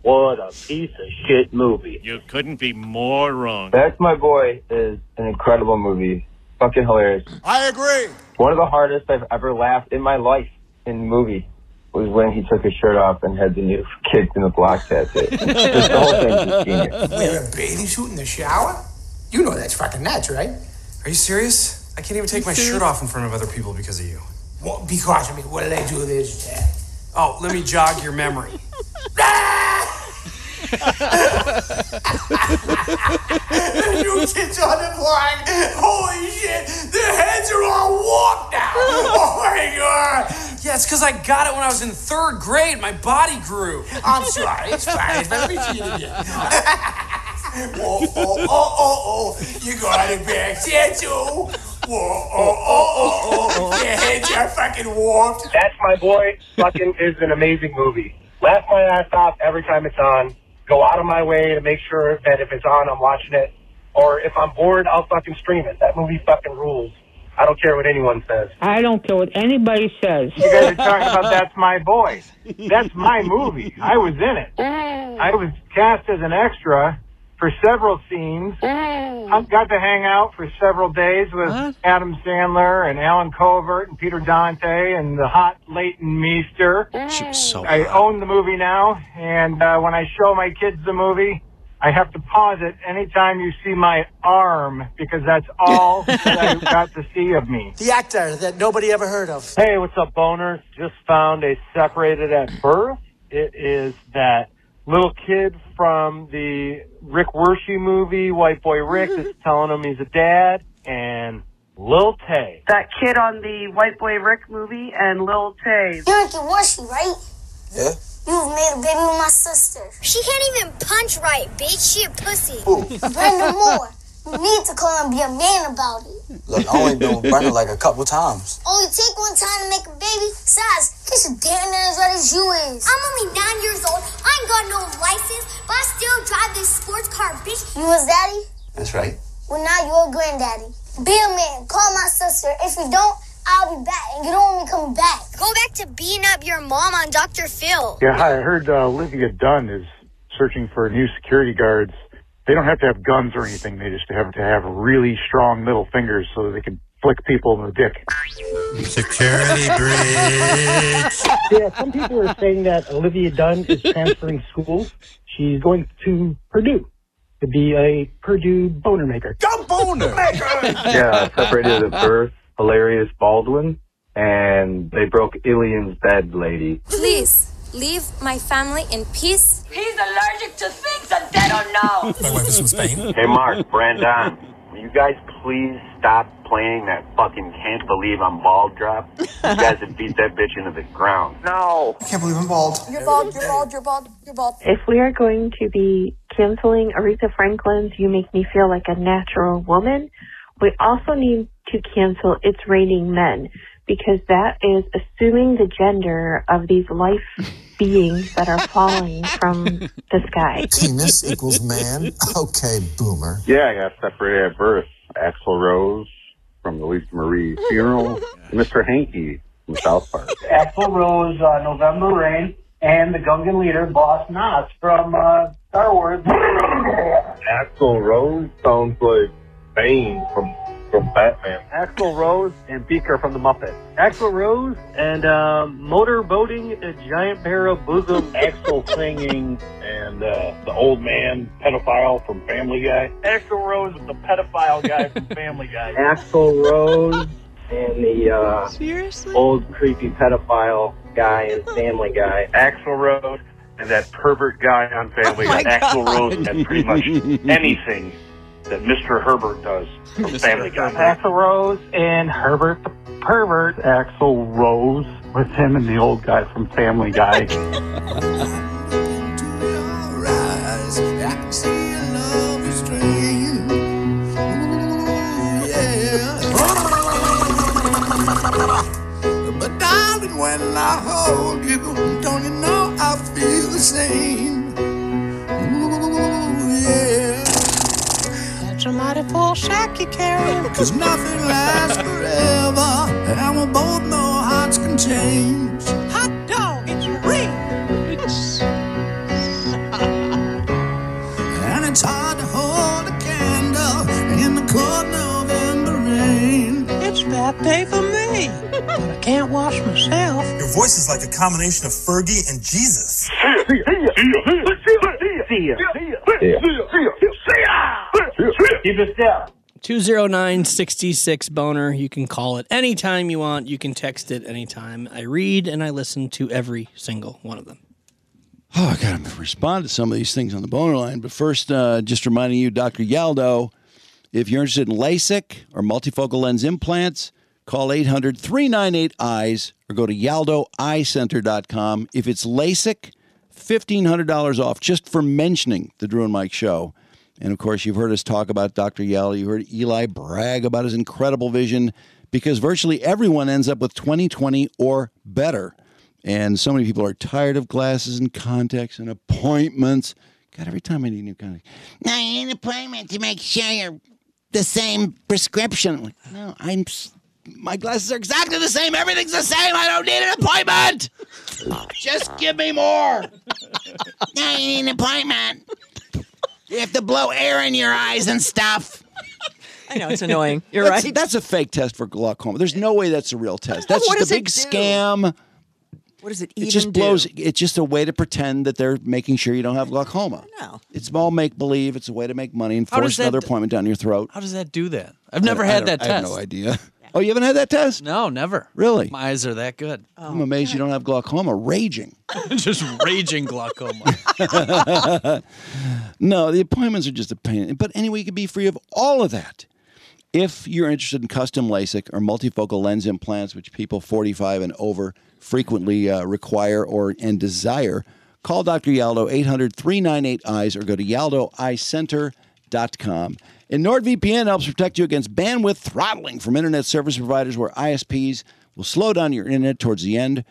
what a piece of shit movie.
You couldn't be more wrong.
That's My Boy is an incredible movie. Fucking hilarious.
I agree.
One of the hardest I've ever laughed in my life in movie was when he took his shirt off and had the new kids in the block tattoo. Just the whole thing's just genius.
Wear a bathing suit in the shower? You know that's fucking nuts, right?
Are you serious? I can't even take my shirt off in front of other people because of you.
What, because, I mean, what did I do this?
Oh, let me jog your memory.
the new kids on the block. Holy shit, their heads are all warped now. Oh my god.
Yeah, it's because I got it when I was in third grade. My body grew.
I'm sorry, it's fine. It's fine. Let me see it again. Whoa, oh, oh, oh, oh, you got it back, did you? Whoa, oh, oh, oh, oh, your heads are fucking warped.
That's My Boy fucking is an amazing movie. Laugh my ass off every time it's on. Go out of my way to make sure that if it's on, I'm watching it. Or if I'm bored, I'll fucking stream it. That movie fucking rules. I don't care what anyone says.
I don't care what anybody says.
You guys are talking about That's My Boy. That's my movie. I was in it. I was cast as an extra
for several scenes. I got to hang out for several days with Adam Sandler and Alan Covert and Peter Dante and the hot Leighton Meester.
She was so
I own the movie now, and uh, when I show my kids the movie, I have to pause it anytime you see my arm because that's all that I got to see of me.
The actor that nobody ever heard of.
Hey, what's up, boners? Just found a separated at birth. It is that little kid from the Rick Wershey movie, White Boy Rick, is telling him he's a dad, and Lil Tay.
That kid on the White Boy Rick movie and Lil Tay.
You're at the washi, right?
Yeah.
You've made a baby with my sister. She can't even punch right, bitch. She a pussy. Brenda Moore, you need to call and be a man about it.
Look, I only been with Brenda like a couple times.
Only take one time to make a baby. Besides, he's a damn near as red as you is. I'm only nine years old. I ain't got no license, but I still drive this sports car, bitch. You his daddy?
That's right.
Well, now you're a granddaddy. Be a man. Call my sister. If you don't, I'll be back, and you don't want me to come back. Go back to beating up your mom on Dr. Phil.
Yeah, hi. I heard uh, Olivia Dunn is searching for new security guards. They don't have to have guns or anything. They just have to have really strong middle fingers so that they can flick people in the dick.
Security breach.
yeah, some people are saying that Olivia Dunn is transferring schools. She's going to Purdue to be a Purdue boner maker.
boner
yeah, separated at birth, hilarious Baldwin, and they broke Ilian's bed lady.
Please leave my family in peace. He's allergic to things that they don't know.
My wife is from Spain.
Hey, Mark, Brandon,
will you guys please stop playing that fucking can't believe I'm bald drop? You guys would beat that bitch into the ground. No.
I can't believe I'm bald.
You're bald, you're bald, you're bald, you're bald.
If we are going to be canceling Aretha Franklin's You Make Me Feel Like a Natural Woman, we also need to cancel It's Raining Men because that is assuming the gender of these life beings that are falling from the sky.
Penis equals man. Okay, boomer.
Yeah, I got separated at birth. Axl Rose from the Lisa Marie funeral, Mr. Hanky from South Park.
Axel Rose, uh, November Rain, and the Gungan leader, Boss Knox from uh, Star Wars.
Axel Rose sounds like Bane from from Batman.
Axel Rose and Beaker from the Muppets. Axel Rose and uh, motorboating a giant pair of bosom.
Axel singing and uh, the old man pedophile from Family Guy.
Axel Rose is the pedophile guy from Family Guy.
Axel Rose and the uh, old creepy pedophile guy and Family Guy.
Axel Rose and that pervert guy on Family
Oh my
Guy. Axel
God.
Rose and pretty much anything that Mr. Herbert does from Family Guy.
Axel Rose and Herbert the Pervert.
Axel Rose with him and the old guy from Family Guy.
But darling, when I hold you, don't you know I feel the same? Ooh, yeah. That's a mighty full sack you carry, cause nothing lasts forever. And we both know hearts can change. Hot dog, it's real. And it's hard to hold a candle in the cold November rain. It's that day for me. but I can't wash myself.
Your voice is like a combination of Fergie and Jesus.
Oh,
Keep it step.
209-66 boner you can call it anytime you want you can text it anytime i read and i listen to every single one of them
Oh, God, I'm going to respond to some of these things on the boner line. But first, uh, just reminding you, Dr. Yaldo, if you're interested in LASIK or multifocal lens implants, call 800 398 EYES E or go to yaldoeyecenter.com. If it's LASIK, $1,500 off just for mentioning the Drew and Mike show. And of course, you've heard us talk about Dr. Yaldo. You heard Eli brag about his incredible vision because virtually everyone ends up with 2020 or better. And so many people are tired of glasses and contacts and appointments. God, every time I need new contacts, I need an appointment to make sure you're the same prescription. I'm like, no, I'm. s- My glasses are exactly the same. Everything's the same. I don't need an appointment. Just give me more. I need an appointment. You have to blow air in your eyes and stuff.
I know it's annoying. You're
That's-
right.
That's a fake test for glaucoma. There's no way that's a real test. That's
What
just a
does it
big
do?
scam.
What does it
It
even
just blows.
do?
It's just a way to pretend that they're making sure you don't have glaucoma.
No.
It's all make believe. It's a way to make money and
How does
force another
that- Oh,
appointment down your throat.
How does that do that? I've
I
never
don't- I
had that
don't-
test.
I have no idea. Oh, you haven't had that test?
No, never.
Really?
My eyes are that good.
I'm amazed
Oh,
you don't have glaucoma. Raging.
Just raging glaucoma.
no, the appointments are just a pain. But anyway, you can be free of all of that. If you're interested in custom LASIK or multifocal lens implants, which people 45 and over frequently uh, require or and desire, call Dr. Yaldo 800 398 EYES E, or go to yaldoeyecenter.com. And NordVPN helps protect you against bandwidth throttling from internet service providers where ISPs will slow down your internet towards the end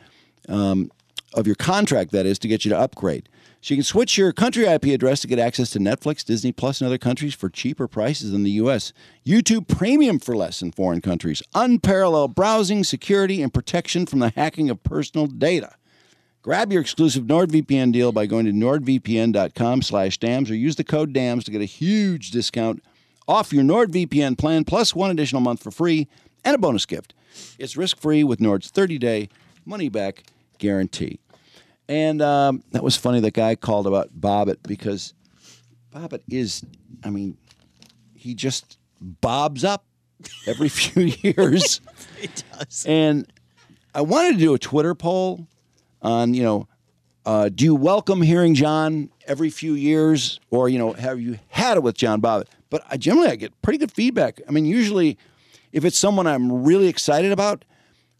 um, of your contract, that is, to get you to upgrade. So you can switch your country IP address to get access to Netflix, Disney Plus, and other countries for cheaper prices than the U.S. YouTube Premium for less in foreign countries. Unparalleled browsing, security, and protection from the hacking of personal data. Grab your exclusive NordVPN deal by going to nordvpn.com slash dams or use the code DAMS to get a huge discount off your NordVPN plan plus one additional month for free and a bonus gift. It's risk-free with Nord's 30-day money-back guarantee. And um, that was funny. That guy called about Bobbitt because Bobbitt is, I mean, he just bobs up every few years.
He does.
And I wanted to do a Twitter poll on, you know, uh, do you welcome hearing John every few years, or you know, have you had it with John Bobbitt? But I, generally, I get pretty good feedback. I mean, usually, if it's someone I'm really excited about,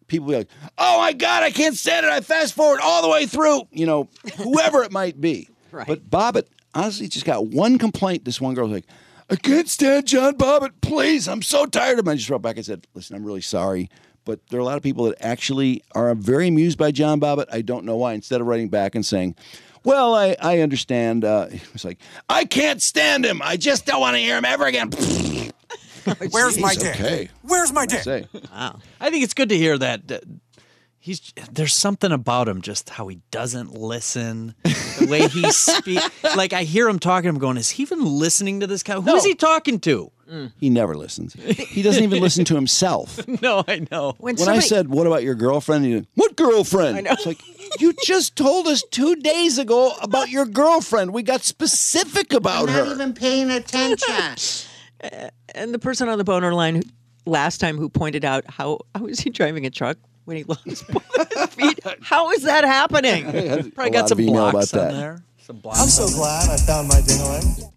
people be like, "Oh my God, I can't stand it! I fast forward all the way through." You know, whoever it might be.
Right.
But Bobbitt honestly just got one complaint. This one girl was like, "I can't stand John Bobbitt. Please, I'm so tired of him." I just wrote back and said, "Listen, I'm really sorry." But there are a lot of people that actually are very amused by John Bobbitt. I don't know why. Instead of writing back and saying, "Well, I, I understand," uh, it was like, "I can't stand him. I just don't want to hear him ever again."
Where's my
Jeez,
dick?
Okay.
Where's my
What can I
dick?
say?
Wow.
I think it's good to hear that. uh, He's there's something about him, just how he doesn't listen, the way he speaks. like I hear him talking, I'm going, is he even listening to this guy? Who is he talking to?
Mm.
He never listens. He doesn't even listen to himself.
No, I know.
When, I said, "What about your girlfriend?" He went, "What girlfriend?"
I know.
It's like you just told us two days ago about your girlfriend. We got specific about her.
even paying attention. uh, and the person on the boner line who- last time who pointed out how how is he driving a truck when he lost both his feet? How is that happening?
Probably got some blocks on there. Some blocks.
I'm
so
glad I found my dingling.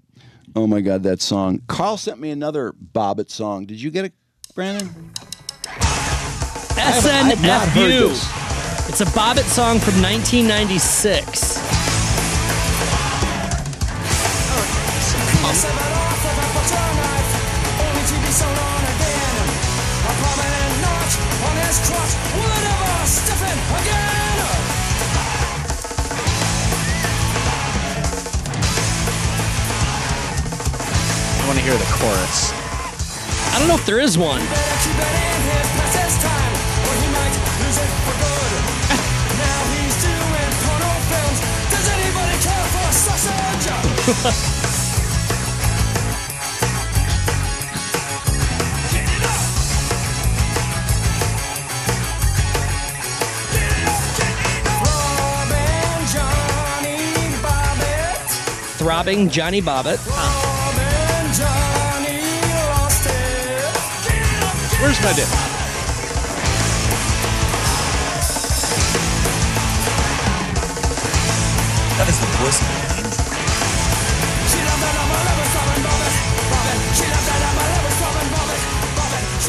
Oh my god, that song! Carl sent me another Bobbit song. Did you get it, Brandon? I've not heard
SNFU.
this.
It's a Bobbit song from 1996.
I want to hear the chorus.
I don't know if there is one. Throbbing Johnny Bobbitt.
Where's my dick?
That is the worst.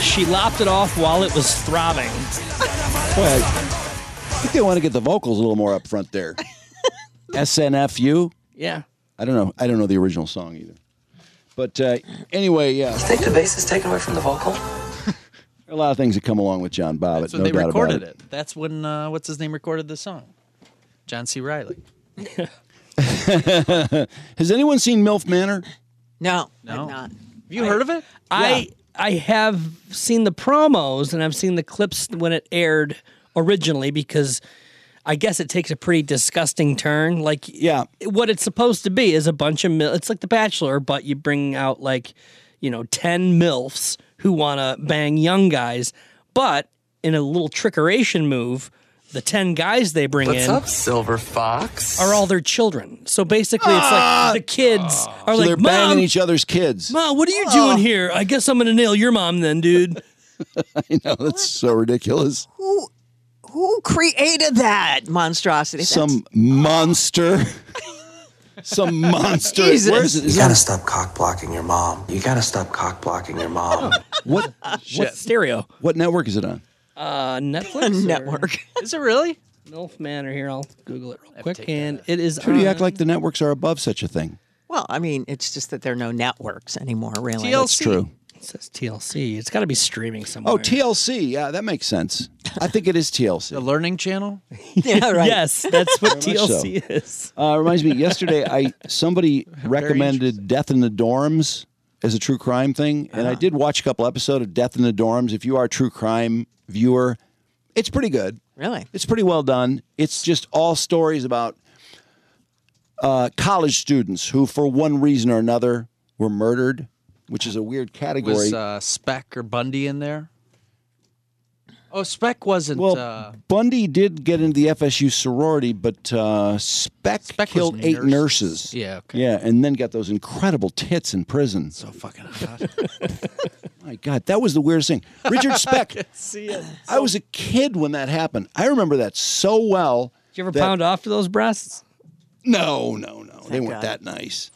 She lopped it off while it was throbbing.
Boy, I think they want to get the vocals a little more up front there. SNFU.
Yeah.
I don't know. I don't know the original song either. But uh, anyway, yeah. You
think the bass is taken away from the vocal?
There are a lot of things that come along with John Bobbitt.
That's when
no
they
doubt
recorded
about
it. That's when uh, what's his name recorded the song. John C. Riley.
Has anyone seen MILF Manor?
No,
No.
I'm not.
Have you heard of it?
I I have seen the promos and I've seen the clips when it aired originally because I guess it takes a pretty disgusting turn. Like,
yeah,
what it's supposed to be is a bunch of mil. It's like The Bachelor, but you bring out like, you know, ten milfs who want to bang young guys. But in a little trickeration move, the ten guys they bring
What's
in
up, Silver Fox?
are all their children. So basically, it's
Ah!
like the kids are
so
like,
they're
"Mom,
banging each other's kids.
Ma, what are you doing here? I guess I'm gonna nail your mom then, dude.
I know that's so ridiculous.
Who who created that monstrosity?
Some monster. Some monster.
Jesus.
Where is it? Is
you
that
gotta
a-
stop cock blocking your mom. You gotta stop cock blocking your mom.
what?
What stereo?
What network is it on?
Uh, Netflix. Network. Is it really? Milf Manor here. I'll Google it real quick. And it is. uh,
Trudy, you act
on-
like the networks are above such a thing.
Well, I mean, it's just that there are no networks anymore, really.
That's true.
It says TLC. It's got to be streaming somewhere.
Oh, TLC. Yeah, that makes sense. I think it is TLC. The
Learning Channel.
yeah, right.
Yes, that's what
Very much so.
TLC is.
Uh, reminds me, yesterday I somebody recommended Death in the Dorms as a true crime thing, and
Ah.
I did watch a couple episode of Death in the Dorms. If you are a true crime viewer, it's pretty good.
Really,
it's pretty well done. It's just all stories about uh, college students who, for one reason or another, were murdered, which is a weird category.
Was uh, Speck or Bundy in there? Oh, Speck wasn't.
Well,
uh,
Bundy did get into the FSU sorority, but uh, Speck,
Speck was
killed eight nurses.
nurses. Yeah,
yeah, and then got those incredible tits in prison.
So fucking hot.
My God, that was the weirdest thing. Richard Speck.
I could see it.
I was a kid when that happened. I remember that so well.
Did you ever
that-
pound off to those breasts?
No, no, no. they weren't that nice.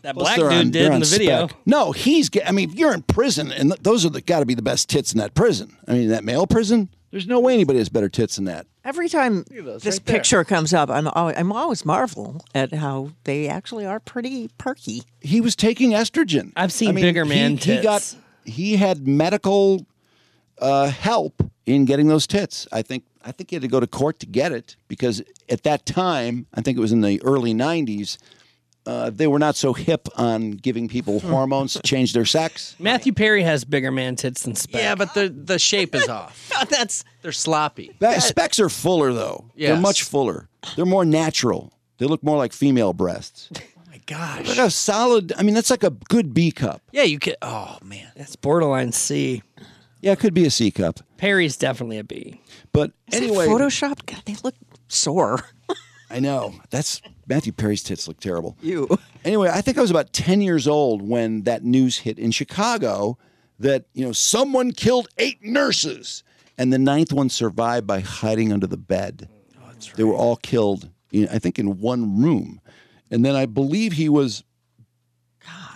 That
Plus,
black
they're
dude
on-
did
they're
in
on
the video.
spec. No, he's. Get, I mean, if you're in prison, and th- those are the got to be the best tits in that prison. I mean, that male prison. There's no way anybody has better tits than that.
Every time
those
this
right there.
picture comes up, I'm always, I'm always marvel at how they actually are pretty perky.
He was taking estrogen.
I've seen
I mean,
bigger
he-
man
He,
tits.
got. He had medical uh, help in getting those tits. I think. I think he had to go to court to get it because at that time, I think it was in the early '90s. Uh, they were not so hip on giving people
Hmm.
hormones to change their sex.
Matthew Perry has bigger man tits than Speck.
yeah, but the the shape is off.
That's
they're sloppy.
That, specs are fuller though. They're
Yes.
much fuller. They're more natural. They look more like female breasts.
Oh My gosh.
Like a solid. I mean, that's like a good B cup.
Yeah, you could. Oh man.
That's borderline C.
Yeah, it could be a C cup.
Perry's definitely a B.
But
Is
anyway,
that photoshopped? God, they look sore.
I know that's Matthew Perry's tits look terrible.
You.
Anyway, I think I was about ten years old when that news hit in Chicago that you know someone killed eight nurses and the ninth one survived by hiding under the bed.
Oh,
They were all killed. In, I think in one room, and then I believe he was.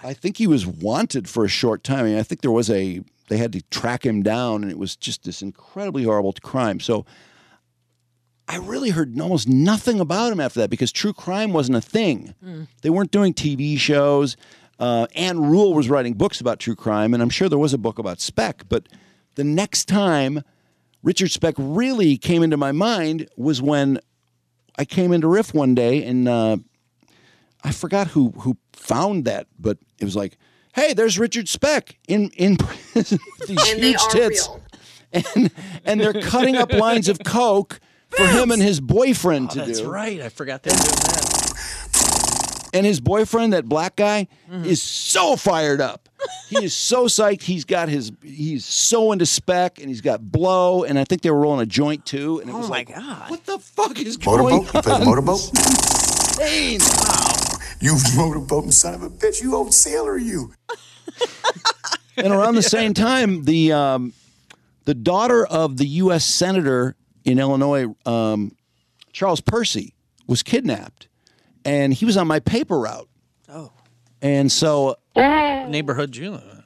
I think he was wanted for a short time. I, mean, I think there was a they had to track him down, and it was just this incredibly horrible crime. So I really heard almost nothing about him after that because true crime wasn't a thing.
Mm.
They weren't doing TV shows. Uh, Anne Rule was writing books about true crime, and I'm sure there was a book about Speck. But the next time Richard Speck really came into my mind was when I came into Riff one day, and uh, I forgot who who found that, but it was like, "Hey, there's Richard Speck in in prison with these
And they
huge
are
tits."
real.
and and they're cutting up lines of coke for him and his boyfriend
Oh,
to
that's
do.
right. I forgot they were doing that.
And his boyfriend, that black guy,
Mm-hmm.
is so fired up. He is so psyched. He's got his he's so into spec and he's got blow and I think they were rolling a joint too and it
Oh
was
my
like
God!
What the fuck is
Motorboat?
going
You play the
on?
motorboat?
Insane.
You motorboating son of a bitch. You old sailor, you.
and around the same time, the um, the daughter of the U.S. senator in Illinois, um, Charles Percy, was kidnapped, and he was on my paper route.
Oh.
and so
Neighborhood Juno.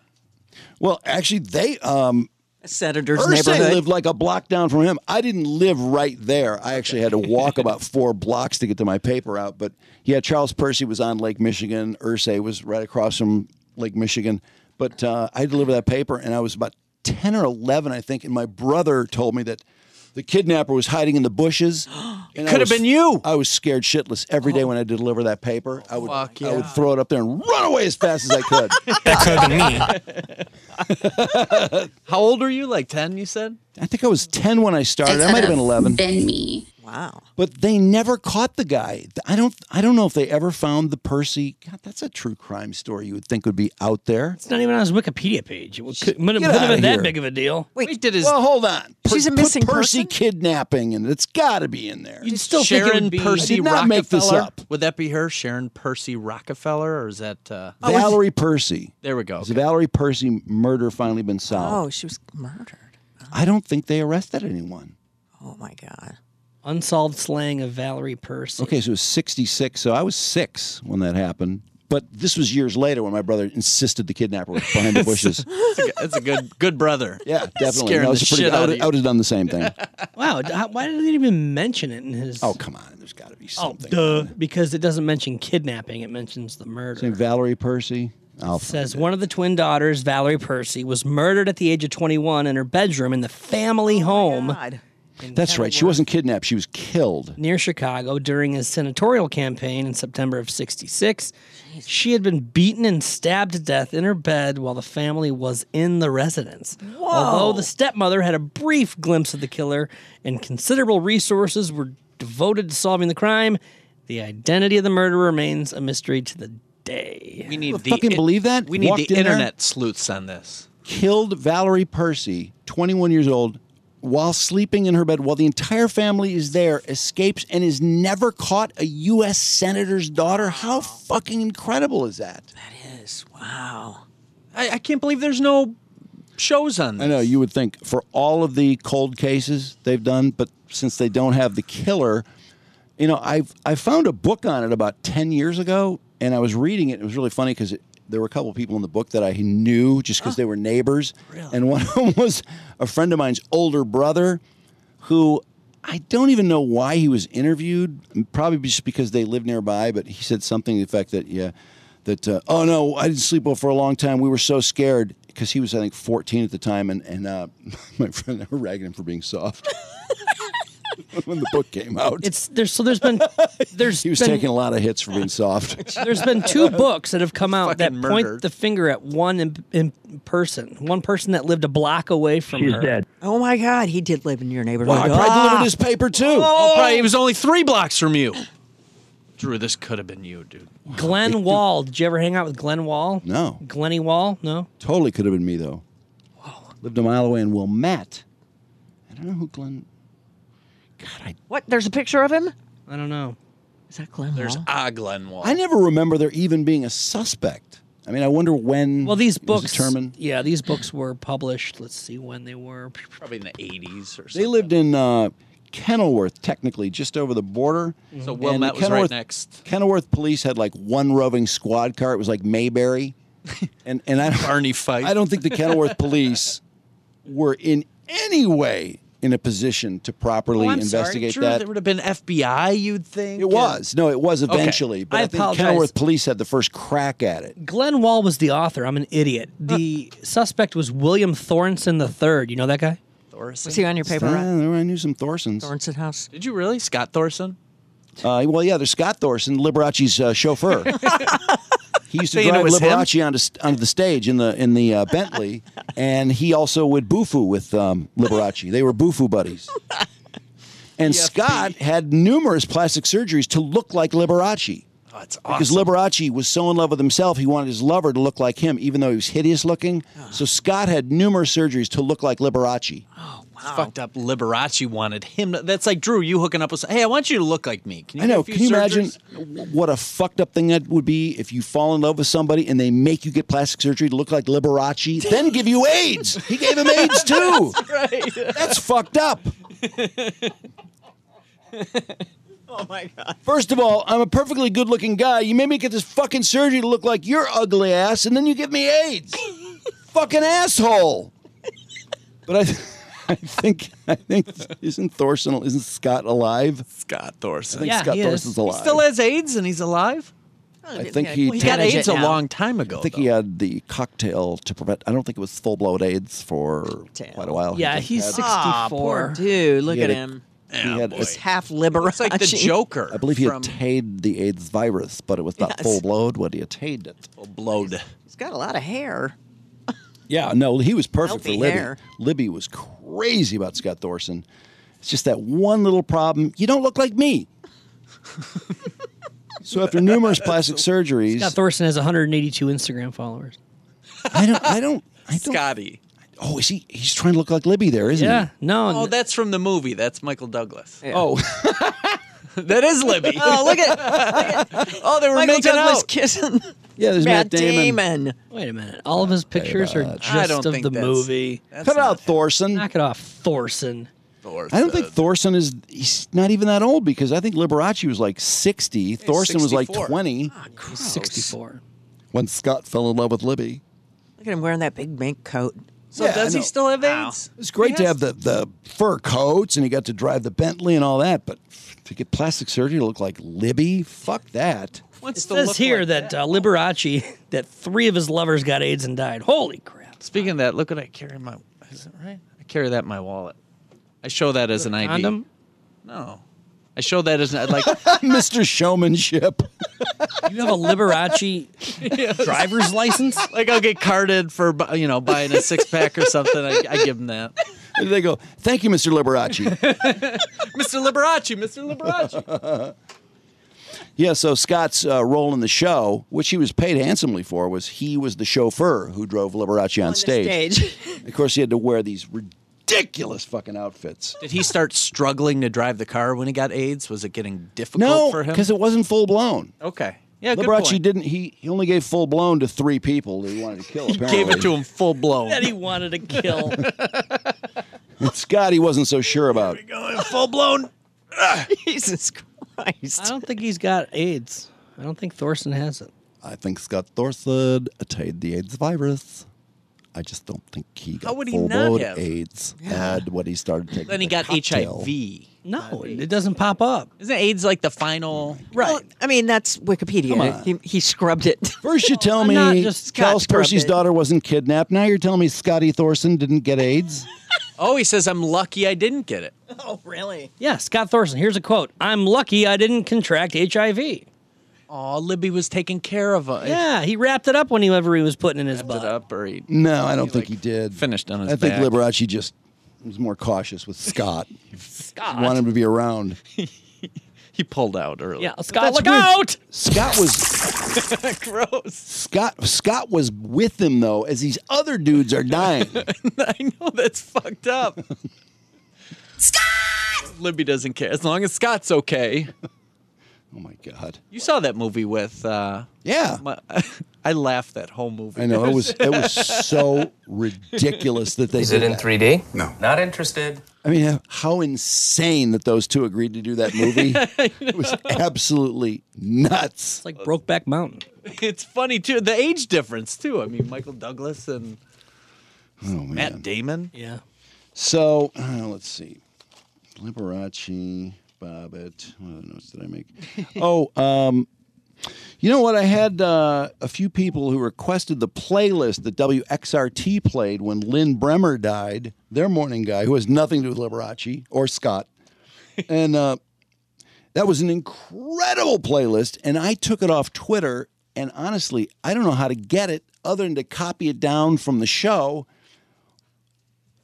well, actually, they um,
senator's
Percy
neighborhood.
lived like a block down from him. I didn't live right there. I actually had to walk about four blocks to get to my paper route. But yeah, Charles Percy was on Lake Michigan. Ursay was right across from Lake Michigan. But uh, I delivered that paper, and I was about ten or eleven, I think. And my brother told me that the kidnapper was hiding in the bushes. And I
Could have
was-
been you. Oh.
I was scared shitless every day when I deliver that paper. I would,
Fuck
I would
yeah.
throw it up there and run away as fast as I could.
That could have been me. How old are you? Like ten? You said.
I think I was ten when I started. I might have been eleven.
Been me.
Wow.
But they never caught the guy. I don't. I don't know if they ever found the Percy. God, that's a true crime story. You would think would be out there.
It's not even on his Wikipedia page. It would, could, would
Get
have
outta
been
here.
that big of a deal.
Wait,
did his.
Well, hold on.
She's a
put
missing
Percy kidnapping, and it's got to be in there.
You'd
Sharon Percy
I did not
Rockefeller.
make this up.
Would that be her, Sharon Percy Rockefeller, or is that uh,
Valerie Percy.
There we go.
Has the Valerie Percy murder finally been solved?
Oh, she was murdered.
I don't think they arrested anyone.
Oh my God.
Unsolved slaying of Valerie Percy.
Okay, so it was 66. So I was six when that happened. But this was years later when my brother insisted the kidnapper was behind the bushes.
That's a, that's a good good brother.
Yeah, Definitely.
Scaring the
No, it's a pretty-
shit
I
out
would-
of you.
I would have done the same thing.
Wow. d- how- Why did they even mention it in his.
Oh, come on. There's got to be something.
Duh. Because it doesn't mention kidnapping, it mentions the murder.
Same Valerie Percy. Oh, I'll
says one of the twin daughters, Valerie Percy, was murdered at the age of 21 in her bedroom in
Oh
the family home
That's right. She wasn't kidnapped. She was killed.
near Chicago during his senatorial campaign in September of 66. She had been beaten and stabbed to death in her bed while the family was in the residence. Although the stepmother had a brief glimpse of the killer and considerable resources were devoted to solving the crime, the identity of the murderer remains a mystery to the day.
We need the
fucking
in-
believe that?
We need
Walked
the
in there?
internet sleuths on this.
Killed Valerie Percy, 21 years old, while sleeping in her bed while the entire family is there, escapes and is never caught a U.S. senator's daughter. How fucking incredible is that?
Wow.
I, I can't believe there's no shows on this.
I know you would think for all of the cold cases they've done, but since they don't have the killer, you know, I I found a book on it about ten years ago, and I was reading it. It was really funny because there were a couple of people in the book that I knew just because they were neighbors, and one of them was a friend of mine's older brother, who. I don't even know why he was interviewed. Probably just because they live nearby, but he said something to the effect that, yeah, that uh, oh no, I didn't sleep well for a long time. We were so scared because he was I think 14 at the time, and and uh, my friend they were ragging him for being soft when the book came out.
It's there's so there's been there's
he was
been-
taking a lot of hits for being soft.
There's been two books that have come out that
Fucking
point
murdered.
the finger at one in, in person, one person that lived a block away from her.
Oh my God. He did live in your neighborhood.
Wow, I probably
Ah.
delivered
his paper too.
Oh, probably, it was only three blocks from you. Drew, this could have been you, dude.
Glenn Wall. Did you ever hang out with Glenn Wall?
No,
Glennie Wall? No.
totally could have been me though. Lived a mile away in Wilmette. I don't know who Glenn.
What? There's a picture of him?
I don't know.
Is that Glenn
There's
Wall?
Ah Glenn Wall.
I never remember there even being a suspect. I mean, I wonder when.
Well, these
it was
books.
determined.
Yeah, these books were published. Let's see when they were.
Probably in the 80s or something.
They lived in uh, Kenilworth, technically, just over the border.
Mm-hmm. So
And
Wilmette
the
was right
Kenilworth-
next.
Kenilworth police had like one roving squad car. It was like Mayberry, and and I don't,
Barney fight.
I don't think the Kenilworth police were in any way in a position to properly
Oh, I'm sorry,
investigate
Drew,
that.
There would have been FBI, you'd think.
It was no, it was
Okay.
eventually, but
I
I, think
apologize.
Kenilworth police had the first crack at it.
Glenn Wall was the author. I'm an idiot. The suspect was William Thornton III. You know that guy?
Thorson.
Was he on your paper
Ah,
route?
I knew some Thorsons.
Thornton House.
Did you really? Scott Thorson?
Uh, well, yeah, there's Scott Thorson, Liberace's uh, chauffeur. he used to
Saying it
drive
was him?
Liberace onto, st- onto the stage in the in the uh, Bentley, and he also would boofoo with um, Liberace. They were boofoo buddies. And Scott had numerous plastic surgeries to look like Liberace.
Oh, that's
Because
awesome.
Liberace was so in love with himself, he wanted his lover to look like him, even though he was hideous looking.
Ah.
So Scott had numerous surgeries to look like Liberace.
Fucked up Liberace wanted him. to- that's like Drew, you hooking up with. some- Hey, I want you to look like me. Can you
I
do a
know.
few
Can you imagine
surgeries?"
what a fucked up thing that would be if you fall in love with somebody and they make you get plastic surgery to look like Liberace, then give you AIDS? He gave him AIDS too. That's fucked up.
Oh my God.
First of all, I'm a perfectly good looking guy. You made me get this fucking surgery to look like your ugly ass, and then you give me AIDS. fucking asshole. But I, I think, I think, isn't Thorson, isn't Scott alive?
Scott
I
Thorson.
think Scott Thorson's alive.
He still has AIDS and he's alive?
Oh,
I think he,
Well, he got AIDS a long time ago.
I think he had the cocktail to prevent. I don't think it was full blown AIDS for quite a
Oh,
while. He
Yeah,
just
he's
had-
Ah, poor
64.
dude. Look
He had
at
a-
him.
he had a-
He's half Liberace.
It's like the Joker.
I believe he
from
attained the AIDS virus, but it was not
Yes.
full blown when he attained it.
Blowed.
He's got a lot of hair.
Yeah, no, he was perfect
Healthy
for Libby.
hair.
Libby was crazy about Scott Thorson. It's just that one little problem. You don't look like me. so after numerous plastic surgeries,
Scott Thorson has 182 Instagram followers.
I don't. I don't. I don't
Scotty.
Oh, is he? He's trying to look like Libby there, isn't he?
Oh, that's from the movie. That's Michael Douglas.
Oh.
that is Libby.
Oh, look at, look at
oh, they were
Michael
making
Douglas
out.
kissing.
Yeah, there's Matt Damon.
Wait a minute. All of his pictures are just
I don't
of
think
the
that's-
movie.
that's
Cut it out, Thorson.
Knock it off, Thorson.
I don't think Thorson is. He's not even that old because I think Liberace was like sixty. Thorson was like
64.
twenty
Sixty-four.
when Scott fell in love with Libby.
Look at him wearing that big mink coat.
So does he still have AIDS?
It's great to have the, the fur coats and he got to drive the Bentley and all that, but to get plastic surgery to look like Libby, fuck that.
It says here that, uh, Liberace, that three of his lovers got AIDS and died. Holy crap!
Speaking of that, look what I carry in my. Is it right? I carry that in my wallet. I show that as an ID.
condom?
No, I show that as an like.
Mr. Showmanship.
You have a Liberace driver's license?
Like I'll get carded for bu- you know buying a six pack or something. I, I give them that.
And they go, thank you, Mr. Liberace.
Mr. Liberace, Mr. Liberace.
yeah, so Scott's uh, role in the show, which he was paid handsomely for, was he was the chauffeur who drove Liberace on, stage. of course, he had to wear these ridiculous fucking outfits.
Did he start struggling to drive the car when he got AIDS? Was it getting difficult
No,
for him?
because it wasn't full blown.
okay. Yeah, good
Liberace
point.
didn't. He, he only gave full blown to three people that he wanted to kill. Apparently,
Gave it to him full blown.
That he wanted to kill.
Scott, he wasn't so sure about.
full blown.
Jesus Christ!
I don't think he's got AIDS. I don't think Thorson has it.
I think Scott Thorson attained the AIDS virus. I just don't think he got
How would he
full
not
blown
have?
AIDS.
Yeah.
And when he started taking,
Then he
the
got
cocktail.
HIV.
No, it doesn't pop up.
Isn't AIDS like the final?
Right. I mean, that's Wikipedia. He, he scrubbed it.
First, you tell
not
me
just Scott
Charles Percy's
Scrubbit.
daughter wasn't kidnapped. Now you're telling me Scotty Thorson didn't get AIDS.
Oh, he says I'm lucky I didn't get it.
Oh, really?
Yeah, Scott Thorson. Here's a quote I'm lucky I didn't contract HIV.
Oh, Libby was taking care of us.
Yeah, he wrapped it up whenever he was putting in his butt.
up or he
No, I don't think he did.
finished on his
I think
back.
Liberace just was more cautious with Scott.
Scott.
Wanted him to be around.
he pulled out early.
Yeah,
But
Scott,
that's
look
weird.
out!
Scott was
Gross.
Scott Scott was with him though, as these other dudes are dying.
I know that's fucked up. Scott. Libby doesn't care as long as Scott's okay.
oh my god!
You saw that movie with? uh
Yeah.
my- I laughed that whole movie.
I know it was it was so ridiculous that they
Is
did
it in
that.
3D? No. Not interested.
I mean, how insane that those two agreed to do that movie. it was absolutely nuts.
It's like Brokeback Mountain.
it's funny too. The age difference too. I mean, Michael Douglas and
Oh man.
Matt Damon.
Yeah.
So uh, let's see, Liberace, Bobbitt. What other notes did I make? oh, um, you know what? I had uh, a few people who requested the playlist that WXRT played when Lynn Bremer died. Their morning guy, who has nothing to do with Liberace or Scott, and uh, that was an incredible playlist. And I took it off Twitter. And honestly, I don't know how to get it other than to copy it down from the show.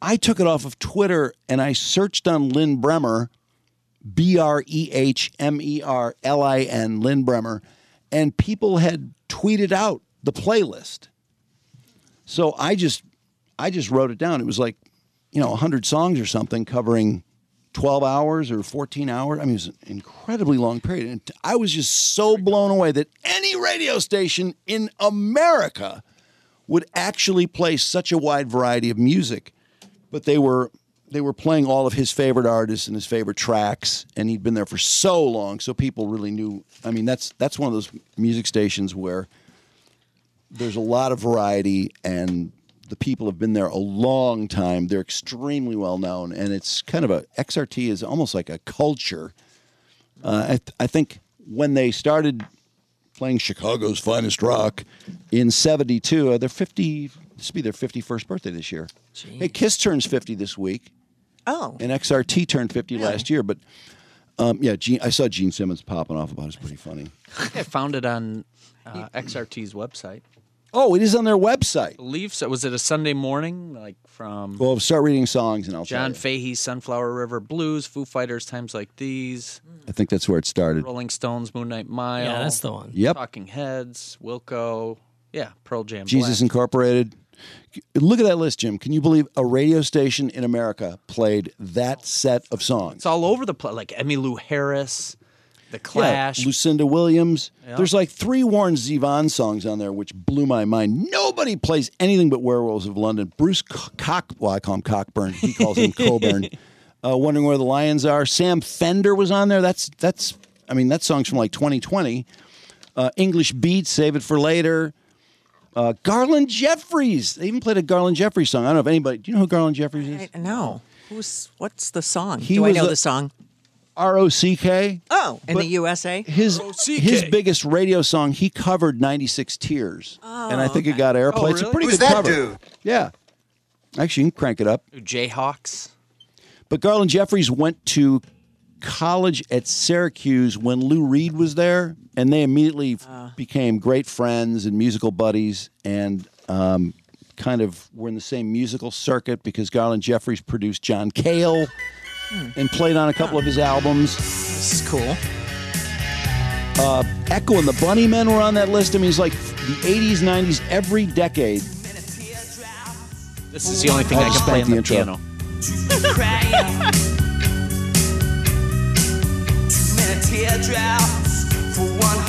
I took it off of Twitter and I searched on Lynn Bremer, B R E H M E R L I N, Lynn Bremer, and people had tweeted out the playlist. So I just, I just wrote it down. It was like, you know, hundred songs or something, covering twelve hours or fourteen hours. I mean, it was an incredibly long period, and I was just so blown away that any radio station in America would actually play such a wide variety of music but they were they were playing all of his favorite artists and his favorite tracks and he'd been there for so long so people really knew i mean that's that's one of those music stations where there's a lot of variety and the people have been there a long time they're extremely well known and it's kind of a xrt is almost like a culture uh, I, th- I think when they started playing chicago's finest rock in 72 uh, they're 50 this will be their 51st birthday this year hey kiss turns 50 this week
Oh,
and XRT turned 50 last year. But um, yeah, Gene, I saw Gene Simmons popping off about it. It's pretty funny.
I found it on uh, XRT's website.
Oh, it is on their website.
Leafs. Was it a Sunday morning? Like from
Well, start reading songs and I'll
John Fahey, Sunflower River Blues, Foo Fighters, Times Like These,
I think that's where it started.
Rolling Stones, Moon Knight Mile.
Yeah, that's the one. Yep.
Talking Heads, Wilco. Yeah, Pearl Jam.
Jesus
Black.
Incorporated. Look at that list, Jim. Can you believe a radio station in America played that set of songs?
It's all over the place. Like Emmy Lou Harris, The
Yeah,
Clash.
Lucinda Williams.
Yeah.
There's like three Warren Zevon songs on there, which blew my mind. Nobody plays anything but Werewolves of London. Bruce C- Cock, well, I call him Cockburn. He calls him Coburn. Uh, Wondering where the lions are. Sam Fender was on there. That's that's. I mean, that song's from like 2020. Uh, English Beat, Save It for Later. Uh, Garland Jeffries. They even played a Garland Jeffries song. I don't know if anybody. Do you know who Garland Jeffries is?
I know. Who's what's the song?
He
Do I
was
know
a-
the song?
R O C K.
Oh, in
But
the USA.
His his biggest radio song he covered "96 Tears," and I think it got airplay.
Oh,
It's a
really?
pretty
Who's
good
that
cover.
dude?
Yeah, actually, you can crank it up.
Jayhawks.
But Garland Jeffries went to college at Syracuse when Lou Reed was there, and they immediately f-
Ah.
became great friends and musical buddies, and um, kind of were in the same musical circuit because Garland Jeffries produced John Cale
Hmm.
and played on a couple of his albums. This
is cool.
Uh, Echo and the Bunny Men were on that list. I mean, it's like the 80s, 90s, every decade.
This is the only thing
I'll
I can
just
play
bank
on
the
the,
intro.
piano.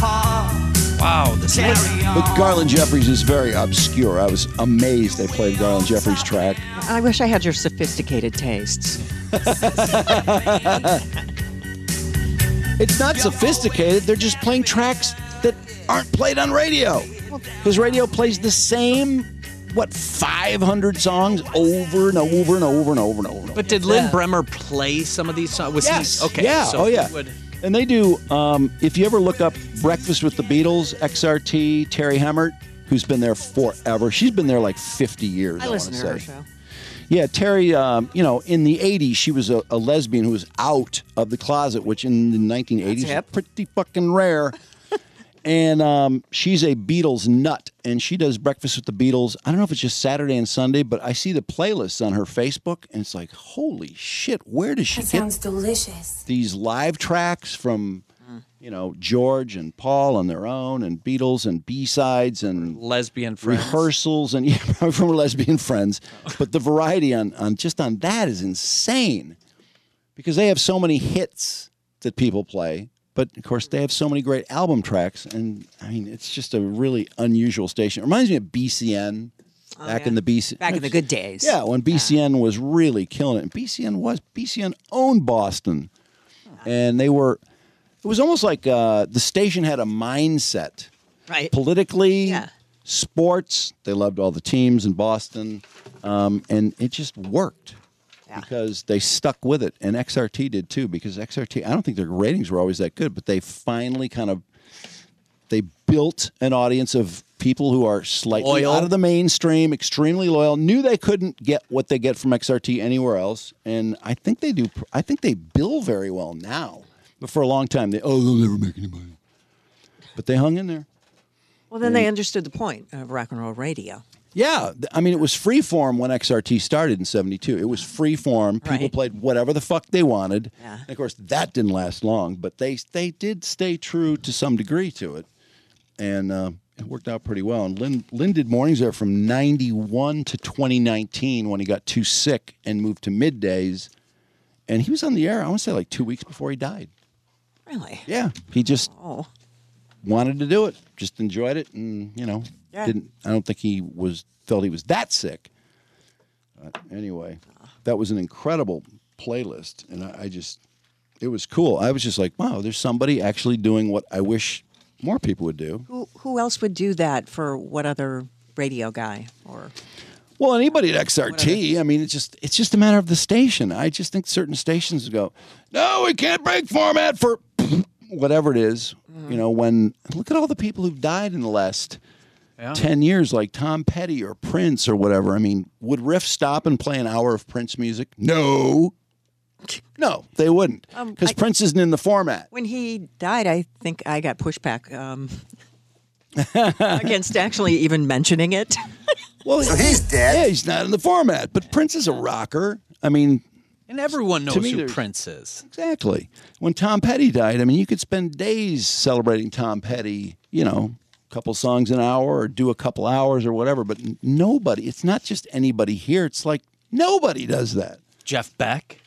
Wow, this is
But Garland Jeffries is very obscure. I was amazed they played Garland Jeffries' track.
I wish I had your sophisticated tastes.
It's not sophisticated. They're just playing tracks that aren't played on radio. Because radio plays the same, what, 500 songs over and over and over and over and over. And over.
But did Lynn Bremer play some of these songs? Was
yes.
he okay?
Yeah.
So
oh, yeah.
he would-
And they do, um, if you ever look up Breakfast with the Beatles, XRT, Terry Hemmert, who's been there forever. She's been there like 50 years. I,
I listen
wanna
to her
say.
show.
Yeah, Terry, um, you know, in the 80s, she was a, a lesbian who was out of the closet, which in the 1980s was pretty fucking rare. and um, she's a Beatles nut, and she does Breakfast with the Beatles. I don't know if it's just Saturday and Sunday, but I see the playlists on her Facebook, and it's like, holy shit, where does she
That
get
sounds delicious.
these live tracks from, you know, George and Paul on their own, and Beatles and B sides and
lesbian friends.
rehearsals and yeah, probably from lesbian friends. But the variety on, on just on that is insane because they have so many hits that people play. But of course, they have so many great album tracks, and I mean, it's just a really unusual station. It reminds me of BCN back in the BC
Oh, Back in the good days.
Yeah, when BCN was really killing it. And BCN was BCN owned Boston, and they were. It was almost like uh, the station had a mindset,
right?
Politically, sports. They loved all the teams in Boston, um, and it just worked because they stuck with it. And XRT did too because XRT. I don't think their ratings were always that good, but they finally kind of they built an audience of people who are slightly
Loyal.
out of the mainstream, extremely loyal, knew they couldn't get what they get from XRT anywhere else, and I think they do. pr- I think they bill very well now, but for a long time they oh they'll never make any money, but they hung in there.
Well, then
Mm-hmm.
they understood the point of rock and roll radio.
Yeah, th- I mean it was free form when XRT started in '72. It was free form. People
Right.
played whatever the fuck they wanted.
Yeah.
And of course, that didn't last long, but they they did stay true to some degree to it, and uh, it worked out pretty well. And Lynn Lynn did mornings there from '91 to 2019 when he got too sick and moved to middays, and he was on the air. I want to say like two weeks before he died.
Really?
Yeah, he just
Oh.
wanted to do it, just enjoyed it, and you know,
Yeah.
didn't. I don't think he was felt he was that sick. But anyway, that was an incredible playlist, and I, I just it was cool. I was just like, wow, there's somebody actually doing what I wish more people would do.
Who who else would do that for what other radio guy or
Well, anybody at XRT, I mean, it's just it's just a matter of the station. I just think certain stations go, no, we can't break format for whatever it is.
Mm-hmm.
You know, when look at all the people who've died in the last
Oh.
Yeah.
ten years, like Tom Petty or Prince or whatever. I mean, would Riff stop and play an hour of Prince music? No, no, they wouldn't,
Um,
because
I-
Prince isn't in the format.
When he died, I think I got pushback. Um,
against actually even mentioning it.
Well, Yeah, he's not in the format. But Prince is a rocker. I mean,
And everyone knows
To me,
who
there's-
Prince is.
exactly. When Tom Petty died, I mean, you could spend days celebrating Tom Petty. You know, a couple songs an hour, or do a couple hours, or whatever. But n- nobody. It's not just anybody here. It's like nobody does that.
Jeff Beck.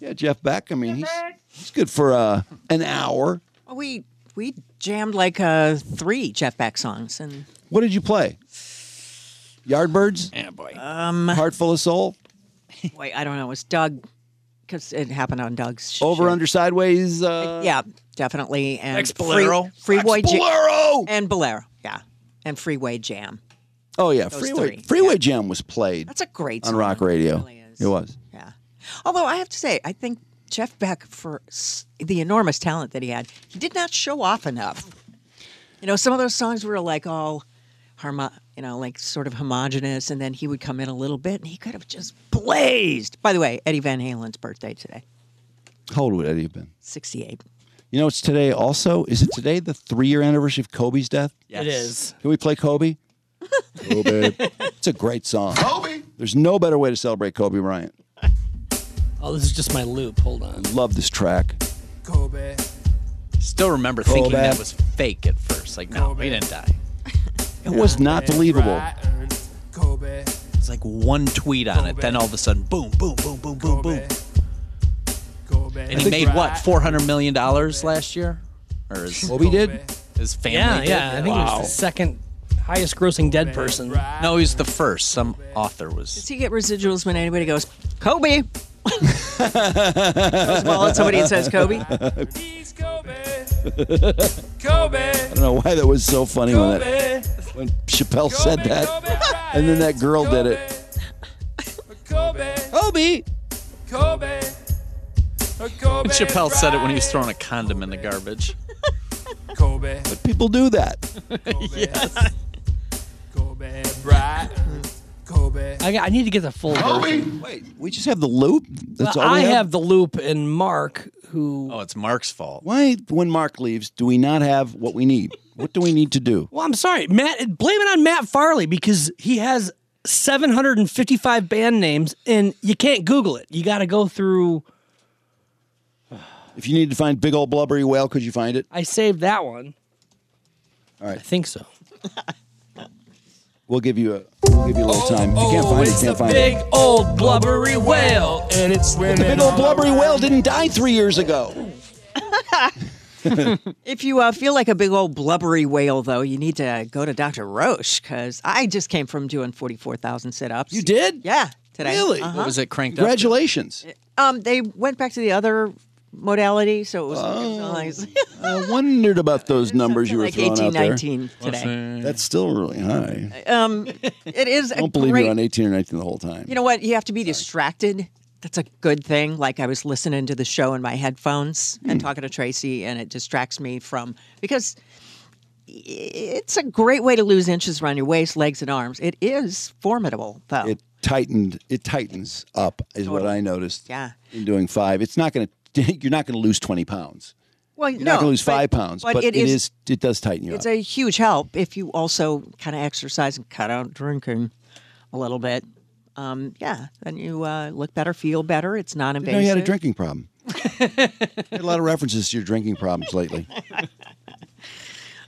Yeah, Jeff Beck. I mean, he's, he's good for uh, an hour.
we we jammed like uh, three Jeff Beck songs, and
What did you play? Yardbirds.
Yeah, boy.
Um,
Heart full of soul.
wait, I don't know. It was Doug because it happened on Doug's
Over
show.
under sideways. Uh,
yeah, definitely. And
Ex Bolero.
Free, Freeway
Ex
Ja-
Bolero!
and Bolero, yeah, and Freeway Jam.
Oh yeah,
Those
freeway
three,
freeway jam was played.
That's a great
on
song.
rock radio. It, was.
Although I have to say, I think Jeff Beck, for s- the enormous talent that he had, he did not show off enough. You know, some of those songs were like all, harmo- you know, like sort of homogenous, and then he would come in a little bit, and he could have just blazed. By the way, Eddie Van Halen's birthday today,
How old would Eddie have been?
sixty-eight.
You know, it's today. Also, is it today the three year anniversary of Kobe's death?
Yes. It is.
Can we play Kobe? Kobe. It's a great song. Kobe. There's no better way to celebrate Kobe Bryant.
Oh, this is just my loop. Hold on.
Love this track.
Kobe.
Still remember
Go
thinking
back.
that was fake at first. Like, no, he didn't die.
It was not believable.
Kobe. It's like one tweet on it, then all of a sudden, boom, boom, boom, boom, boom, boom. And
I
he
think-
made what, four hundred million dollars last year? Or is
Kobe did?
His family
Yeah,
did?
yeah. I think it was the second highest grossing dead person.
No, he's the first. Some author was.
Does he get residuals when anybody goes Kobe? well, Oh, it's somebody that says Kobe.
Kobe. I don't know why that was so funny when that when Chappelle said that, and then that girl did it.
Kobe.
Kobe.
Kobe.
And Chappelle said it when he was throwing a condom in the garbage.
Kobe.
But people do that.
yes.
Kobe Bryant. Kobe.
I, got- I need to get the full
Kobe.
version.
Wait, we just have the loop. That's
well,
all we
I
have?
have the loop, and Mark, who
oh, it's Mark's fault.
Why, when Mark leaves, do we not have what we need? What do we need to do?
Well, I'm sorry, Matt. Blame it on Matt Farley because he has 755 band names, and you can't Google it. You got to go through.
If you need to find big old blubbery whale, could you find it?
I saved that one.
All right, I
think so.
We'll give you a we'll give you a little
Oh,
time. If you can't find it, you can't find it.
old blubbery whale, and it's
But the big old blubbery whale didn't die three years ago.
If you uh, feel like a big old blubbery whale, though, you need to go to Dr. Roche because I just came from doing 44,000 sit ups. You
did?
Yeah, today.
Really?
Uh-huh.
What was it cranked
Congratulations.
Um, they went back to the other modality, so it was, it
Oh.
was like-
I wondered about those numbers you were
like
throwing out there.
18, 19 today.
That's still really high.
um, it is. a
I don't believe
great,
you're on 18 or 19 the whole time.
You know what? You have to be distracted. That's a good thing. Like I was listening to the show in my headphones
Hmm.
and talking to Tracy, and it distracts me from because it's a great way to lose inches around your waist, legs, and arms. It is formidable, though.
It tightened. It tightens up is what I noticed.
Yeah.
In doing five, it's not going to. You're not going to lose 20 pounds.
well,
You're
no,
not going to lose
but-
five pounds, but, it is, It does tighten you
It's
up.
a huge help if you also kind of exercise and cut out drinking a little bit. Um, yeah, then you uh, look better, feel better. It's
Didn't
non-invasive.
know you had a drinking problem. You had a lot of references to your drinking problems lately.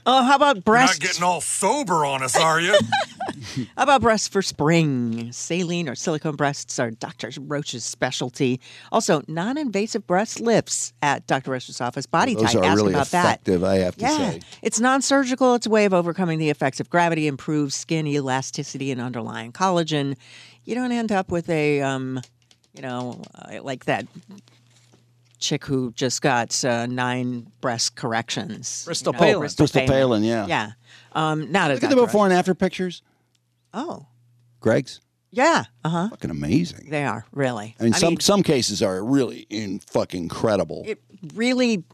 Oh, how about
You're not
breast?
getting all sober on us, are you?
How about breasts for spring? Saline or silicone breasts are Dr. Roach's specialty. Also, non invasive breast lifts at Dr. Roach's office. Body
Those
type.
are
Ask
really
about that.
effective. I have to
Yeah,
say.
it's non surgical. It's a way of overcoming the effects of gravity, improves skin elasticity, and underlying collagen. You don't end up with a, um, you know, uh, like that chick who just got uh, nine breast corrections.
Bristol
you know,
Palin.
Bristol Palin, yeah.
Yeah. Um, not a
Look at the before and after pictures.
Oh,
Greg's
yeah. Uh huh.
fucking amazing.
They are really.
I mean, some some cases are really in fucking incredible.
it really,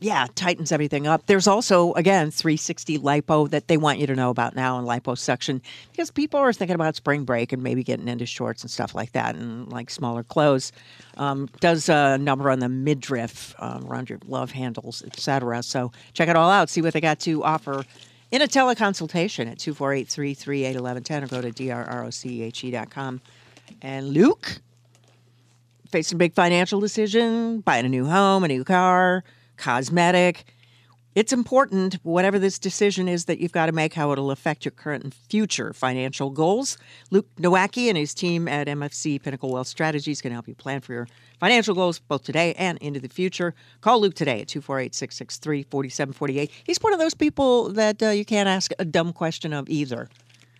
yeah, tightens everything up. There's also again 360 lipo that they want you to know about now in liposuction because people are thinking about spring break and maybe getting into shorts and stuff like that and like smaller clothes. Um, does a number on the midriff um, around your love handles, etc. So check it all out. See what they got to offer in a teleconsultation at 248-338-1110 or go to drrochehe.com. E And Luke, facing a big financial decision, buying a new home, a new car, cosmetic. It's important, whatever this decision is that you've got to make, how it'll affect your current and future financial goals. Luke Nowacki and his team at MFC Pinnacle Wealth Strategies can help you plan for your financial goals both today and into the future. Call Luke today at 248 663 4748. He's one of those people that uh, you can't ask a dumb question of either.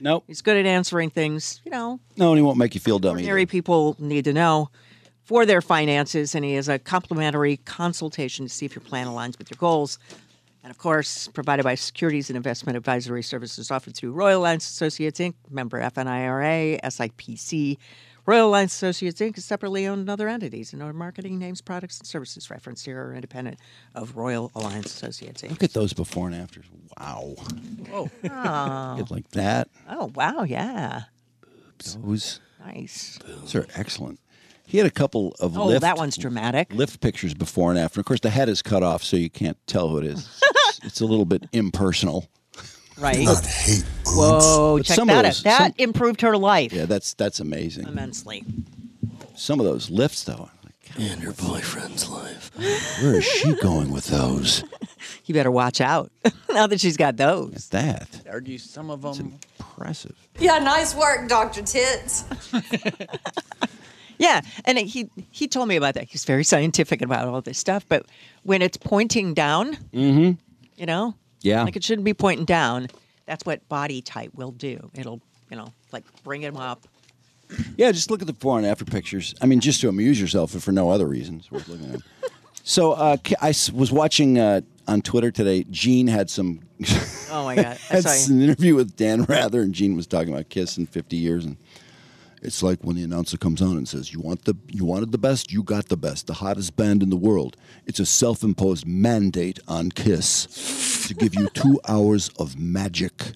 Nope.
He's good at answering things, you know,
No, and he won't make you feel dumb either.
ordinary people need to know for their finances, and he has a complimentary consultation to see if your plan aligns with your goals. And of course, provided by Securities and Investment Advisory Services offered through Royal Alliance Associates Inc., member FNIRA, SIPC. Royal Alliance Associates Inc. is separately owned and other entities, and our marketing names, products, and services referenced here are independent of Royal Alliance Associates Inc.
Look at those before and afters. Wow.
Whoa.
Good like that.
oh, wow, yeah.
Those.
Nice.
Those are excellent. He had a couple of
Oh,
lift,
that one's dramatic.
lift pictures before and after. Of course, the head is cut off, so you can't tell who it is. It's- it's a little bit impersonal.
Right.
Whoa,
check that out. That improved her life
yeah, that's that's amazing.
immensely.
Some of those lifts, though. I'm Like, and her boyfriend's life. Where is she going with those?
You better watch out now that she's got those.
that
Argue some of them.
impressive.
Yeah, nice work, Dr. Tits.
Yeah, and he he told me about that. He's very scientific about all this stuff, but when it's pointing down,
Mm-hmm.
you know,
Yeah.
like it shouldn't be pointing down. That's what body type will do. It'll you know like bring him up.
Yeah, just look at the before and after pictures. I mean, just to amuse yourself, if for no other reason, it's worth looking at. 'em. So uh, K- I s- was watching uh, on Twitter today. Gene had some.
Oh my god, I
had
saw you.
an interview with Dan Rather, and Gene was talking about Kiss in 50 years, and it's like when the announcer comes on and says, "You want the, you wanted the best, you got the best, the hottest band in the world." It's a self-imposed mandate on Kiss to give you two hours of magic.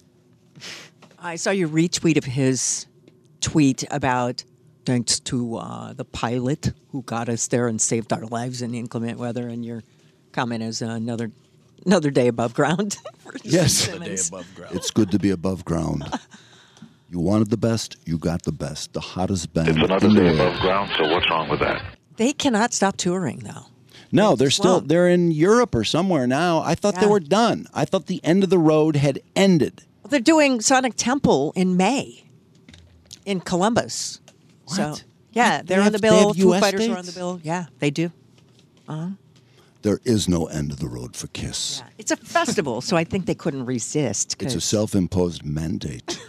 I saw your retweet of his tweet about thanks to uh, the pilot who got us there and saved our lives in inclement weather. And your comment is uh, another another day above ground. for
Yes,
Gene Simmons.
It's good to be above ground. You wanted the best, you got the best, the hottest band. in the world.
ground, so what's wrong with that?
They cannot stop touring though.
No, they're still
Swamp.
they're in Europe or somewhere now. I thought they
Yeah.
were done. I thought the end of the road had ended.
Well, they're doing Sonic Temple in May in Columbus. So yeah, they're
They
on
have-
the
they
bill.
have
Foo
US
Fighters are on the
dates?
bill. Yeah, they do. Uh-huh.
There is no end of the road for Kiss.
It's a festival, so I think they couldn't resist.
It's a
'cause-
self-imposed mandate.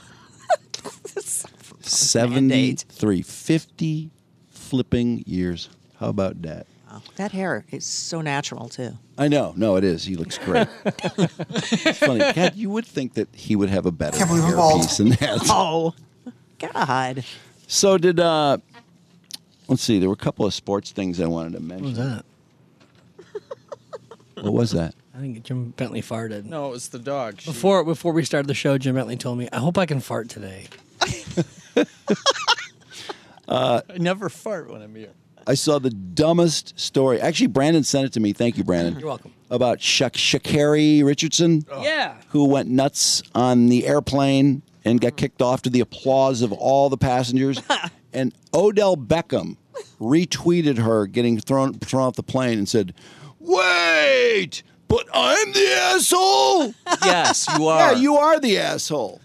73 50 flipping years. How about that?
that hair is so natural too.
I know. No, it is. He looks great. it's funny. God, you would think that he would have a better
Can't believe I'm bald.
hairpiece than that.
Oh, God.
So did uh let's see, there were a couple of sports things I wanted to mention.
that?
What was that?
I think Jim Bentley farted.
No, it was the dog. She-
Before before we started the show, Jim Bentley told me, "I hope I can fart today."
Uh
I never fart when I'm here.
I saw the dumbest story. Actually, Brandon sent it to me. Thank you, Brandon.
You're welcome. Oh.
About Shak Shakari Richardson.
Yeah.
Who went nuts on the airplane
Mm-hmm.
and got kicked off to the applause of all the passengers. and Odell Beckham retweeted her getting thrown thrown off the plane and said, Wait, but I'm the asshole.
Yes, you
Yeah, you are the asshole.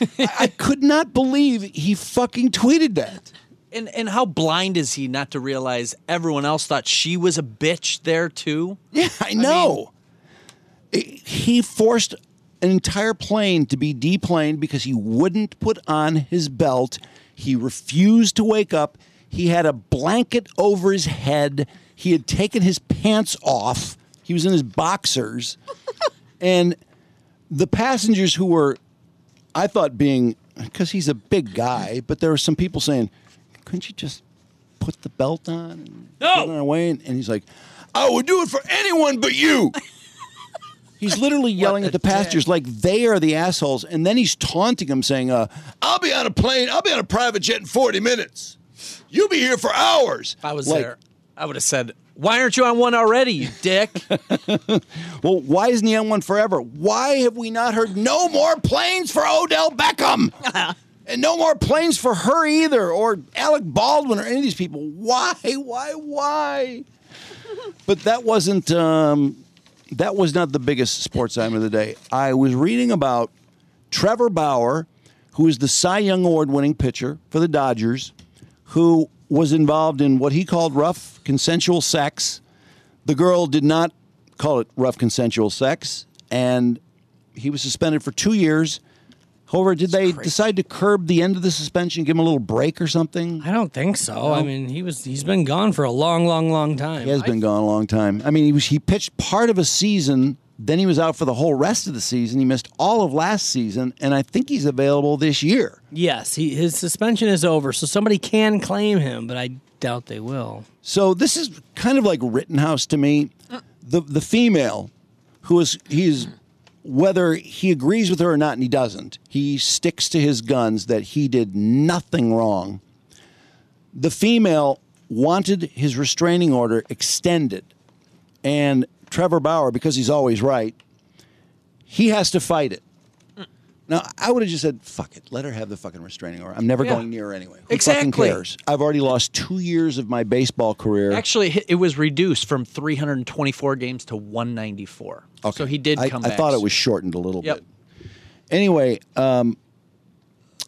I, I could not believe he fucking tweeted that.
And and how blind is he not to realize everyone else thought she was a bitch there too?
Yeah, I know. It- he forced an entire plane to be deplaned because he wouldn't put on his belt. He refused to wake up. He had a blanket over his head. He had taken his pants off. He was in his boxers. and the passengers who were, I thought, being, because he's a big guy, but there were some people saying, couldn't you just put the belt on and no. get it away? And, and he's like, I would do it for anyone but you. he's literally yelling at the passengers like they are the assholes. And then he's taunting them, saying, uh, I'll be on a plane, I'll be on a private jet in 40 minutes. You'll be here for hours.
I was
Like,
there. I would have said, Why aren't you on one already, you dick?
well, why isn't he on one forever? Why have we not heard no more planes for Odell Beckham? and no more planes for her either, or Alec Baldwin, or any of these people. Why, why, why? but that wasn't um, that was not the biggest sports item of the day. I was reading about Trevor Bauer, who is the Cy Young Award-winning pitcher for the Dodgers, who was involved in what he called rough consensual sex. The girl did not call it rough consensual sex, and he was suspended for two years. However, did they decide to curb the end of the suspension, give him a little break or something?
I don't think so.
Oh.
I mean, he was he's been gone for a long, long, long time.
He has been gone a long time. I mean, he was he pitched part of a season, then he was out for the whole rest of the season. He missed all of last season, and I think he's available this year.
Yes, he, his suspension is over, so somebody can claim him, but I doubt they will.
So this is kind of like Rittenhouse to me. The the female who is he's whether he agrees with her or not, and he doesn't, he sticks to his guns that he did nothing wrong. The female wanted his restraining order extended, and Trevor Bauer, because he's always right, he has to fight it. Now I would have just said, "Fuck it, let her have the fucking restraining order. I'm never
Yeah.
going near her anyway." Who fucking
Exactly.
cares? I've already lost two years of my baseball career.
Actually, hi- it was reduced from 324 games to 194. So he did
I,
come
I
back.
thought it was shortened a little
Yep.
bit. Anyway, um,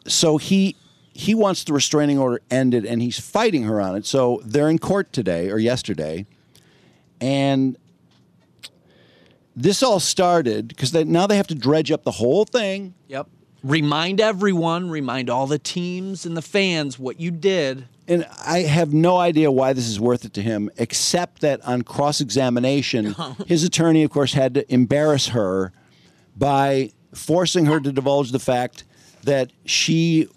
so he he wants the restraining order ended, and he's fighting her on it. So they're in court today or yesterday, and this all started because they, now they have to dredge up the whole thing.
Yep. Remind everyone, remind all the teams and the fans what you did.
And I have no idea why this is worth it to him, except that on cross examination,
Oh.
his attorney, of course, had to embarrass her by forcing her to divulge the fact that she,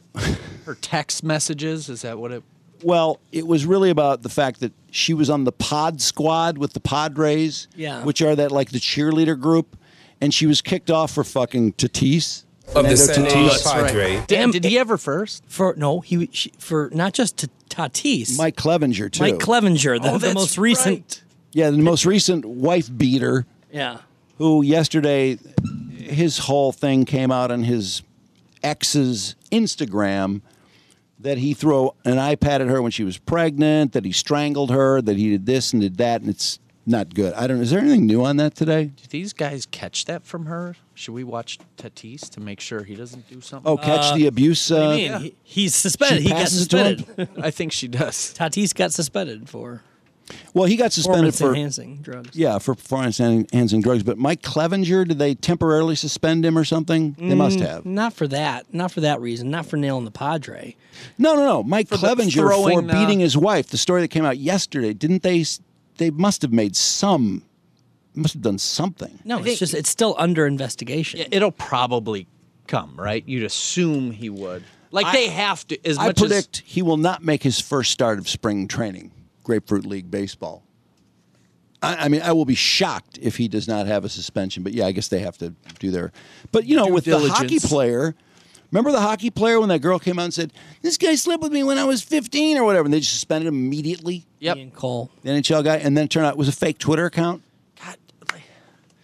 Her text messages, is that what it
well, it was really about the fact that she was on the pod squad with the Padres,
Yeah.
which are that like the cheerleader group, and she was kicked off for fucking Tatis. Fernando
Damn,
did he ever first?
For no, he she, for not just to Tatis.
Mike Clevenger too.
Mike Clevenger, the,
Oh,
the
that's
most recent.
Yeah, the most recent wife beater.
Yeah.
Who yesterday, his whole thing came out on his ex's Instagram that he threw an iPad at her when she was pregnant, that he strangled her, that he did this and did that, and it's not good. I don't. Is there anything new on that today?
Did these guys catch that from her? Should we watch Tatis to make sure he doesn't do something?
Oh, catch the abuse. Uh,
he's suspended.
She
he got
passes it to him?
suspended.
I think she does.
Tatis got suspended for
Well, he got suspended
performance
for
enhancing drugs.
Yeah, for performance en- enhancing drugs. But Mike Clevenger, did they temporarily suspend him or something? They must
Mm,
have.
Not for that. Not for that reason. Not for nailing the Padre.
No, no, no. Mike
For the
Clevenger for
throwing, uh,
beating his wife. The story that came out yesterday. Didn't they? s- They must have made some. Must have done something.
No, it's just it's still under investigation.
It'll probably come, right? You'd assume he would. Like
I-
they have to. As
I
much
predict he will not make his first start of spring training, Grapefruit League baseball. I, I mean, I will be shocked if he does not have a suspension. But yeah, I guess they have to do their. But you know,
Due
with the hockey
diligence.
player, remember the hockey player when that girl came out and said, "This guy slept with me when I was 15 or whatever," and they just suspended him immediately.
Yep.
Ian Cole.
The NHL guy, and then it turned out it was a fake Twitter account.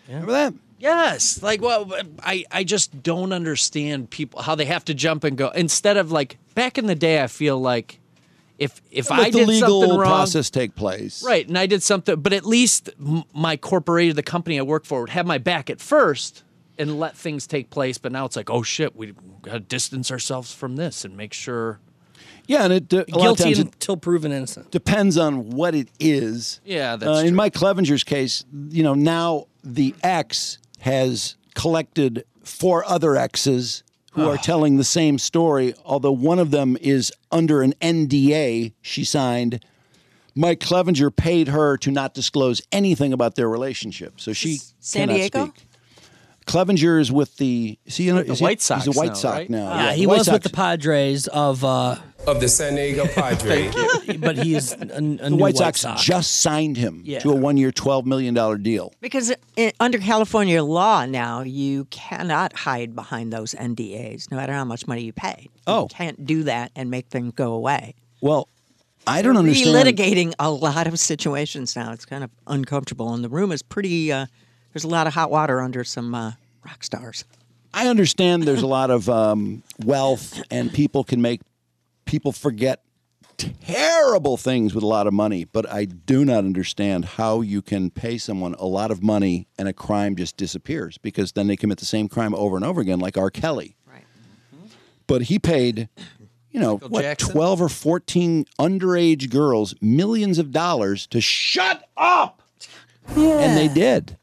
Remember that?
Yes. Like, well, I, I just don't understand people how they have to jump and go instead of like back in the day. I feel like if if
Let
I
the
did
legal
something wrong,
process take place.
right, and I did something, but at least m- my corporation, the company I work for, would have my back at first and let things take place. But now it's like, oh shit, we gotta distance ourselves from this and make sure.
Yeah, and it uh, a lot of
Guilty
times it
until proven innocent.
depends on what it is.
Yeah,
uh,
that's
in Mike Clevenger's case, you know, now the ex has collected four other exes who are telling the same story, although one of them is under an NDA she signed. Mike Clevenger paid her to not disclose anything about their relationship, so she
San
cannot
Diego?
Speak. Clevenger is with the, is he, in-
the
is he-
White
He's
Sox
a White
now,
Sox
right?
now.
yeah,
the
Ah, he
White
was
Sox
with the Padres of uh
of the San Diego Padres.
but he is a, a
the
new
White,
White
Sox, just signed him to a one-year, twelve million dollar deal.
Because i under California law now, you cannot hide behind those NDAs, no matter how much money you pay.
Oh.
You can't do that and make them go away.
Well, I don't understand.
Relitigating a lot of situations now. It's kind of uncomfortable, and the room is pretty. Uh, there's a lot of hot water under some uh, rock stars.
I understand there's a lot of um, wealth and people can make people forget terrible things with a lot of money, but I do not understand how you can pay someone a lot of money and a crime just disappears because then they commit the same crime over and over again, like R. Kelly. Right. But he paid, you know,
Michael
what,
Jackson?
12 or 14 underage girls millions of dollars to shut up. And they did.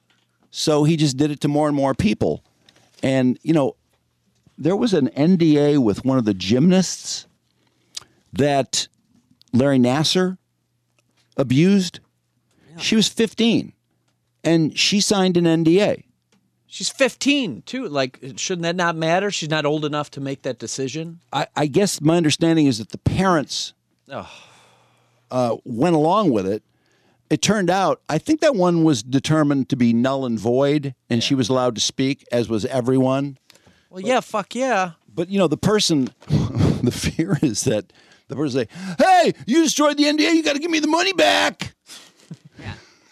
So he just did it to more and more people. And, you know, there was an NDA with one of the gymnasts that Larry Nasser abused. She was 15 and she signed an NDA.
She's 15 too. Like, shouldn't that not matter? She's not old enough to make that decision.
I, I guess my understanding is that the parents
Ugh.
uh, went along with it. It turned out, I think that one was determined to be null and void, and she was allowed to speak, as was everyone.
Well, yeah, fuck yeah.
But you know, the person, the fear is that the person say, "Hey, you destroyed the NDA. You got to give me the money back."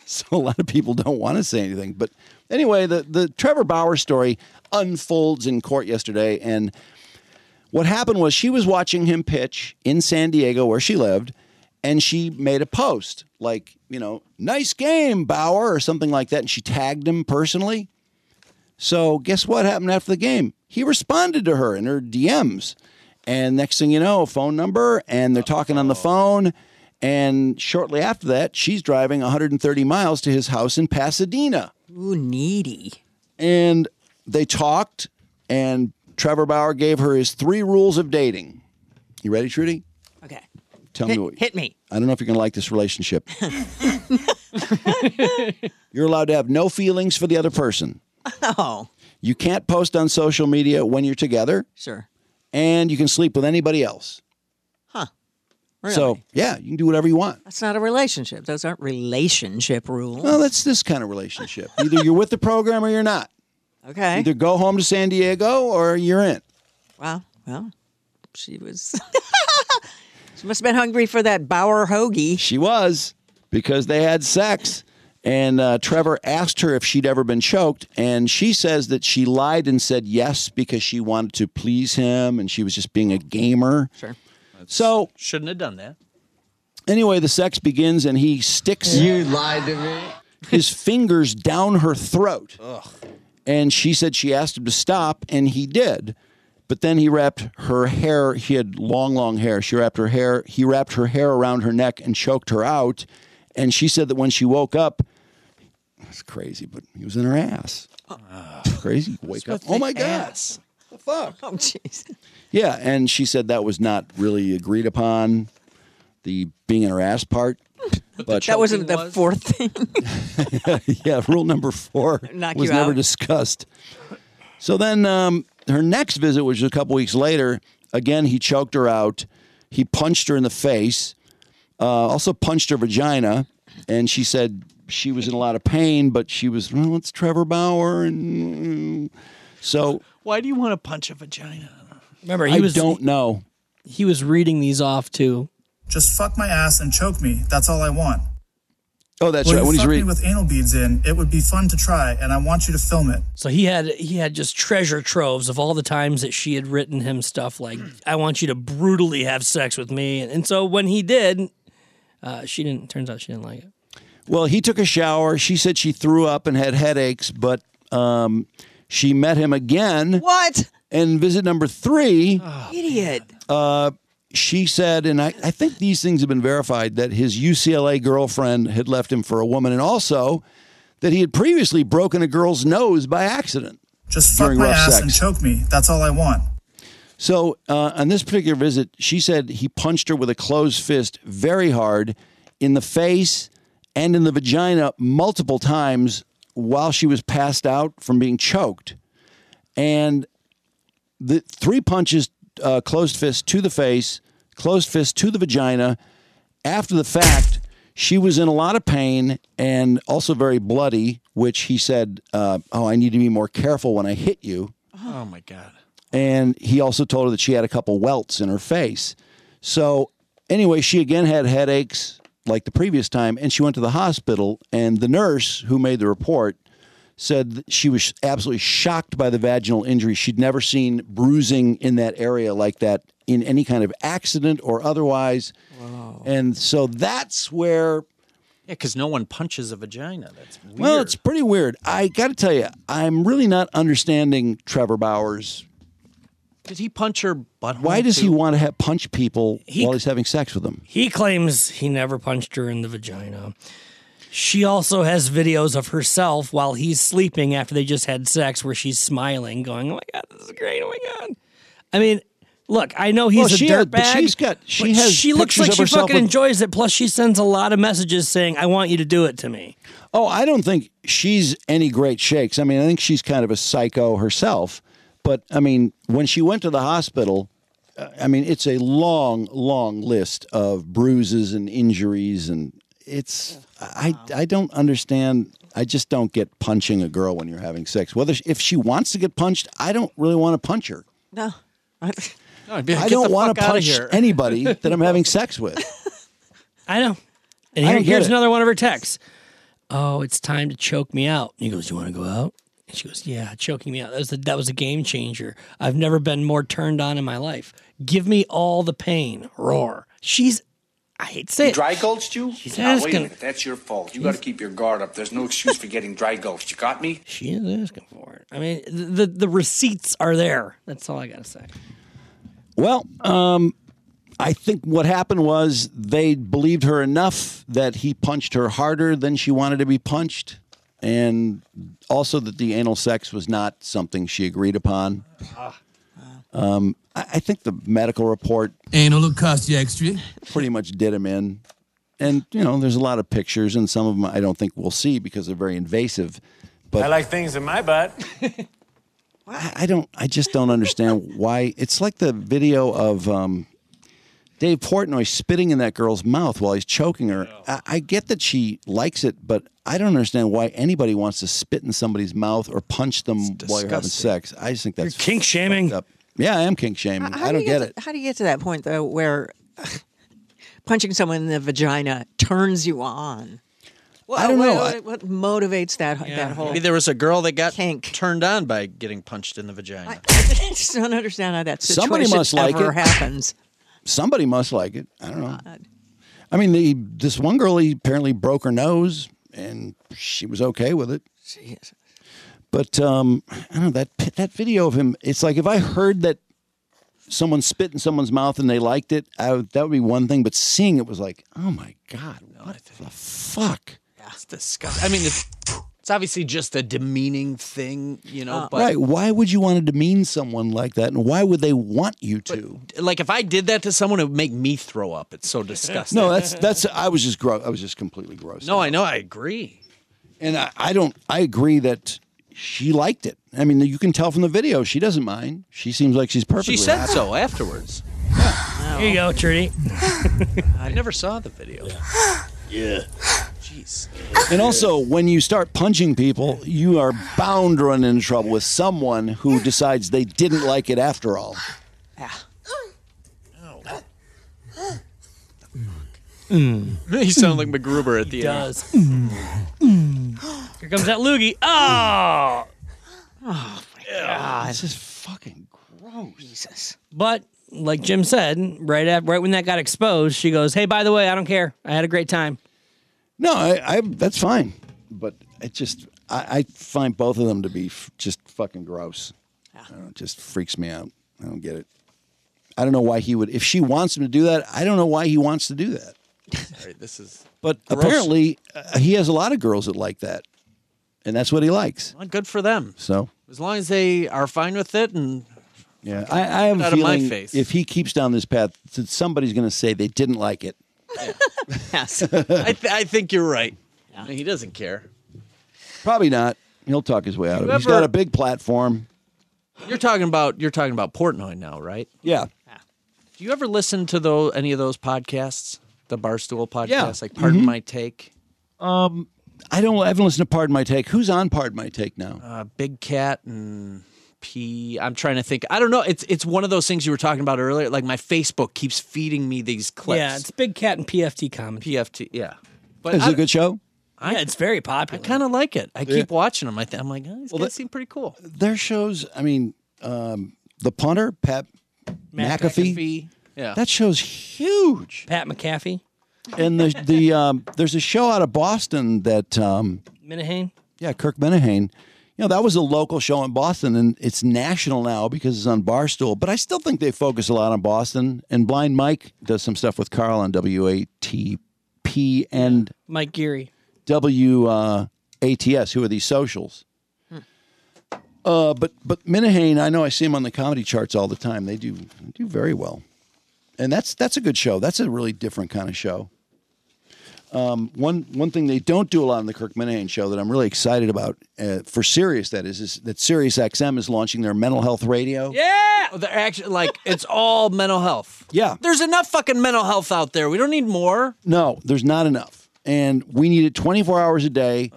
So a lot of people don't want to say anything. But anyway, the the Trevor Bauer story unfolds in court yesterday, and what happened was she was watching him pitch in San Diego, where she lived, and she made a post like, you know, nice game, Bauer, or something like that. And she tagged him personally. So, guess what happened after the game? He responded to her in her DMs. And next thing you know, phone number, and they're talking on the phone. And shortly after that, she's driving 130 miles to his house in Pasadena.
Ooh, needy.
And they talked, and Trevor Bauer gave her his three rules of dating. You ready, Trudy?
Okay.
Tell
hit,
me what.
hit me.
I don't know if you're going to like this relationship. you're allowed to have no feelings for the other person.
Oh,
You can't post on social media when you're together,
sure.
and you can sleep with anybody else.
Huh. Really?
So, yeah, you can do whatever you want.
that's not a relationship. Those aren't relationship rules.
Well, that's this kind of relationship. Either you're with the program or you're not.
Okay.
Either go home to San Diego or you're in.
Wow. Well, she was. she must have been hungry for that Bauer hoagie.
She was because they had sex. And uh, Trevor asked her if she'd ever been choked. And she says that she lied and said yes because she wanted to please him and she was just being a gamer.
Sure.
So,
Shouldn't have done that.
anyway, the sex begins and he sticks
You lied to me.
his fingers down her throat.
Ugh.
And she said she asked him to stop, and he did. But then he wrapped her hair. He had long, long hair. She wrapped her hair. He wrapped her hair around her neck and choked her out. And she said that when she woke up, it's crazy, but he was in her ass.
Ah.
crazy. Wake up. Oh my God.
The
fuck?
Oh, jeez.
Yeah. And she said that was not really agreed upon, the being in her ass part. But
that wasn't the fourth thing.
yeah, rule number four
Knock
was
you
never
out.
discussed. So then um, her next visit, which was a couple weeks later, again, he choked her out. He punched her in the face, uh, also punched her vagina. And she said she was in a lot of pain, but she was, well, it's Trevor Bauer. And mm, so
Why do you want to punch a vagina?
Remember, he
I
was
don't know.
He was reading these off too.
Just fuck my ass and choke me. That's all I want.
Oh, that's
when
right.
You
When he's
fuck
reading.
me with anal beads in, it would be fun to try, and I want you to film it.
So he had he had just treasure troves of all the times that she had written him stuff like "I want you to brutally have sex with me," and, so when he did, uh, she didn't. Turns out she didn't like it.
Well, he took a shower. She said she threw up and had headaches, but um, she met him again.
What?
And visit number three.
Idiot.
Uh, she said, and I, I think these things have been verified, that his UCLA girlfriend had left him for a woman, and also that he had previously broken a girl's nose by accident.
Just fuck
during
my
rough
ass
sex.
and choke me. That's all I want.
So uh, on this particular visit, she said he punched her with a closed fist very hard in the face and in the vagina multiple times while she was passed out from being choked. And the three punches, uh, closed fist to the face, closed fist to the vagina. After the fact, she was in a lot of pain and also very bloody, which he said, uh, Oh, I need to be more careful when I hit you
Oh my god.
and he also told her that she had a couple welts in her face. So Anyway, she again had headaches like the previous time, and she went to the hospital. And the nurse who made the report said that she was absolutely shocked by the vaginal injury. She'd never seen bruising in that area like that in any kind of accident or otherwise. And so that's where
Yeah, because no one punches a vagina. That's weird.
well, it's pretty weird. I got to tell you, I'm really not understanding Trevor Bowers.
Did he punch her butthole?
Why does he
too?
want to ha- punch people while he's having sex with them?
He claims he never punched her in the vagina. She also has videos of herself while he's sleeping after they just had sex where she's smiling, going, Oh my God, this is great. Oh my God. I mean, look, I know he's
Well,
a
she had- but
dirtbag.
she's got- she
but
has
She looks
pictures
like
of
she
herself
fucking
with-
enjoys it. Plus, she sends a lot of messages saying, I want you to do it to me.
Oh, I don't think she's any great shakes. I mean, I think she's kind of a psycho herself. But I mean, when she went to the hospital, uh, I mean, it's a long, long list of bruises and injuries, and it's I I don't understand. I just don't get punching a girl when you're having sex. Whether if she wants to get punched, I don't really want to punch her.
No.
I
I don't want to punch anybody that I'm having sex with.
I know. And
I
here-
don't get
here's
it.
another one of her texts. Oh, it's time to choke me out. And he goes, You want to go out? And she goes, Yeah, choking me out. That was, a, that was a game changer. I've never been more turned on in my life. Give me all the pain. Roar. She's, I hate to say
He
it.
dry gulched you?
She's
Now, wait a
asking-
minute. That's your fault. You got to keep your guard up. There's no excuse for getting dry gulched. You got me?
She is asking for it. I mean, the, the, the receipts are there. That's all I got to say.
Well, um, I think what happened was they believed her enough that he punched her harder than she wanted to be punched, and also that the anal sex was not something she agreed upon.
Ah,
Um, I, I think the medical report
Anal will cost you extra.
pretty much did him in. And you know, there's a lot of pictures, and some of them I don't think we'll see because they're very invasive. But
I like things in my butt.
I, I don't. I just don't understand why. It's like the video of um, Dave Portnoy spitting in that girl's mouth while he's choking her. I, I get that she likes it, but I don't understand why anybody wants to spit in somebody's mouth or punch them while you're having
disgusting.
sex. I just think that's
kink shaming.
Yeah, I am kink shaming. I
do
don't
you
get
to-
it.
how do you get to that point though, where punching someone in the vagina turns you on? Well,
I don't
what,
know.
What, what motivates that that whole?
Maybe there was a girl that got turned on by getting punched in the vagina.
I just don't understand how that situation
Somebody must like
ever
it.
happens.
Somebody must like it. I don't know. I mean, the, this one girl he apparently broke her nose, and she was okay with it. But um, I don't know that pi- that video of him. It's like if I heard that someone spit in someone's mouth and they liked it, I would, that would be one thing. But seeing it was like, oh my god, what the fuck?
It's disgusting. I mean, it's, it's obviously just a demeaning thing, you know. Uh, but
Uh, right? Why would you want to demean someone like that, and why would they want you to?
like if I did that to someone, it would make me throw up. It's so disgusting.
No, that's that's. I was just gross. I was just completely gross.
no. Oh, I know. I agree.
And I, I don't. I agree that she liked it. I mean, you can tell from the video she doesn't mind. She seems like she's perfectly.
She said
happy.
so afterwards.
Here you go, Trudy.
I never saw the video.
Yeah.
Jeez.
And also, when you start punching people, you are bound to run into trouble with someone who decides they didn't like it after all.
he sounded like MacGruber at the end.
Hmm. does. Here comes that loogie. Oh! Oh, my God.
This is fucking gross.
Jesus.
But like Jim said, right at, right when that got exposed, she goes, "Hey, by the way, I don't care. I had a great time."
No, I, I that's fine, but it just I, I find both of them to be f- just fucking gross. I don't know, it just freaks me out. I don't get it. I don't know why he would. If she wants him to do that, I don't know why he wants to do that.
Sorry, this is
But
Gross.
apparently, uh, he has a lot of girls that like that, and that's what he likes.
well, good for them.
So
As long as they are fine with it, and
yeah, I, I have
Get
a
out of my
feeling
face.
if he keeps down this path, that somebody's going to say they didn't like it.
yes,
I, th- I think you're right. He doesn't care.
Probably not. He'll talk his way out of it. He's
Whoever-
got a big platform.
You're talking about you're talking about Portnoy now, right?
Yeah.
Do you ever listen to those any of those podcasts? The Barstool podcast,
Yeah.
like Pardon
Mm-hmm.
Mhm.
My Take,
Um, I don't. I haven't listened to Pardon My Take. Who's on Pardon My Take now?
uh, Big Cat, and P. I'm trying to think. I don't know. It's it's one of those things you were talking about earlier. Like my Facebook keeps feeding me these clips.
Yeah, it's Big Cat and PFT comedy.
PFT. Yeah,
Is it
I-
a good show?
I,
yeah, it's very popular.
I kind of like it. I
Yeah.
keep watching them. I th- I'm like, oh, these
Well,
guys
that-
seem pretty cool.
Their shows, I mean, um, the punter, Pat
Matt
McAfee.
McAfee, yeah.
That show's huge.
Pat McAfee,
And the the um, there's a show out of Boston that um,
Minahane.
yeah, Kirk Menahane. You know, that was a local show in Boston and it's national now because it's on Barstool, but I still think they focus a lot on Boston. And Blind Mike does some stuff with Carl on WATP and
Mike Geary.
W uh, ATS, who are these socials. Hmm. Uh, but but Minahane, I know I see him on the comedy charts all the time. They do they do very well, and that's that's a good show. That's a really different kind of show. Um, one one thing they don't do a lot on the Kirk Minahane show that I'm really excited about uh, for Sirius that is is that Sirius XM is launching their mental health radio.
Yeah, they're actually like it's all mental health.
Yeah.
there's enough fucking mental health out there. We don't need more.
No, there's not enough. And we need it 24 hours a day.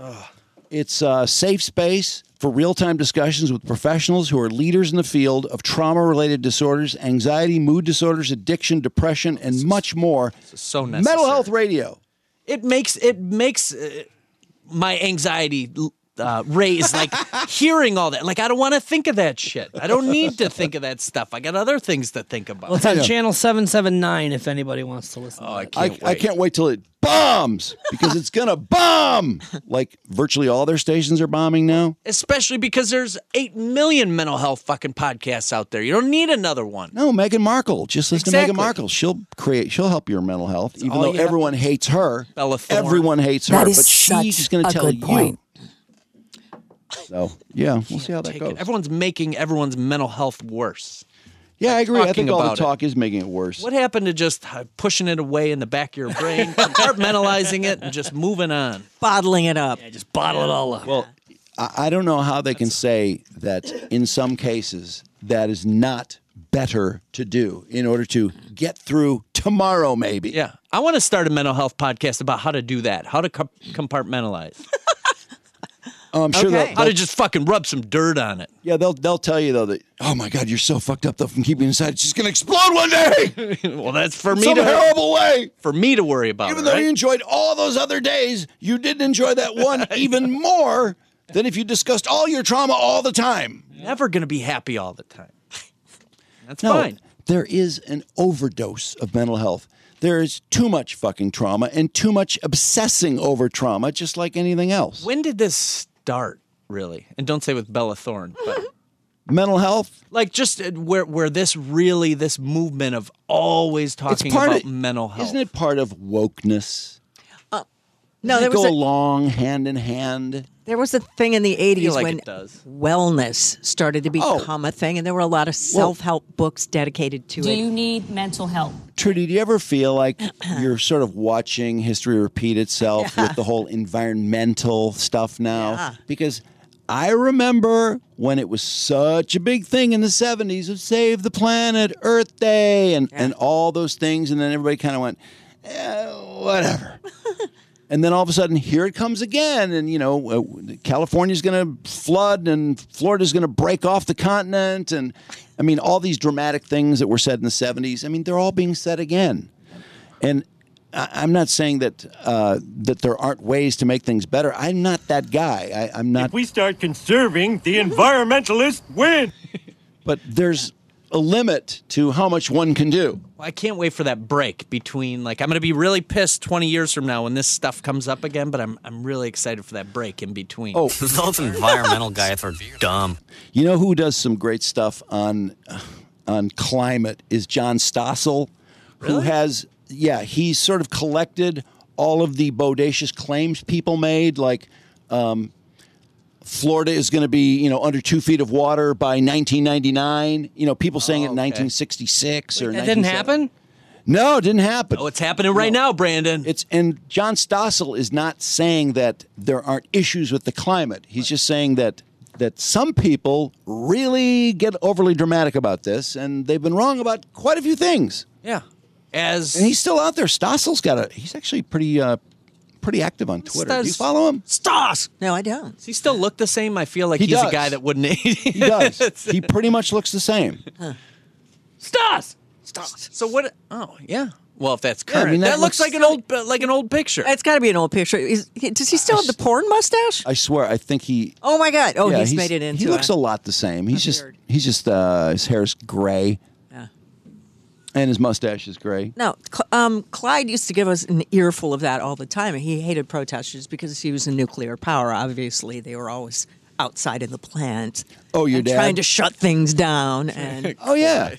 It's a safe space for real time discussions with professionals who are leaders in the field of trauma related disorders, anxiety, mood disorders, addiction, depression, and much more.
So necessary.
Mental Health Radio.
It makes it makes uh, my anxiety uh, raise like hearing all that. Like I don't want to think of that shit. I don't need to think of that stuff. I got other things to think about.
Well, it's on channel seven seven nine. If anybody wants to listen. Oh, I
I, I can't wait till it bombs because it's going to bomb. Like virtually all their stations are bombing now.
Especially because there's eight million mental health fucking podcasts out there. You don't need another one.
No, Meghan Markle. Just listen to
Exactly.
Meghan Markle. She'll create. She'll help your mental health, even
all
though
you have
everyone hates her.
Bella Thorne.
Everyone hates her,
That is
but she's
such
going
a
to tell
good
you.
point.
So yeah, we'll see how that
Take
goes.
it. Everyone's making everyone's mental health worse.
Yeah, I agree. I
talking
think all the
about it.
talk is making it worse.
What happened to just uh, pushing it away in the back of your brain, compartmentalizing it, and just moving on?
bottling it up.
Yeah, just bottle it all up.
Well, I, I don't know how they can say that in some cases that is not better to do in order to get through tomorrow, maybe.
Yeah. I want to start a mental health podcast about how to do that, how to com- compartmentalize,
Oh, I'm sure
Okay.
they'll,
how to just fucking rub some dirt on it.
Yeah, they'll they'll tell you though that oh my god, you're so fucked up though from keeping it inside. It's just gonna explode one day.
well, that's for me
Some
to
horrible way.
For me to worry about. it,
Even though
right?
you enjoyed all those other days, you didn't enjoy that one even more than if you discussed all your trauma all the time.
never gonna be happy all the time. That's
No,
fine.
There is an overdose of mental health. There is too much fucking trauma and too much obsessing over trauma, just like anything else.
When did this start, really? And don't say with Bella Thorne, but
Mental health,
like just uh, where where this really this movement of always
it's
talking
part
about
of
mental health.
Isn't it part of wokeness?
Uh, No,
Does
there
it go
was a,
along hand in hand.
there was a thing in the eighties
like
when
it does.
wellness started to
Oh.
become a thing, and there were a lot of self help books dedicated to it.
need mental help?
Trudy, do you ever feel like you're sort of watching history repeat itself
Yeah.
with the whole environmental stuff now?
Yeah.
Because I remember when it was such a big thing in the 70s of save the planet, Earth Day, and, and all those things. And then everybody kind of went, eh, whatever. and then all of a sudden, here it comes again. And, you know, uh, California's going to flood and Florida's going to break off the continent. And I mean, all these dramatic things that were said in the 70s, I mean, they're all being said again. And I, I'm not saying that uh, that there aren't ways to make things better. I'm not that guy. I, I'm not.
If we start conserving, the environmentalists win.
But there's a limit to how much one can do.
Well, I can't wait for that break between like I'm going to be really pissed 20 years from now when this stuff comes up again, but I'm I'm really excited for that break in between.
Oh.
those
environmental
guys are dumb.
You know who does some great stuff on on climate is John Stossel, who has yeah he's sort of collected all of the bodacious claims people made, like um, Florida is going to be you know under two feet of water by 1999. You know people saying it in 1966 or
that didn't
1970.
happen.
No, it didn't happen.
Oh, it's happening right now, Brandon.
It's and John Stossel is not saying that there aren't issues with the climate. He's just saying that that some people really get overly dramatic about this, and they've been wrong about quite a few things.
Yeah. As
And he's still out there. Stossel's got a. He's actually pretty uh, pretty active on Twitter. Do you
Stas-
follow him?
Stas.
No, I don't.
Does he still look the same? I feel like
He
he's
does.
a guy that wouldn't age.
He does. he pretty much looks the same.
Stas. Stas. So what? Oh yeah. Well, if that's
Yeah, I
current,
mean,
that,
that
looks, like an old uh, like an old picture.
It's got to be an old picture. Is, does he still have the porn mustache?
I swear, I think he.
Oh my god! Oh,
Yeah,
he's, made it into.
He looks a
a
lot the same. He's just he's just uh, his hair is gray.
Yeah.
And his mustache is gray.
No, Cl- um, Clyde used to give us an earful of that all the time, and he hated protesters because he was a nuclear power. Obviously, they were always outside of the plant.
Oh, your
and
dad?
trying to shut things down, and
Oh yeah.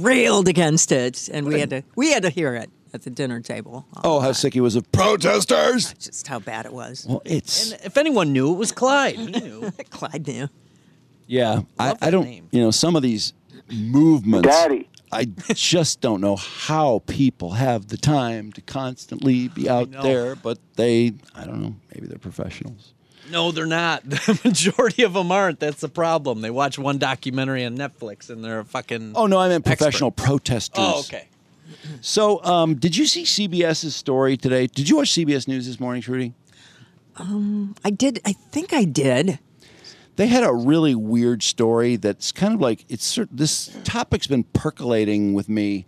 railed against it, and we had to we had to hear it at the dinner table.
Oh, how sick he was of protesters.
Just how bad it was.
Well, it's
If anyone knew, it was Clyde. He knew.
Clyde knew.
yeah. I, I don't. You know, some of these movements.
Daddy.
I just don't know how people have the time to constantly be out
know.
there, but they. I don't know. Maybe they're professionals.
No, they're not. The majority of them aren't. That's the problem. They watch one documentary on Netflix and they're a fucking.
Oh no, I meant
expert.
professional protesters.
Oh, okay.
So, um, did you see CBS's story today? Did you watch CBS News this morning, Trudy?
Um, I did. I think I did.
They had a really weird story that's kind of like it's sort- this topic's been percolating with me.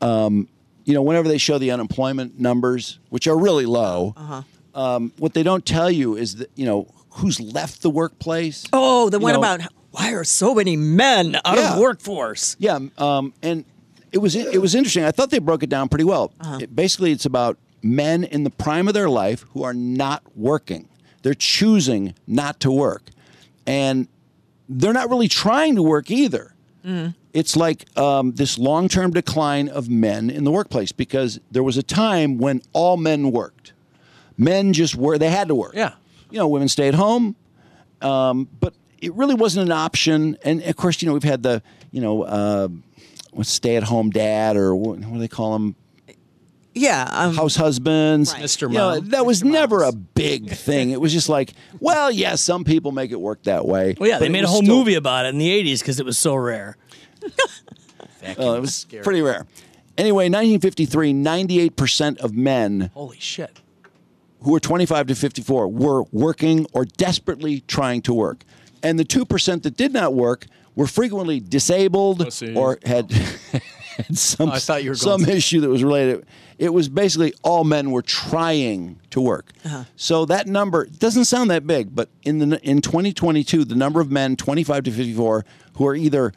Um, you know, whenever they show the unemployment numbers, which are really low,
Uh-huh.
um, what they don't tell you is that you know who's left the workplace.
Oh, the
You
one
know-
about why are so many men out of
Yeah.
the workforce?
Yeah, um, and it was it was interesting. I thought they broke it down pretty well.
Uh-huh.
It- basically, it's about men in the prime of their life who are not working. They're choosing not to work, and they're not really trying to work either. It's like um, this long term decline of men in the workplace because there was a time when all men worked. Men just were, they had to work. Yeah. You know, women stayed home, um, but it really wasn't an option. And of course, you know, we've had the, you know, uh, stay at home dad or what, what do they call them?
Yeah,
house husbands, Mr.
Mom.
that was never a big thing. It was just like, well, yes, some people make it work that way.
Well, yeah,
but
they
it
made a
was
whole
still-
movie about it in the '80s because it was so rare.
Well, it was
scary.
pretty rare. Anyway, 1953, 98% of men
Holy shit.
who were 25 to 54 were working or desperately trying to work. And the 2% that did not work were frequently disabled or had, had some,
Oh, I thought you were going
some
to-
issue that was related. It was basically all men were trying to work. So that number doesn't sound that big, but in the in 2022, the number of men 25 to 54 who are either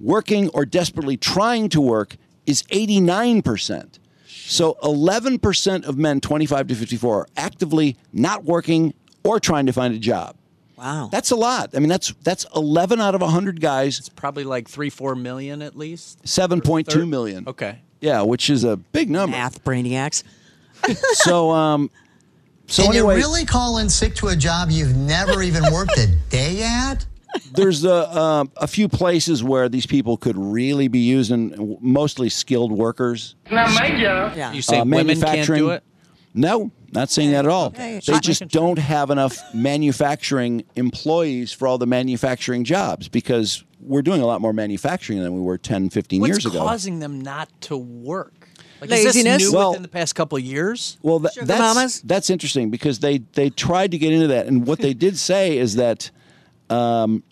working or desperately trying to work is 89%. So 11% of men 25 to 54 are actively not working or trying to find a job.
Wow.
That's a lot. I mean that's that's 11 out of 100 guys,
Probably like three, four million at least.
7.2
Third-
million.
Okay.
Yeah, which is a big number.
Math brainiacs.
so um so
Can
anyway,
you really call in sick to a job you've never even worked a day at?
there's a, um a few places where these people could really be used, and mostly skilled workers. Uh,
Not my job. Yeah.
You say women can't
manufacturing-
do it?
No, not saying that at all.
Okay.
They
Just
just don't have enough manufacturing employees for all the manufacturing jobs because we're doing a lot more manufacturing than we were 10, 15
What's
years ago.
causing them not to work? Like, Is this
Laziness?
new
Well-
within the past couple of years?
Well, tha- that's that's interesting because they they tried to get into that, and what they did say is that um,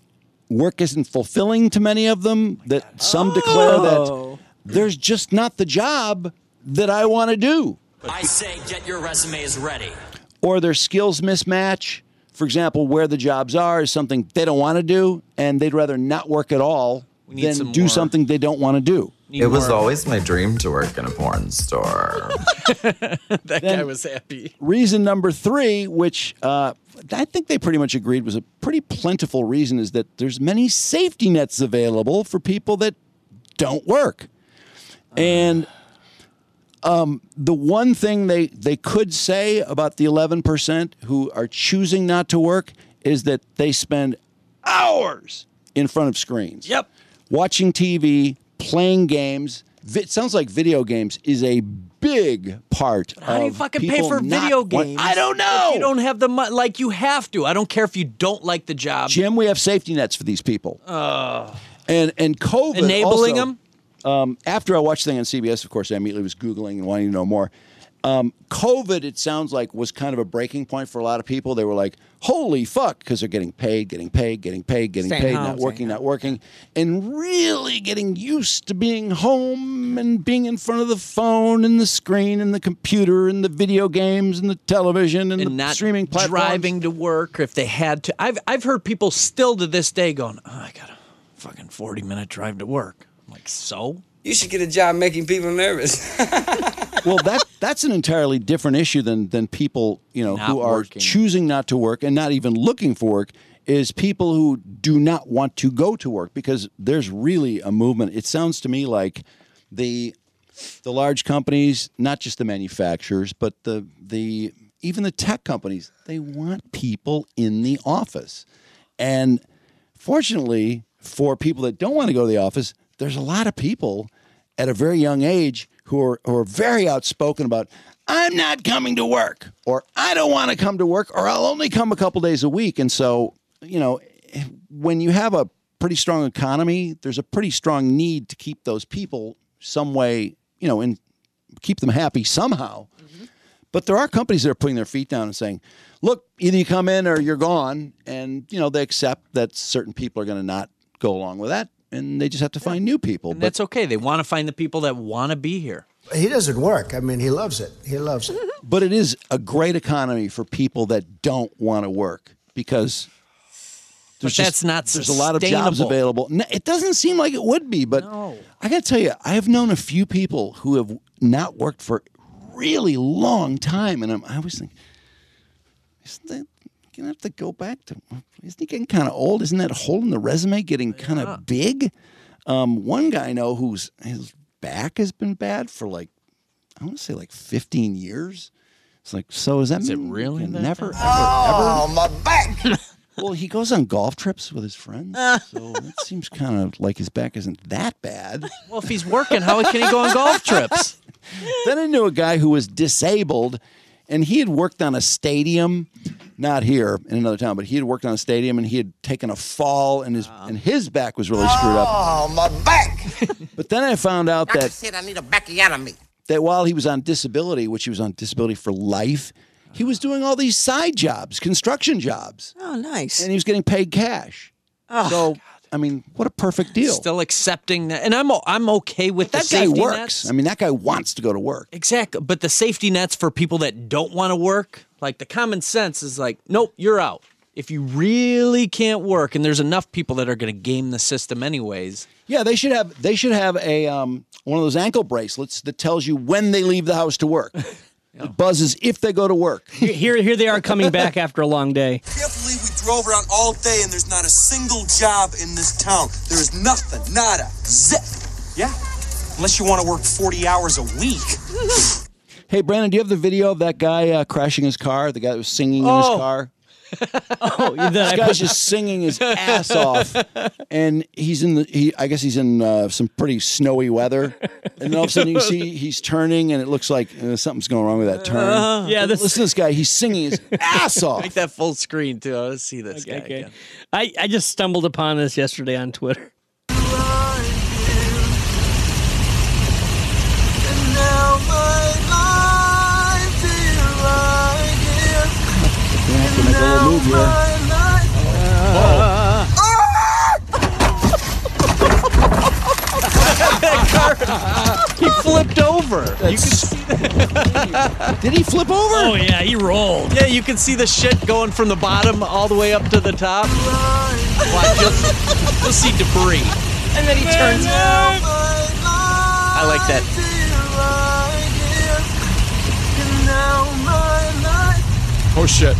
work isn't fulfilling to many of
Oh
them. That some declare that there's just not the job that I want to do,
I say get your resumes ready.
or their skills mismatch. For example, where the jobs are is something they don't want to do, and they'd rather not work at all
need
than
some
do
more.
something they don't want to do.
Need It was more.
always my dream to work in a porn store.
that guy was happy.
Reason number three, which uh, I think they pretty much agreed was a pretty plentiful reason, is that there's many safety nets available for people that don't work. And
Uh-huh.
um, the one thing they, they could say about the 11% who are choosing not to work is that they spend hours in front of screens. Yep. Watching TV, playing games. Vi- It sounds like video games is a big part
How do you
of
fucking pay
people
for
not
video
want-
games?
I don't know.
If you don't have the money. Like, you have to. I don't care if you don't like the job. Uh,
Jim, we have safety nets for these people.
Ugh.
And and COVID
Enabling
also,
'em?
Um, after I watched the thing on CBS, of course, I immediately was googling and wanting to know more. Um, COVID, it sounds like, was kind of a breaking point for a lot of people. They were like, holy fuck, because they're getting paid, getting paid, getting paid, getting
Staying
paid,
home,
not
staying
working, not working, and really getting used to being home and being in front of the phone and the screen and the computer and the video games and the television and, the
not
streaming platforms.
driving to work or if they had to. I've I've heard people still to this day going, oh, I got a fucking forty minute drive to work. I'm like, so
You should get a job making people nervous.
well, that that's an entirely different issue than than people you know who
Not
are
working.
choosing not to work and not even looking for work. Is people who do not want to go to work because there's really a movement. It sounds to me like the the large companies, not just the manufacturers, but the the even the tech companies, they want people in the office. And fortunately, for people that don't want to go to the office, there's a lot of people at a very young age who are who are very outspoken about I'm not coming to work or I don't want to come to work or I'll only come a couple days a week. And so, you know, when you have a pretty strong economy, there's a pretty strong need to keep those people some way, you know, and keep them happy somehow. But there are companies that are putting their feet down and saying, look, either you come in or you're gone. And, you know, they accept that certain people are going to not go along with that. And they just have to find new people.
and that's okay. They want to find the people that want to be here.
He doesn't work. I mean, he loves it. He loves it.
But it is a great economy for people that don't want to work because
But
there's just-
that's not
there's a lot of jobs
sustainable.
available. No, it doesn't seem like it would be, but I got to tell you, I have known a few people who have not worked for really long time, and I'm, I always think, isn't that gonna have to go back to? Isn't he getting kind of old? Isn't that hole in the resume getting kind of big? Um, one guy I know whose his back has been bad for like I want to say like 15 years. It's like, so is that is it really never? Ever,
Oh,
my back. well, he goes on golf trips with his friends, so that seems kind of like his back isn't that bad.
Well, if he's working, how can he go on golf trips?
then I knew a guy who was disabled, and he had worked on a stadium, not here in another town, but he had worked on a stadium, and he had taken a fall, and his and his back was really screwed up.
Oh, my back.
Oh.
But then I found out
Doctor
that
said I need a backiotomy.
that while he was on disability, which he was on disability for life, he was doing all these side jobs, construction jobs.
Oh, nice.
And he was getting paid cash.
Oh,
so, I mean, what a perfect deal.
Still accepting that, and I'm o- I'm okay with
that
the
guy
safety
works.
nets.
I mean, that guy wants to go to work.
Exactly. But the safety nets for people that don't want to work, like the common sense is like, nope, you're out. If you really can't work, and there's enough people that are going to game the system anyways,
Yeah, they should have they should have a um, one of those ankle bracelets that tells you when they leave the house to work. It buzzes if they go to work.
Here, here they are coming back after a long day.
We drove around all day and there's not a single job in this town. There is nothing, nada, zip. Yeah, unless you want to work 40 hours a week.
Hey, Brandon, do you have the video of that guy uh, crashing his car? The guy that was singing in his
Oh.
car.
oh,
this guy's just singing his ass off, and he's in the. He, I guess he's in uh, some pretty snowy weather, and then all of a sudden you see he's turning, and it looks like uh, something's going wrong with that turn.
Uh, yeah,
But
this-
listen to this guy. He's singing his ass off.
Make that full screen too. I want to see this guy
okay.
again.
I, I just stumbled upon this yesterday on Twitter.
And now my life is right here.
Gonna have to make a little move here.
My life.
he flipped over. you can see
that. Did he flip over?
Oh
yeah, he rolled.
Yeah, you can see the shit going from the bottom all the way up to the top. Watch, you'll, you'll see debris.
And then he turns.
I like that.
Oh shit.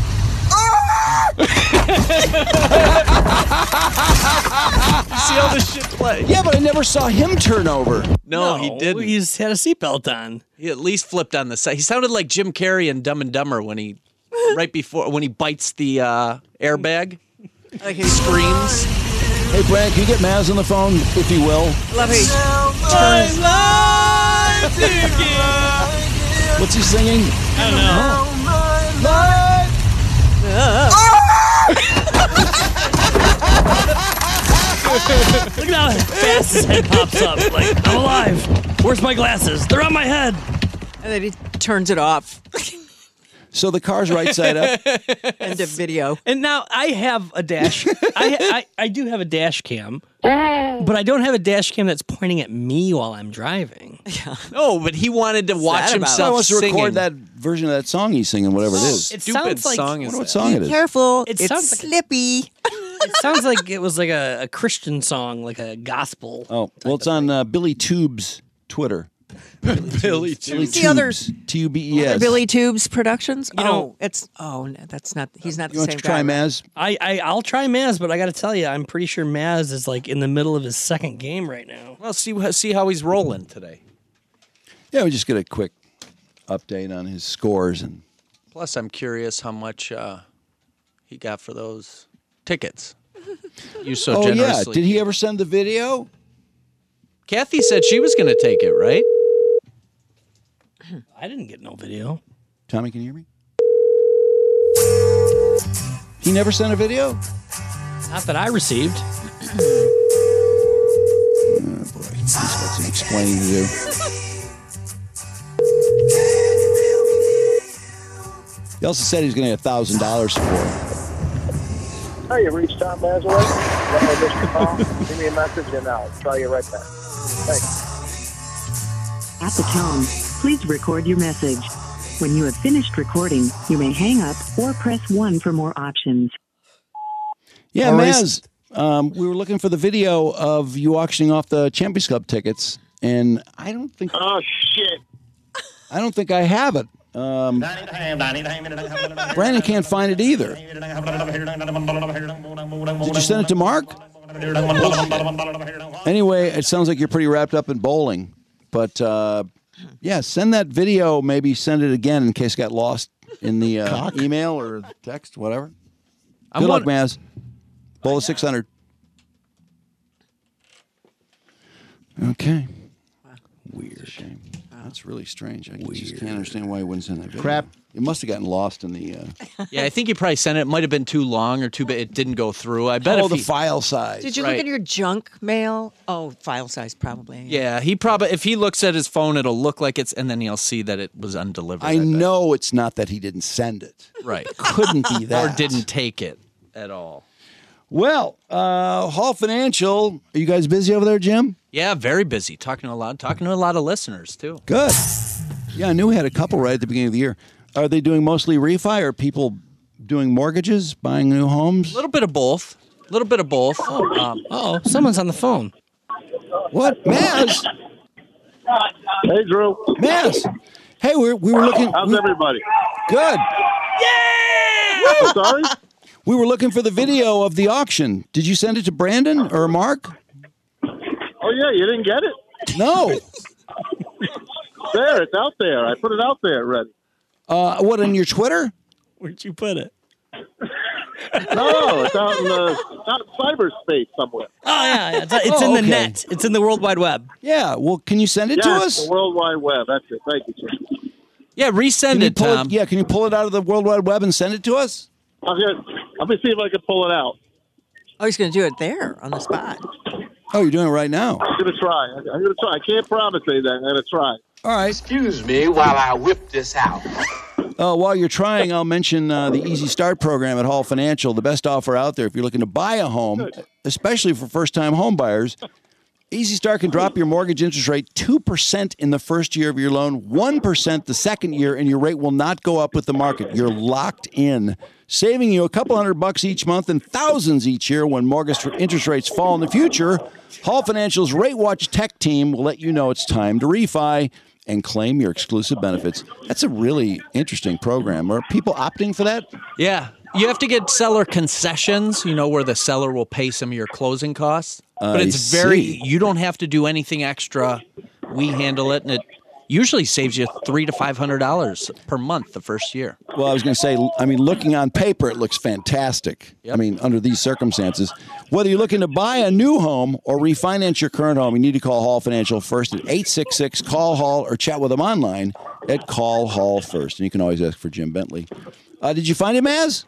See how this shit play.
Yeah, but I never saw him turn over.
No, he didn't.
He's had a seatbelt on.
He at least flipped on the side. He sounded like Jim Carrey in Dumb and Dumber when he, right before when he bites the uh, airbag. Like he screams.
Hey, Brad, can you get Maz on the phone, if you will?
Love it.
What's he singing? I don't know.
Look at how fast his head pops up. Like, I'm alive. Where's my glasses? They're on my head.
And then he turns it off.
So the car's right side up.
End of video.
And now I have a dash. I, I I do have a dash cam, but I don't have a dash cam that's pointing at me while I'm driving.
No, but he wanted to watch
I
himself
want to
singing.
record that version of that song he's singing, whatever it is.
It sounds like
song
is Wonder what that? song it is.
Careful,
It
it's
sounds like
slippy.
it sounds like it was like a, a Christian song, like a gospel.
Oh, well, it's on uh, Billy Tube's Twitter.
Billy
Who's the other-
T U B E S.
Billy Tubes Productions.
You
oh,
know-
it's oh, no, that's not. He's not
You
the
want
same
to try
guy.
Maz?
I, I I'll try Maz, but I got to tell you, I'm pretty sure Maz is like in the middle of his second game right now.
Well, see wh- see how he's rolling today.
Yeah, we just get a quick update on his scores and
Plus, I'm curious how much uh, he got for those tickets. You so
oh yeah,
generously.
did he ever send the video?
Kathy said she was going to take it, right?
I didn't get no video.
Tommy, can you hear me? He never sent a video.
Not that I received.
He's got some explaining to do. He also said he's going to get thousand dollars for it.
Hey, you reached Tom Masley. Let me miss your call. Leave me a message and I'll try you right back. Thanks.
At the tone, please record your message. When you have finished recording, you may hang up or press 1 for more options.
Yeah,
Or
Maz. Um, we were looking for the video of you auctioning off the Champions Club tickets, and I don't think.
Oh shit!
I don't think I have it. Um, Brandon can't find it either. Did you send it to Mark? Anyway, it sounds like you're pretty wrapped up in bowling, but uh, yeah, send that video. Maybe send it again in case it got lost in the uh, email or text, whatever.
I'm
Good luck,
wonder-
Maz. Bowl of six hundred. Okay. Weird. That's really strange. I just can't understand why he wouldn't send that video. Crap. It must have gotten lost in the. Uh,
Yeah, I think he probably sent it. It might have been too long or too big. It didn't go through. I bet
Oh,
if
the
he-
file size.
Did you
Right.
look at your junk mail? Oh, file size probably.
Yeah, he probably if he looks at his phone, it'll look like it's, and then he'll see that it was undelivered.
I know it's not that he didn't send it.
Right.
Couldn't be
Or
that.
didn't take it at all.
Well, uh, Hall Financial. Are you guys busy over there, Jim?
Yeah, very busy talking to a lot, talking to a lot of listeners too.
Good. Yeah, I knew we had a couple right at the beginning of the year. Are they doing mostly refi? Or people doing mortgages, buying new homes?
A little bit of both. A little bit of both. Um,
Oh, someone's on the phone.
What, Maz?
Hey, Drew.
Maz. Hey, we're, we were looking.
How's everybody?
Good.
I'm sorry.
We were looking for the video of the auction. Did you send it to Brandon or Mark?
Oh yeah, you didn't get it.
No.
There, it's out there. I put it out there already.
Uh, what on your Twitter?
Where'd you put it?
No, it's out in the it's out in cyberspace somewhere.
Oh yeah, yeah. it's, it's
Oh,
in the
okay.
net. It's in the World Wide Web.
Yeah. Well, can you send it to
Yes,
us?
The World Wide Web. That's it. Thank you. Sir.
Yeah, resend
Can you
it,
pull it-
Tom.
yeah, can you pull it out of the World Wide Web and send it to us?
I'm gonna let me see if I can pull it out.
Oh, he's going to do it there on the spot.
Oh, you're doing it right now.
I'm gonna try. I'm gonna try. I can't promise anything. I'm gonna try.
All right.
Excuse me while I whip this out.
Uh, while you're trying, I'll mention uh, the Easy Start program at Hall Financial, the best offer out there if you're looking to buy a home, especially for first time home buyers. Easy Start can drop your mortgage interest rate 2% in the first year of your loan, 1% the second year, and your rate will not go up with the market. You're locked in, saving you a couple hundred bucks each month and thousands each year when mortgage interest rates fall in the future. Hall Financial's Rate Watch tech team will let you know it's time to refi and claim your exclusive benefits. That's a really interesting program. Are people opting for that?
Yeah. You have to get seller concessions, you know, where the seller will pay some of your closing costs. But
I
it's very
see.
you don't have to do anything extra. We handle it and it usually saves you three to five hundred dollars per month the first year.
Well, I was going to say, I mean, looking on paper, it looks fantastic. I mean, under these circumstances, whether you're looking to buy a new home or refinance your current home, you need to call Hall Financial first at 866 Call Hall or chat with them online at Call Hall first. And you can always ask for Jim Bentley. Uh, did you find him, Maz?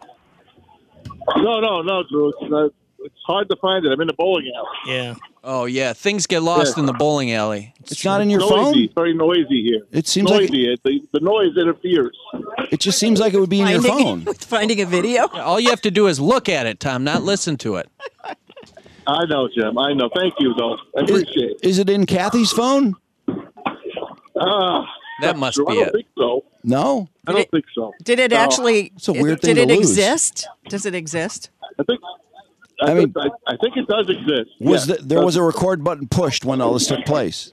No, no, no, Drew. It's, uh,
it's hard to find it. I'm in the bowling alley.
Yeah. Oh yeah, things get lost in the bowling alley. It's, not in your
noisy, It's very noisy here.
It seems like-
noisy. It, the, the noise interferes.
It just seems like it would be in your
Finding-
phone.
Finding a video.
All you have to do is look at it, Tom, not listen to it.
I know, Jim. I know. Thank you, though. I appreciate it.
Is it in Kathy's phone?
Ah,
that must
I
be
don't
it.
think so.
No.
I don't think so.
Did it
No.
actually?
Oh, It's a weird
Did
thing
it
to lose.
exist? Does it exist?
I,
I mean-
think, I, I think it does exist.
Was
Yes.
the, there was a record button pushed when all this took place?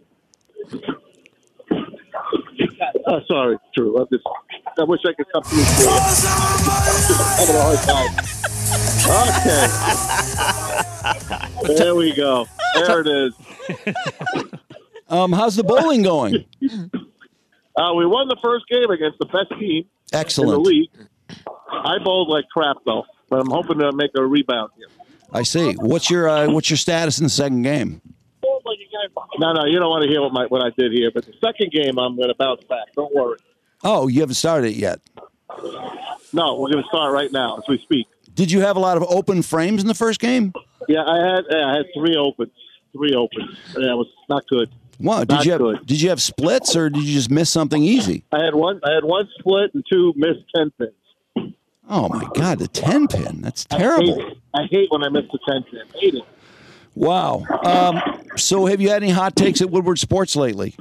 Uh, sorry, true. I, just, I wish I could come to you. Today. I'm having a hard time. Okay. There we go. There it is.
Um, how's the bowling going?
Uh, we won the first game against the best team in
Excellent.
the league. I bowled like crap though, but I'm hoping to make a rebound. Here.
I see. What's your uh, what's your status in the second game?
No, no, you don't want to hear what my what I did here. But the second game, I'm going to bounce back. Don't worry.
Oh, you haven't started it yet.
No, we're going to start right now as we speak.
Did you have a lot of open frames in the first game?
Yeah, I had yeah, I had three opens, three opens. Yeah, it was not good.
What
Not
did you have?
good.
Did you have splits or did you just miss something easy?
I had one. I had one split and two missed ten pins.
Oh my God, the ten pin. That's
I
terrible.
hate, it. I hate when I miss the ten pin. I hate it.
Wow. Um, so have you had any hot takes at Woodward Sports lately?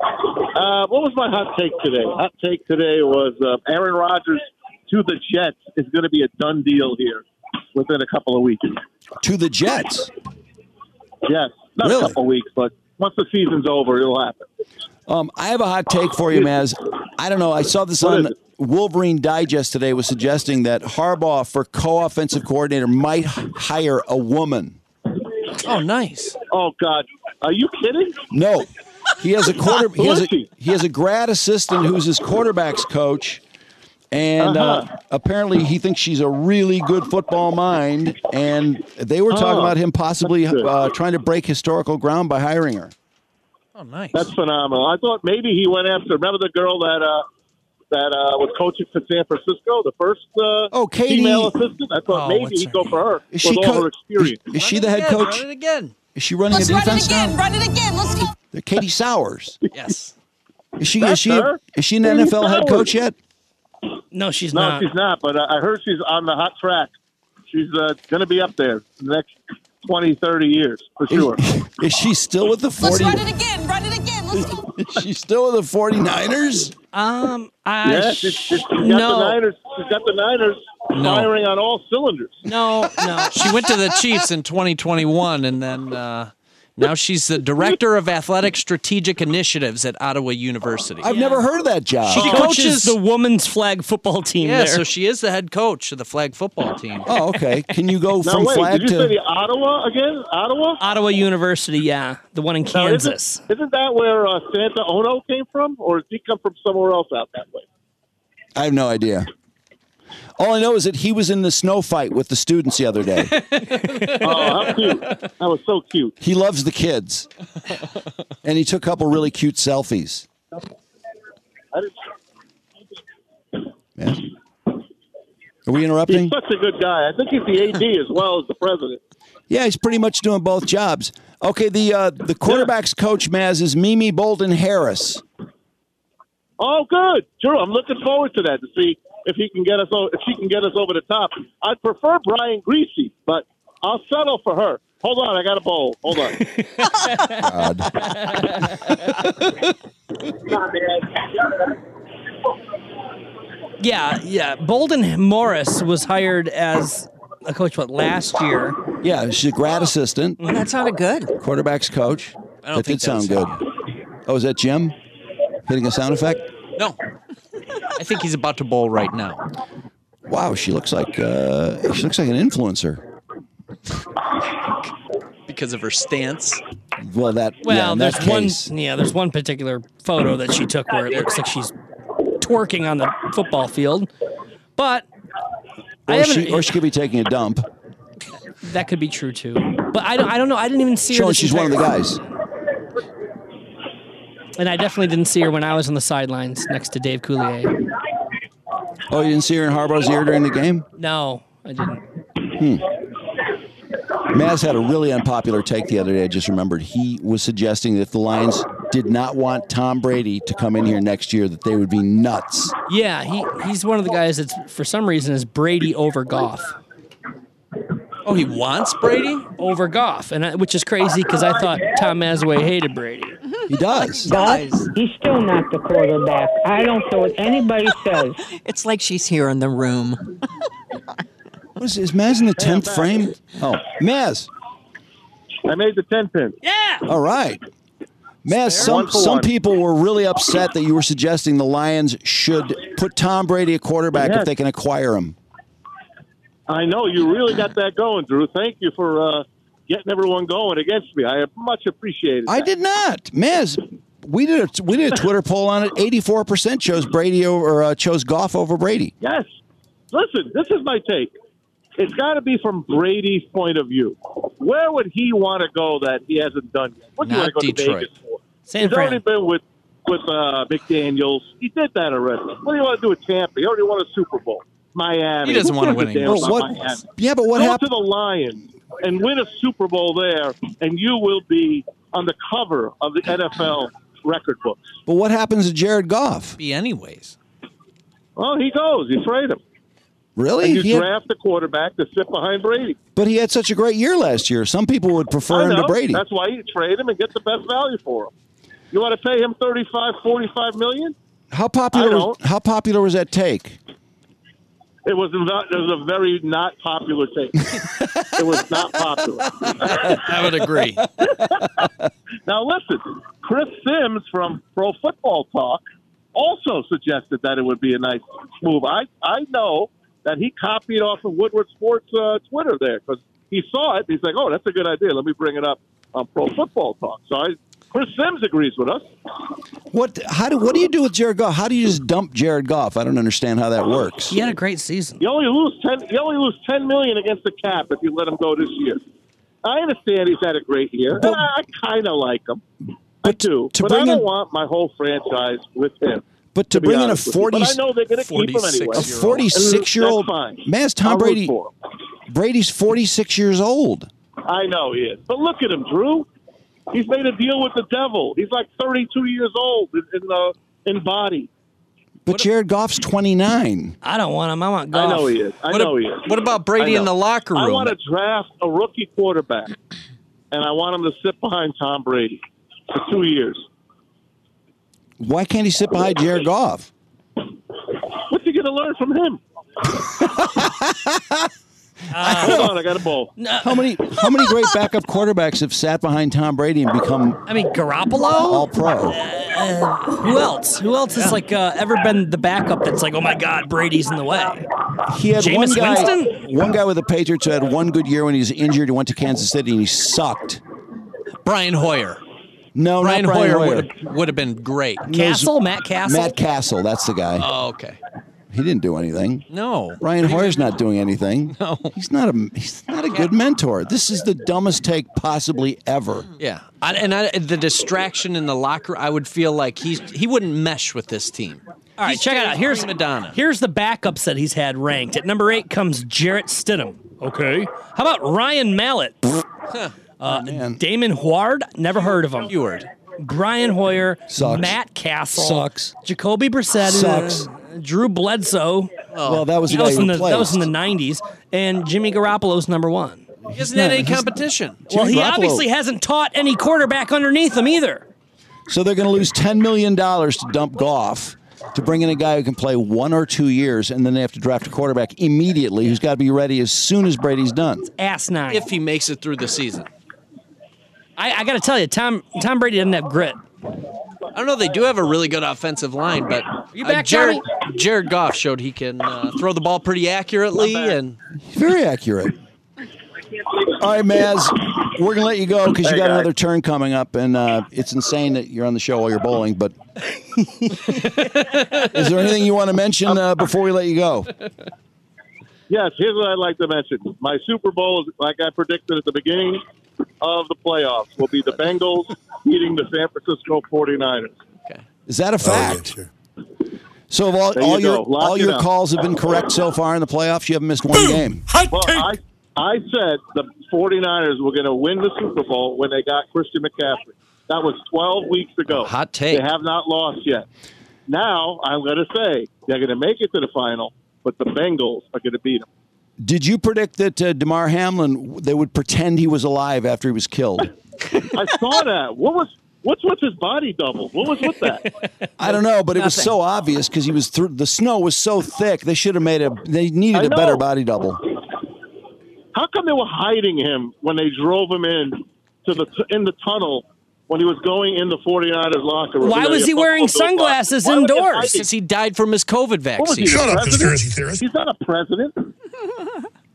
Uh, what was my hot take today? Hot take today was uh, Aaron Rodgers to the Jets is going to be a done deal here within a couple of weeks.
To the Jets.
Yes, not a couple of weeks, but once the season's over, it'll happen.
Um, I have a hot take for you, Maz. I don't know. I saw this on Wolverine Digest today was suggesting that Harbaugh for co-offensive coordinator might h- hire a woman.
Oh, nice.
Oh God, are you kidding?
No, Oh, he has a quarter. He has a, he has a grad assistant who's his quarterbacks coach, and uh
Uh-huh.
apparently he thinks she's a really good football mind. And they were talking
Oh,
about him possibly
that's good.
uh, trying to break historical ground by hiring her.
Oh, nice.
That's phenomenal. I thought maybe he went after. Remember the girl that uh, that uh, was coaching for San Francisco, the first uh, oh,
Katie-
female assistant. I thought
Oh,
maybe
what's
he'd go for her
Is
with
she
all
co-
her experience.
Is she the head coach?
again.
Is she running
Let's
a
run
defense
it again.
now?
Run it again. Let's go.
They're Katie Sowers.
Yes.
Is she
That's
is she
her.
is she an
Katie
NFL head
Sowers.
coach yet?
No, she's
no,
not.
she's not. But uh, I heard she's on the hot track. She's uh, going to be up there in the next 20, 30 years for sure.
Is she still with the
Let's
40
run it again. Run it again. Let's go.
Is she still with the 49ers?
Um,
Uh,
I
yeah, she's, she's got
no.
the Niners. She's got the Niners
No.
firing on all cylinders.
No, no.
She went to the Chiefs in 2021, and then uh, now she's the director of athletic strategic initiatives at Ottawa University.
I've never heard of that job.
She coaches the
women's flag football team.
Yeah,
there.
so she is the head coach of the flag football team.
Oh, okay. Can you go
Now
from
wait,
flag
did you say
to
the Ottawa again? Ottawa?
Ottawa University, yeah, the one in
Now, isn't-
Kansas.
Isn't, that where uh, Santa Ono came from, or does he come from somewhere else out that way?
I have no idea. All I know is that he was in the snow fight with the students the other day.
Oh, how cute! That was so cute.
he loves the kids. And he took a couple really cute selfies.
I didn't-
Yeah. Are we interrupting?
He's such a good guy. I think he's the AD as well as the president.
Yeah, he's pretty much doing both jobs. Okay, the uh, the quarterback's coach Maz is Mimi Bolden Harris.
Oh, good. Sure, I'm looking forward to that to see if he can get us. O- if she can get us over the top. I'd prefer Brian Greasy, but I'll settle for her. Hold on, I got a bowl. Hold on.
Yeah, yeah. Bolden Morris was hired as a coach what last year.
Yeah, she's a grad assistant,
Oh. Well, that sounded good.
quarterback's coach.
I don't
that
think
did sound
that
good. Oh, is that Jim hitting a sound effect?
No. I think he's about to bowl right now.
Wow, she looks like uh, she looks like an influencer.
Because of her stance.
Well, that yeah,
Well,
in
there's
that
one.
case,
Yeah, there's one particular photo that she took where it looks like she's twerking on the football field, but I
or,
haven't.
she, or she could be taking a dump,
that could be true too. But I don't. I don't know. I didn't even see her.
showing
this
she's one of the
entire-
guys.
And I definitely didn't see her when I was on the sidelines next to Dave Coulier.
Oh, you didn't see her in Harbaugh's ear during the game?
No, I didn't.
Hmm. Maz had a really unpopular take the other day. I just remembered he was suggesting that if the Lions did not want Tom Brady to come in here next year, that they would be nuts.
Yeah, he, he's one of the guys that's for some reason is Brady over Goff.
Oh, he wants Brady
over Goff, and I, which is crazy because I thought Tom Masway hated Brady.
He does.
But he's still not the quarterback. I don't care what anybody says.
It's like she's here in the room.
What is, is Maz in the tenth frame? Oh, Maz.
I made the ten pin.
Yeah.
All right. Maz, some
One for
some
one.
people were really upset that you were suggesting the Lions should put Tom Brady a quarterback if
Yes.
they can acquire him.
I know you really got that going, Drew. Thank you for uh, getting everyone going against me. I much appreciate it.
I did not, Maz. We did a we did a Twitter poll on it. Eighty four percent chose Brady over uh, chose Goff over Brady.
Yes. Listen, this is my take. It's got to be from Brady's point of view. Where would he want to go that he hasn't done yet? What do you
Not
want to go
Detroit.
to Vegas for?
San
He's
Fran.
already been with with uh, McDaniel's. He did that already. What do you want to do with Tampa? He already won a Super Bowl.
He
Miami.
doesn't
Who
wanna
gives a
win
damn
anymore.
about
What-
Miami?
yeah, but what
go
happened-
to the Lions and win a Super Bowl there, and you will be on the cover of the NFL record books.
But what happens to Jared Goff?
Be anyways.
Well, Oh, he goes. You trade him.
Really?
And you
He had-
draft a quarterback to sit behind Brady.
but he had such a great year last year. Some people would
I
prefer him to
know.
Brady.
That's why you trade him and get the best value for him. You want to pay him 35, 45 million?
How
I
popular? Was,
don't.
how popular was that take?
It was, not, it was a very not popular take. it was not popular.
I would agree.
Now, listen, Chris Sims from Pro Football Talk also suggested that it would be a nice move. I, I know that he copied off of Woodward Sports uh, Twitter there because he saw it. He's like, oh, that's a good idea. Let me bring it up on Pro Football Talk. So I, Chris Sims agrees with us.
What? How do? What do you do with Jared Goff? How do you just dump Jared Goff? I don't understand how that works.
He had a great season.
You only lose ten. You only lose ten million against the cap if you let him go this year. I understand he's had a great year, and I, I kind of like him. I do,
to
but
bring
I don't
in-
want my whole franchise with him.
But to
be
bring in a
honest with you.
40
but I know they're going to keep him anyway.
A 46 year old
That's fine.
man's
I'll
Tom
root
Brady.
for him.
Brady's 46 years old.
I know he is, but look at him, Drew. He's made a deal with the devil. He's like 32 years old in, in the in body.
But Jared Goff's 29.
I don't want him. I want
I
Goff.
know he is. I
What
know
ab-
he is.
what about Brady
I know.
in the locker
I
room?
want to draft a rookie quarterback, and I want him to sit behind Tom Brady for two years.
Why can't he sit behind Jared Goff?
What's he going to learn from him? Hold on, I got a ball.
How many how many great backup quarterbacks have sat behind Tom Brady and become
I mean, Garoppolo.
all pro?
Uh, Who else? Who else has like uh, ever been the backup? That's like, oh my God, Brady's in the way.
He had
Jameis
one guy,
Winston?
one guy with the Patriots who had one good year when he was injured. He went to Kansas City and he sucked.
Brian Hoyer.
No,
Brian,
not Brian
Hoyer,
Hoyer.
would have would have been great.
No,
Castle, Matt Castle.
Matt Castle, that's the guy.
Oh, okay.
He didn't do anything.
No.
Brian Hoyer's not doing anything. No. He's not a he's not a good mentor. This is the dumbest take possibly ever.
Yeah, I, and I, the distraction in the locker, I would feel like he's he wouldn't mesh with this team.
All right, check it out. Here's
Madonna.
Here's the backups that he's had ranked. At number eight comes Jarrett Stidham. Okay. How about Ryan Mallett?
Oh,
Uh, Damon Huard, never heard of him. Heward. Brian Hoyer,
Sucks.
Matt Castle,
Sucks.
Jacoby Brissett,
Sucks. Oh.
uh, Drew Bledsoe.
Well, that was the
that
guy
was
he
in the that was
replaced.
in the '90s, and Jimmy Garoppolo's number one.
He hasn't had any competition.
well,
Jimmy
he
Garoppolo-
obviously hasn't taught any quarterback underneath him either.
So they're going to lose $10 million to dump Goff to bring in a guy who can play one or two years, and then they have to draft a quarterback immediately who's got to be ready as soon as Brady's done.
Ass nine.
If he makes it through the season,
I, I got to tell you, Tom Tom Brady doesn't have grit.
I don't know. They do have a really good offensive line, but uh,
you back,
Jared,
Johnny?
Jared Goff showed he can uh, throw the ball pretty accurately, and
Very accurate. All right, Maz, we're going to let you go because you got another turn coming up, and uh, it's insane that you're on the show while you're bowling. But is there anything you want to mention uh, before we let you go?
Yes, here's what I'd like to mention. My Super Bowl, is like I predicted at the beginning of the playoffs, will be the Bengals beating the San Francisco 49ers.
Is that a fact? So, of all,
Oh, There
all
you
your
go. Lock
all
it
your
up.
calls have been correct so far in the playoffs. You haven't missed one game.
Well, I, I said the 49ers were going to win the Super Bowl when they got Christian McCaffrey. That was 12 weeks ago.
Hot take.
They have not lost yet. Now I'm going to say they're going to make it to the final, but the Bengals are going to beat them.
Did you predict that uh, Damar Hamlin they would pretend he was alive after he was killed?
I saw that. What was what's with his body double? What was with that?
I don't know, but it was so obvious because he was through the snow was so thick. They should have made a. They needed
I
a better
know.
body double.
How come they were hiding him when they drove him in to the in the tunnel when he was going in the 49ers locker room?
Why
You know,
was he
your
wearing
football field box.
sunglasses
Why would they
indoors?
hide him?
Since he died from his COVID
What
vaccine.
was he, the president? He's not a president.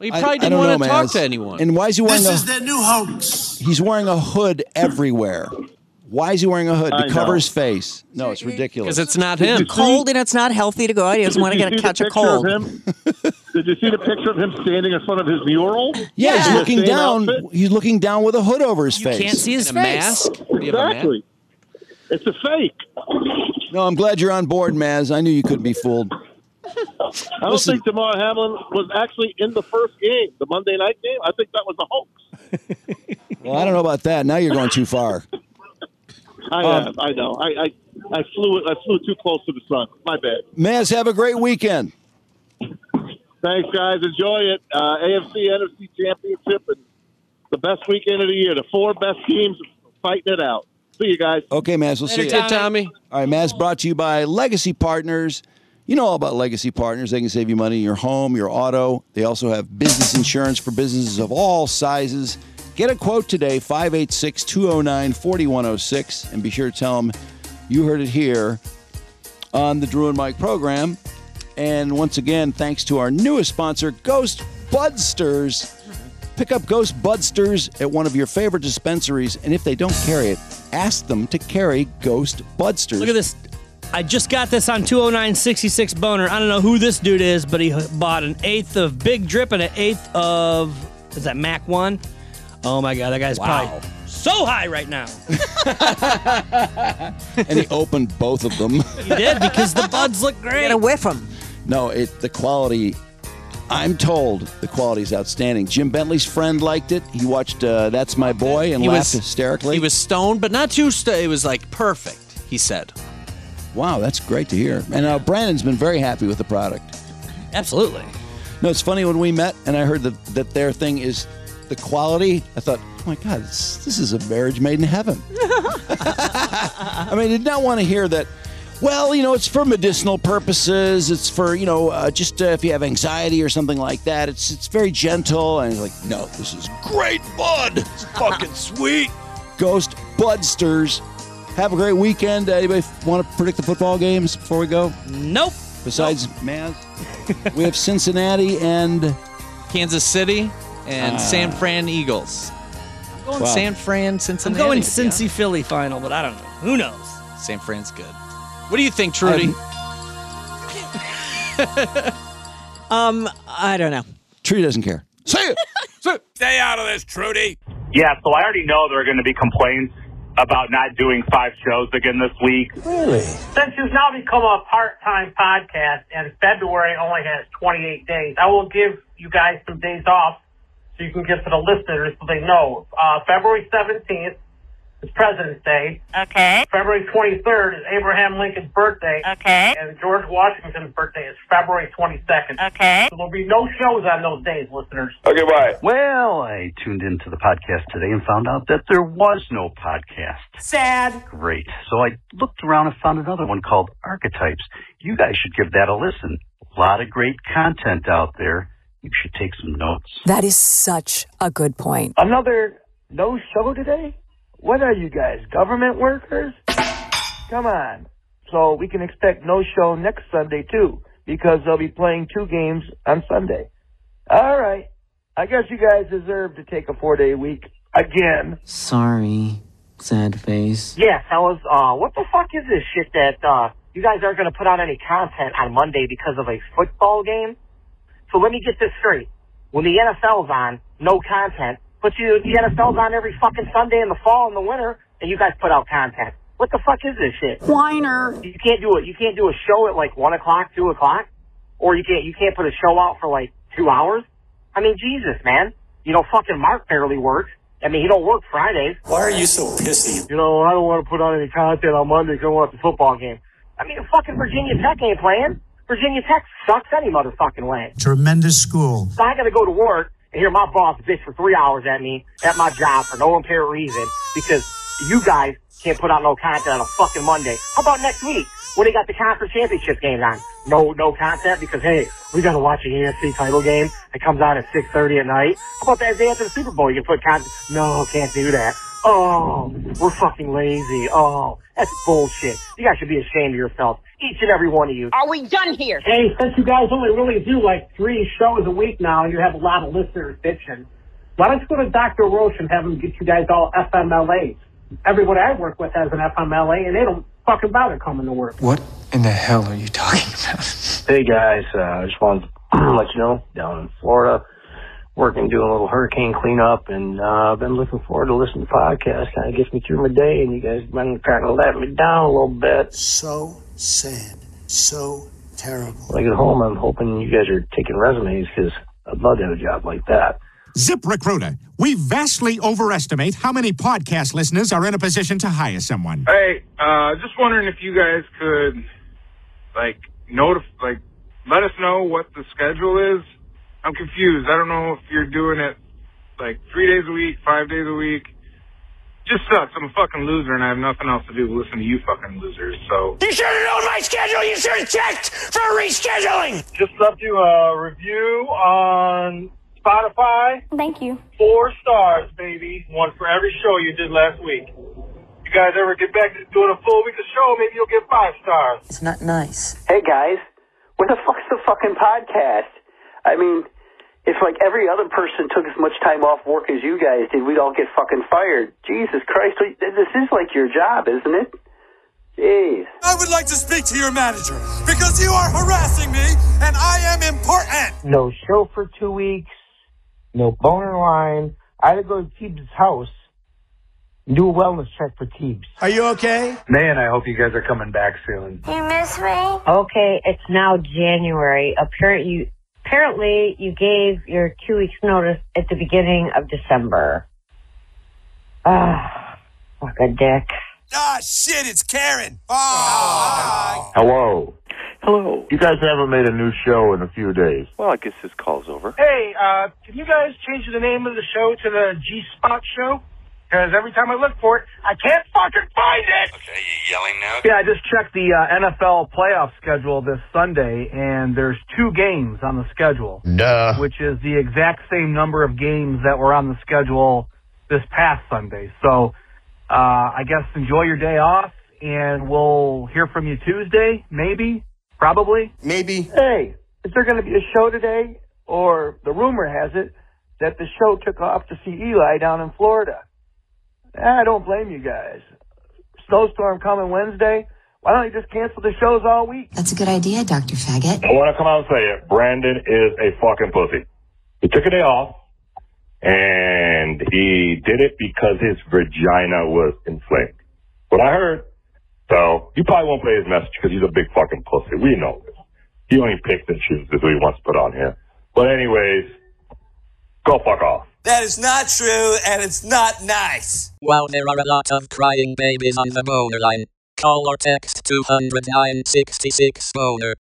He
I-
probably
I
didn't
don't
want
know,
to
man.
talk
It's-
to anyone.
And why is he wearing?
This
a,
is their new hoax.
he's wearing a hood everywhere. Why is he wearing a hood
I
to cover
know.
his face? No, it's ridiculous.
'Cause it's not
It's cold and it's not healthy to go out. He doesn't
Did
want to
you
get
see
a
the
catch a
picture
cold.
of him? Did you see the picture of him standing in front of his mural?
Yeah,
In
he's
the
looking
same
down.
outfit?
He's looking down with a hood over his face.
can't see his
And a face. mask? Do you have a mask?
Exactly. It's a fake.
No, I'm glad you're on board, Maz. I knew you couldn't be fooled.
I don't
Listen.
think Damar Hamlin was actually in the first game, the Monday night game. I think that was a hoax.
Well, I don't know about that. Now you're going too far.
I,
Um,
have, I know. I, I, I flew I flew too close to the sun. My bad.
Maz, have a great weekend.
Thanks, guys. Enjoy it. Uh, AFC NFC Championship and the best weekend of the year. The four best teams fighting it out. See you guys.
Okay, Maz, we'll see you.
Later, Tommy.
All right, Maz brought to you by Legacy Partners. You know all about Legacy Partners. They can save you money in your home, your auto. They also have business insurance for businesses of all sizes. Get a quote today, 586 209 4106, and be sure to tell them you heard it here on the Drew and Mike program. And once again, thanks to our newest sponsor, Ghost Budsters. Pick up Ghost Budsters at one of your favorite dispensaries, and if they don't carry it, ask them to carry Ghost Budsters.
Look at this. I just got this on 20966 Boner. I don't know who this dude is, but he h- bought an eighth of Big Drip and an eighth of, is that Mac 1? Oh my God, that guy's
Wow.
probably so high right now.
and he opened both of them.
He did because the buds look great. Gotta
whiff them.
No, it the quality. I'm told the quality is outstanding. Jim Bentley's friend liked it. He watched uh, "That's My Boy" and
He
laughed
was-
hysterically.
He was stoned, but not too st- It was like perfect, he said.
wow, that's great to hear. And uh, Brandon's been very happy with the product.
Absolutely.
No, it's funny when we met and I heard that that their thing is the quality. I thought, oh my god, this, this is a marriage made in heaven. I mean, I did not want to hear that. Well, you know, it's for medicinal purposes. It's for you know, uh, just uh, if you have anxiety or something like that. It's it's very gentle and like, no, this is Great bud. It's fucking sweet. Ghost Budsters. Have a great weekend. Anybody want to predict the football games before we go?
Nope.
Besides Maz, we have Cincinnati and
Kansas City and
Ah.
San Fran Eagles. I'm going
Wow.
San Fran, Cincinnati.
I'm going
to be
Cincy Philly final, but I don't know. Who knows?
honest. San Fran's good. What do you think, Trudy?
Um, I don't know.
Tree doesn't care.
Stay out of this, Trudy.
Yeah, so I already know there are going to be complaints about not doing five shows again this week.
Really?
Since you've now become a part-time podcast and February only has 28 days, I will give you guys some days off so you can give to the listeners so they know. Uh, February 17th is President's Day. Okay. February 23rd is Abraham Lincoln's birthday. Okay. And George Washington's birthday is February 22nd. Okay. So there'll be no shows on those days, listeners.
Okay, bye. Well, I tuned into the podcast today and found out that there was no podcast.
Sad.
Great. So I looked around and found another one called Archetypes. You guys should give that a listen. A lot of great content out there. You should take some notes.
That is such a good point.
Another
No show today? What are you guys, government workers? Come on. So we can expect no show next Sunday, too, because they'll be playing two games on Sunday. All right. I guess you guys deserve to take a four day week again.
Sorry, sad face.
Yeah, fellas, uh, what the fuck is this shit that, uh, you guys aren't gonna put out any content on Monday because of a football game? So let me get this straight. When the NFL's on, no content, but you, the NFL's on every fucking Sunday in the fall and the winter, and you guys put out content. What the fuck is this shit?
Whiner.
You can't do it. You can't do a show at like one o'clock, two o'clock, or you can't, you can't put a show out for like two hours. I mean, Jesus, man. You know, fucking Mark barely works. I mean, he don't work Fridays.
Why are you so pissy?
You know, I don't want to put on any content on Monday because I want the football game. I mean, fucking Virginia Tech ain't playing. Virginia Tech sucks any motherfucking way.
Tremendous school.
So I got to go to work and hear my boss bitch for three hours at me at my job for no apparent reason because you guys can't put out no content on a fucking Monday. How about next week when they got the conference championship game on? No, no content because hey, we got to watch the AFC title game. It comes on at six thirty at night. How about that day after the Super Bowl? You can put content. No, can't do that. Oh, we're fucking lazy. Oh, that's bullshit. You guys should be ashamed of yourself. Each and every one of you.
Are we done here?
Hey, since you guys only really do like three shows a week now, you have a lot of listeners bitching. Why don't you go to Dr. Roche and have him get you guys all FMLAs? Everyone I work with has an FMLA, and they don't fucking bother coming to work.
What in the hell are you talking about?
Hey guys, uh, I just wanted to let you know down in Florida, working doing a little hurricane cleanup, and uh, I've been looking forward to listening to the podcast. Kind of gets me through my day, and you guys been kind of letting me down a little bit.
So sad. So terrible.
When I get home, I'm hoping you guys are taking resumes because I'd love to have a job like that.
ZipRecruiter. We vastly overestimate how many podcast listeners are in a position to hire someone.
Hey, uh, just wondering if you guys could, like, notif- like, let us know what the schedule is. I'm confused. I don't know if you're doing it, like, three days a week, five days a week. Just sucks. I'm a fucking loser and I have nothing else to do but listen to you fucking losers, so.
You should have known my schedule. You should have checked for rescheduling.
Just left you a review on Spotify.
Thank you.
Four stars, baby. One for every show you did last week. You guys ever get back to doing a full week of show, maybe you'll get five stars.
It's not nice.
Hey guys, where the fuck's the fucking podcast? I mean, if like every other person took as much time off work as you guys did, we'd all get fucking fired. Jesus Christ, th- this is like your job, isn't it? Jeez.
I would like to speak to your manager because you are harassing me and I am important.
No show for two weeks. No boner line. I had to go to Teebs' house and do a wellness check for Teebs.
Are you okay?
Man, I hope you guys are coming back soon.
You miss me?
Okay, it's now January. Apparently, you, apparently you gave your two weeks notice at the beginning of December. Ah, fuck a dick.
Ah, shit, it's Karen. oh.
Hello.
Hello.
You guys haven't made a new show in a few days.
Well, I guess this call's over.
Hey, uh, can you guys change the name of the show to the G Spot Show? Because every time I look for it, I can't fucking find it.
Okay, you yelling now?
Yeah, I just checked the uh, NFL playoff schedule this Sunday, and there's two games on the schedule,
Duh.
which is the exact same number of games that were on the schedule this past Sunday. So, uh, I guess enjoy your day off, and we'll hear from you Tuesday, maybe, probably.
Maybe.
Hey, is there going to be a show today? Or the rumor has it that the show took off to see Eli down in Florida. I don't blame you guys. Snowstorm coming Wednesday. Why don't you just cancel the shows all week?
That's a good idea, Dr. Faggot.
I want to come out and say it. Brandon is a fucking pussy. He took a day off, and he did it because his vagina was inflamed. What I heard. So you probably won't play his message because he's a big fucking pussy. We know this. He only picks and chooses who he wants to put on here. But anyways, go fuck off.
That is not true and it's not nice.
Wow, there are a lot of crying babies on the boner line. Call or text 200 boner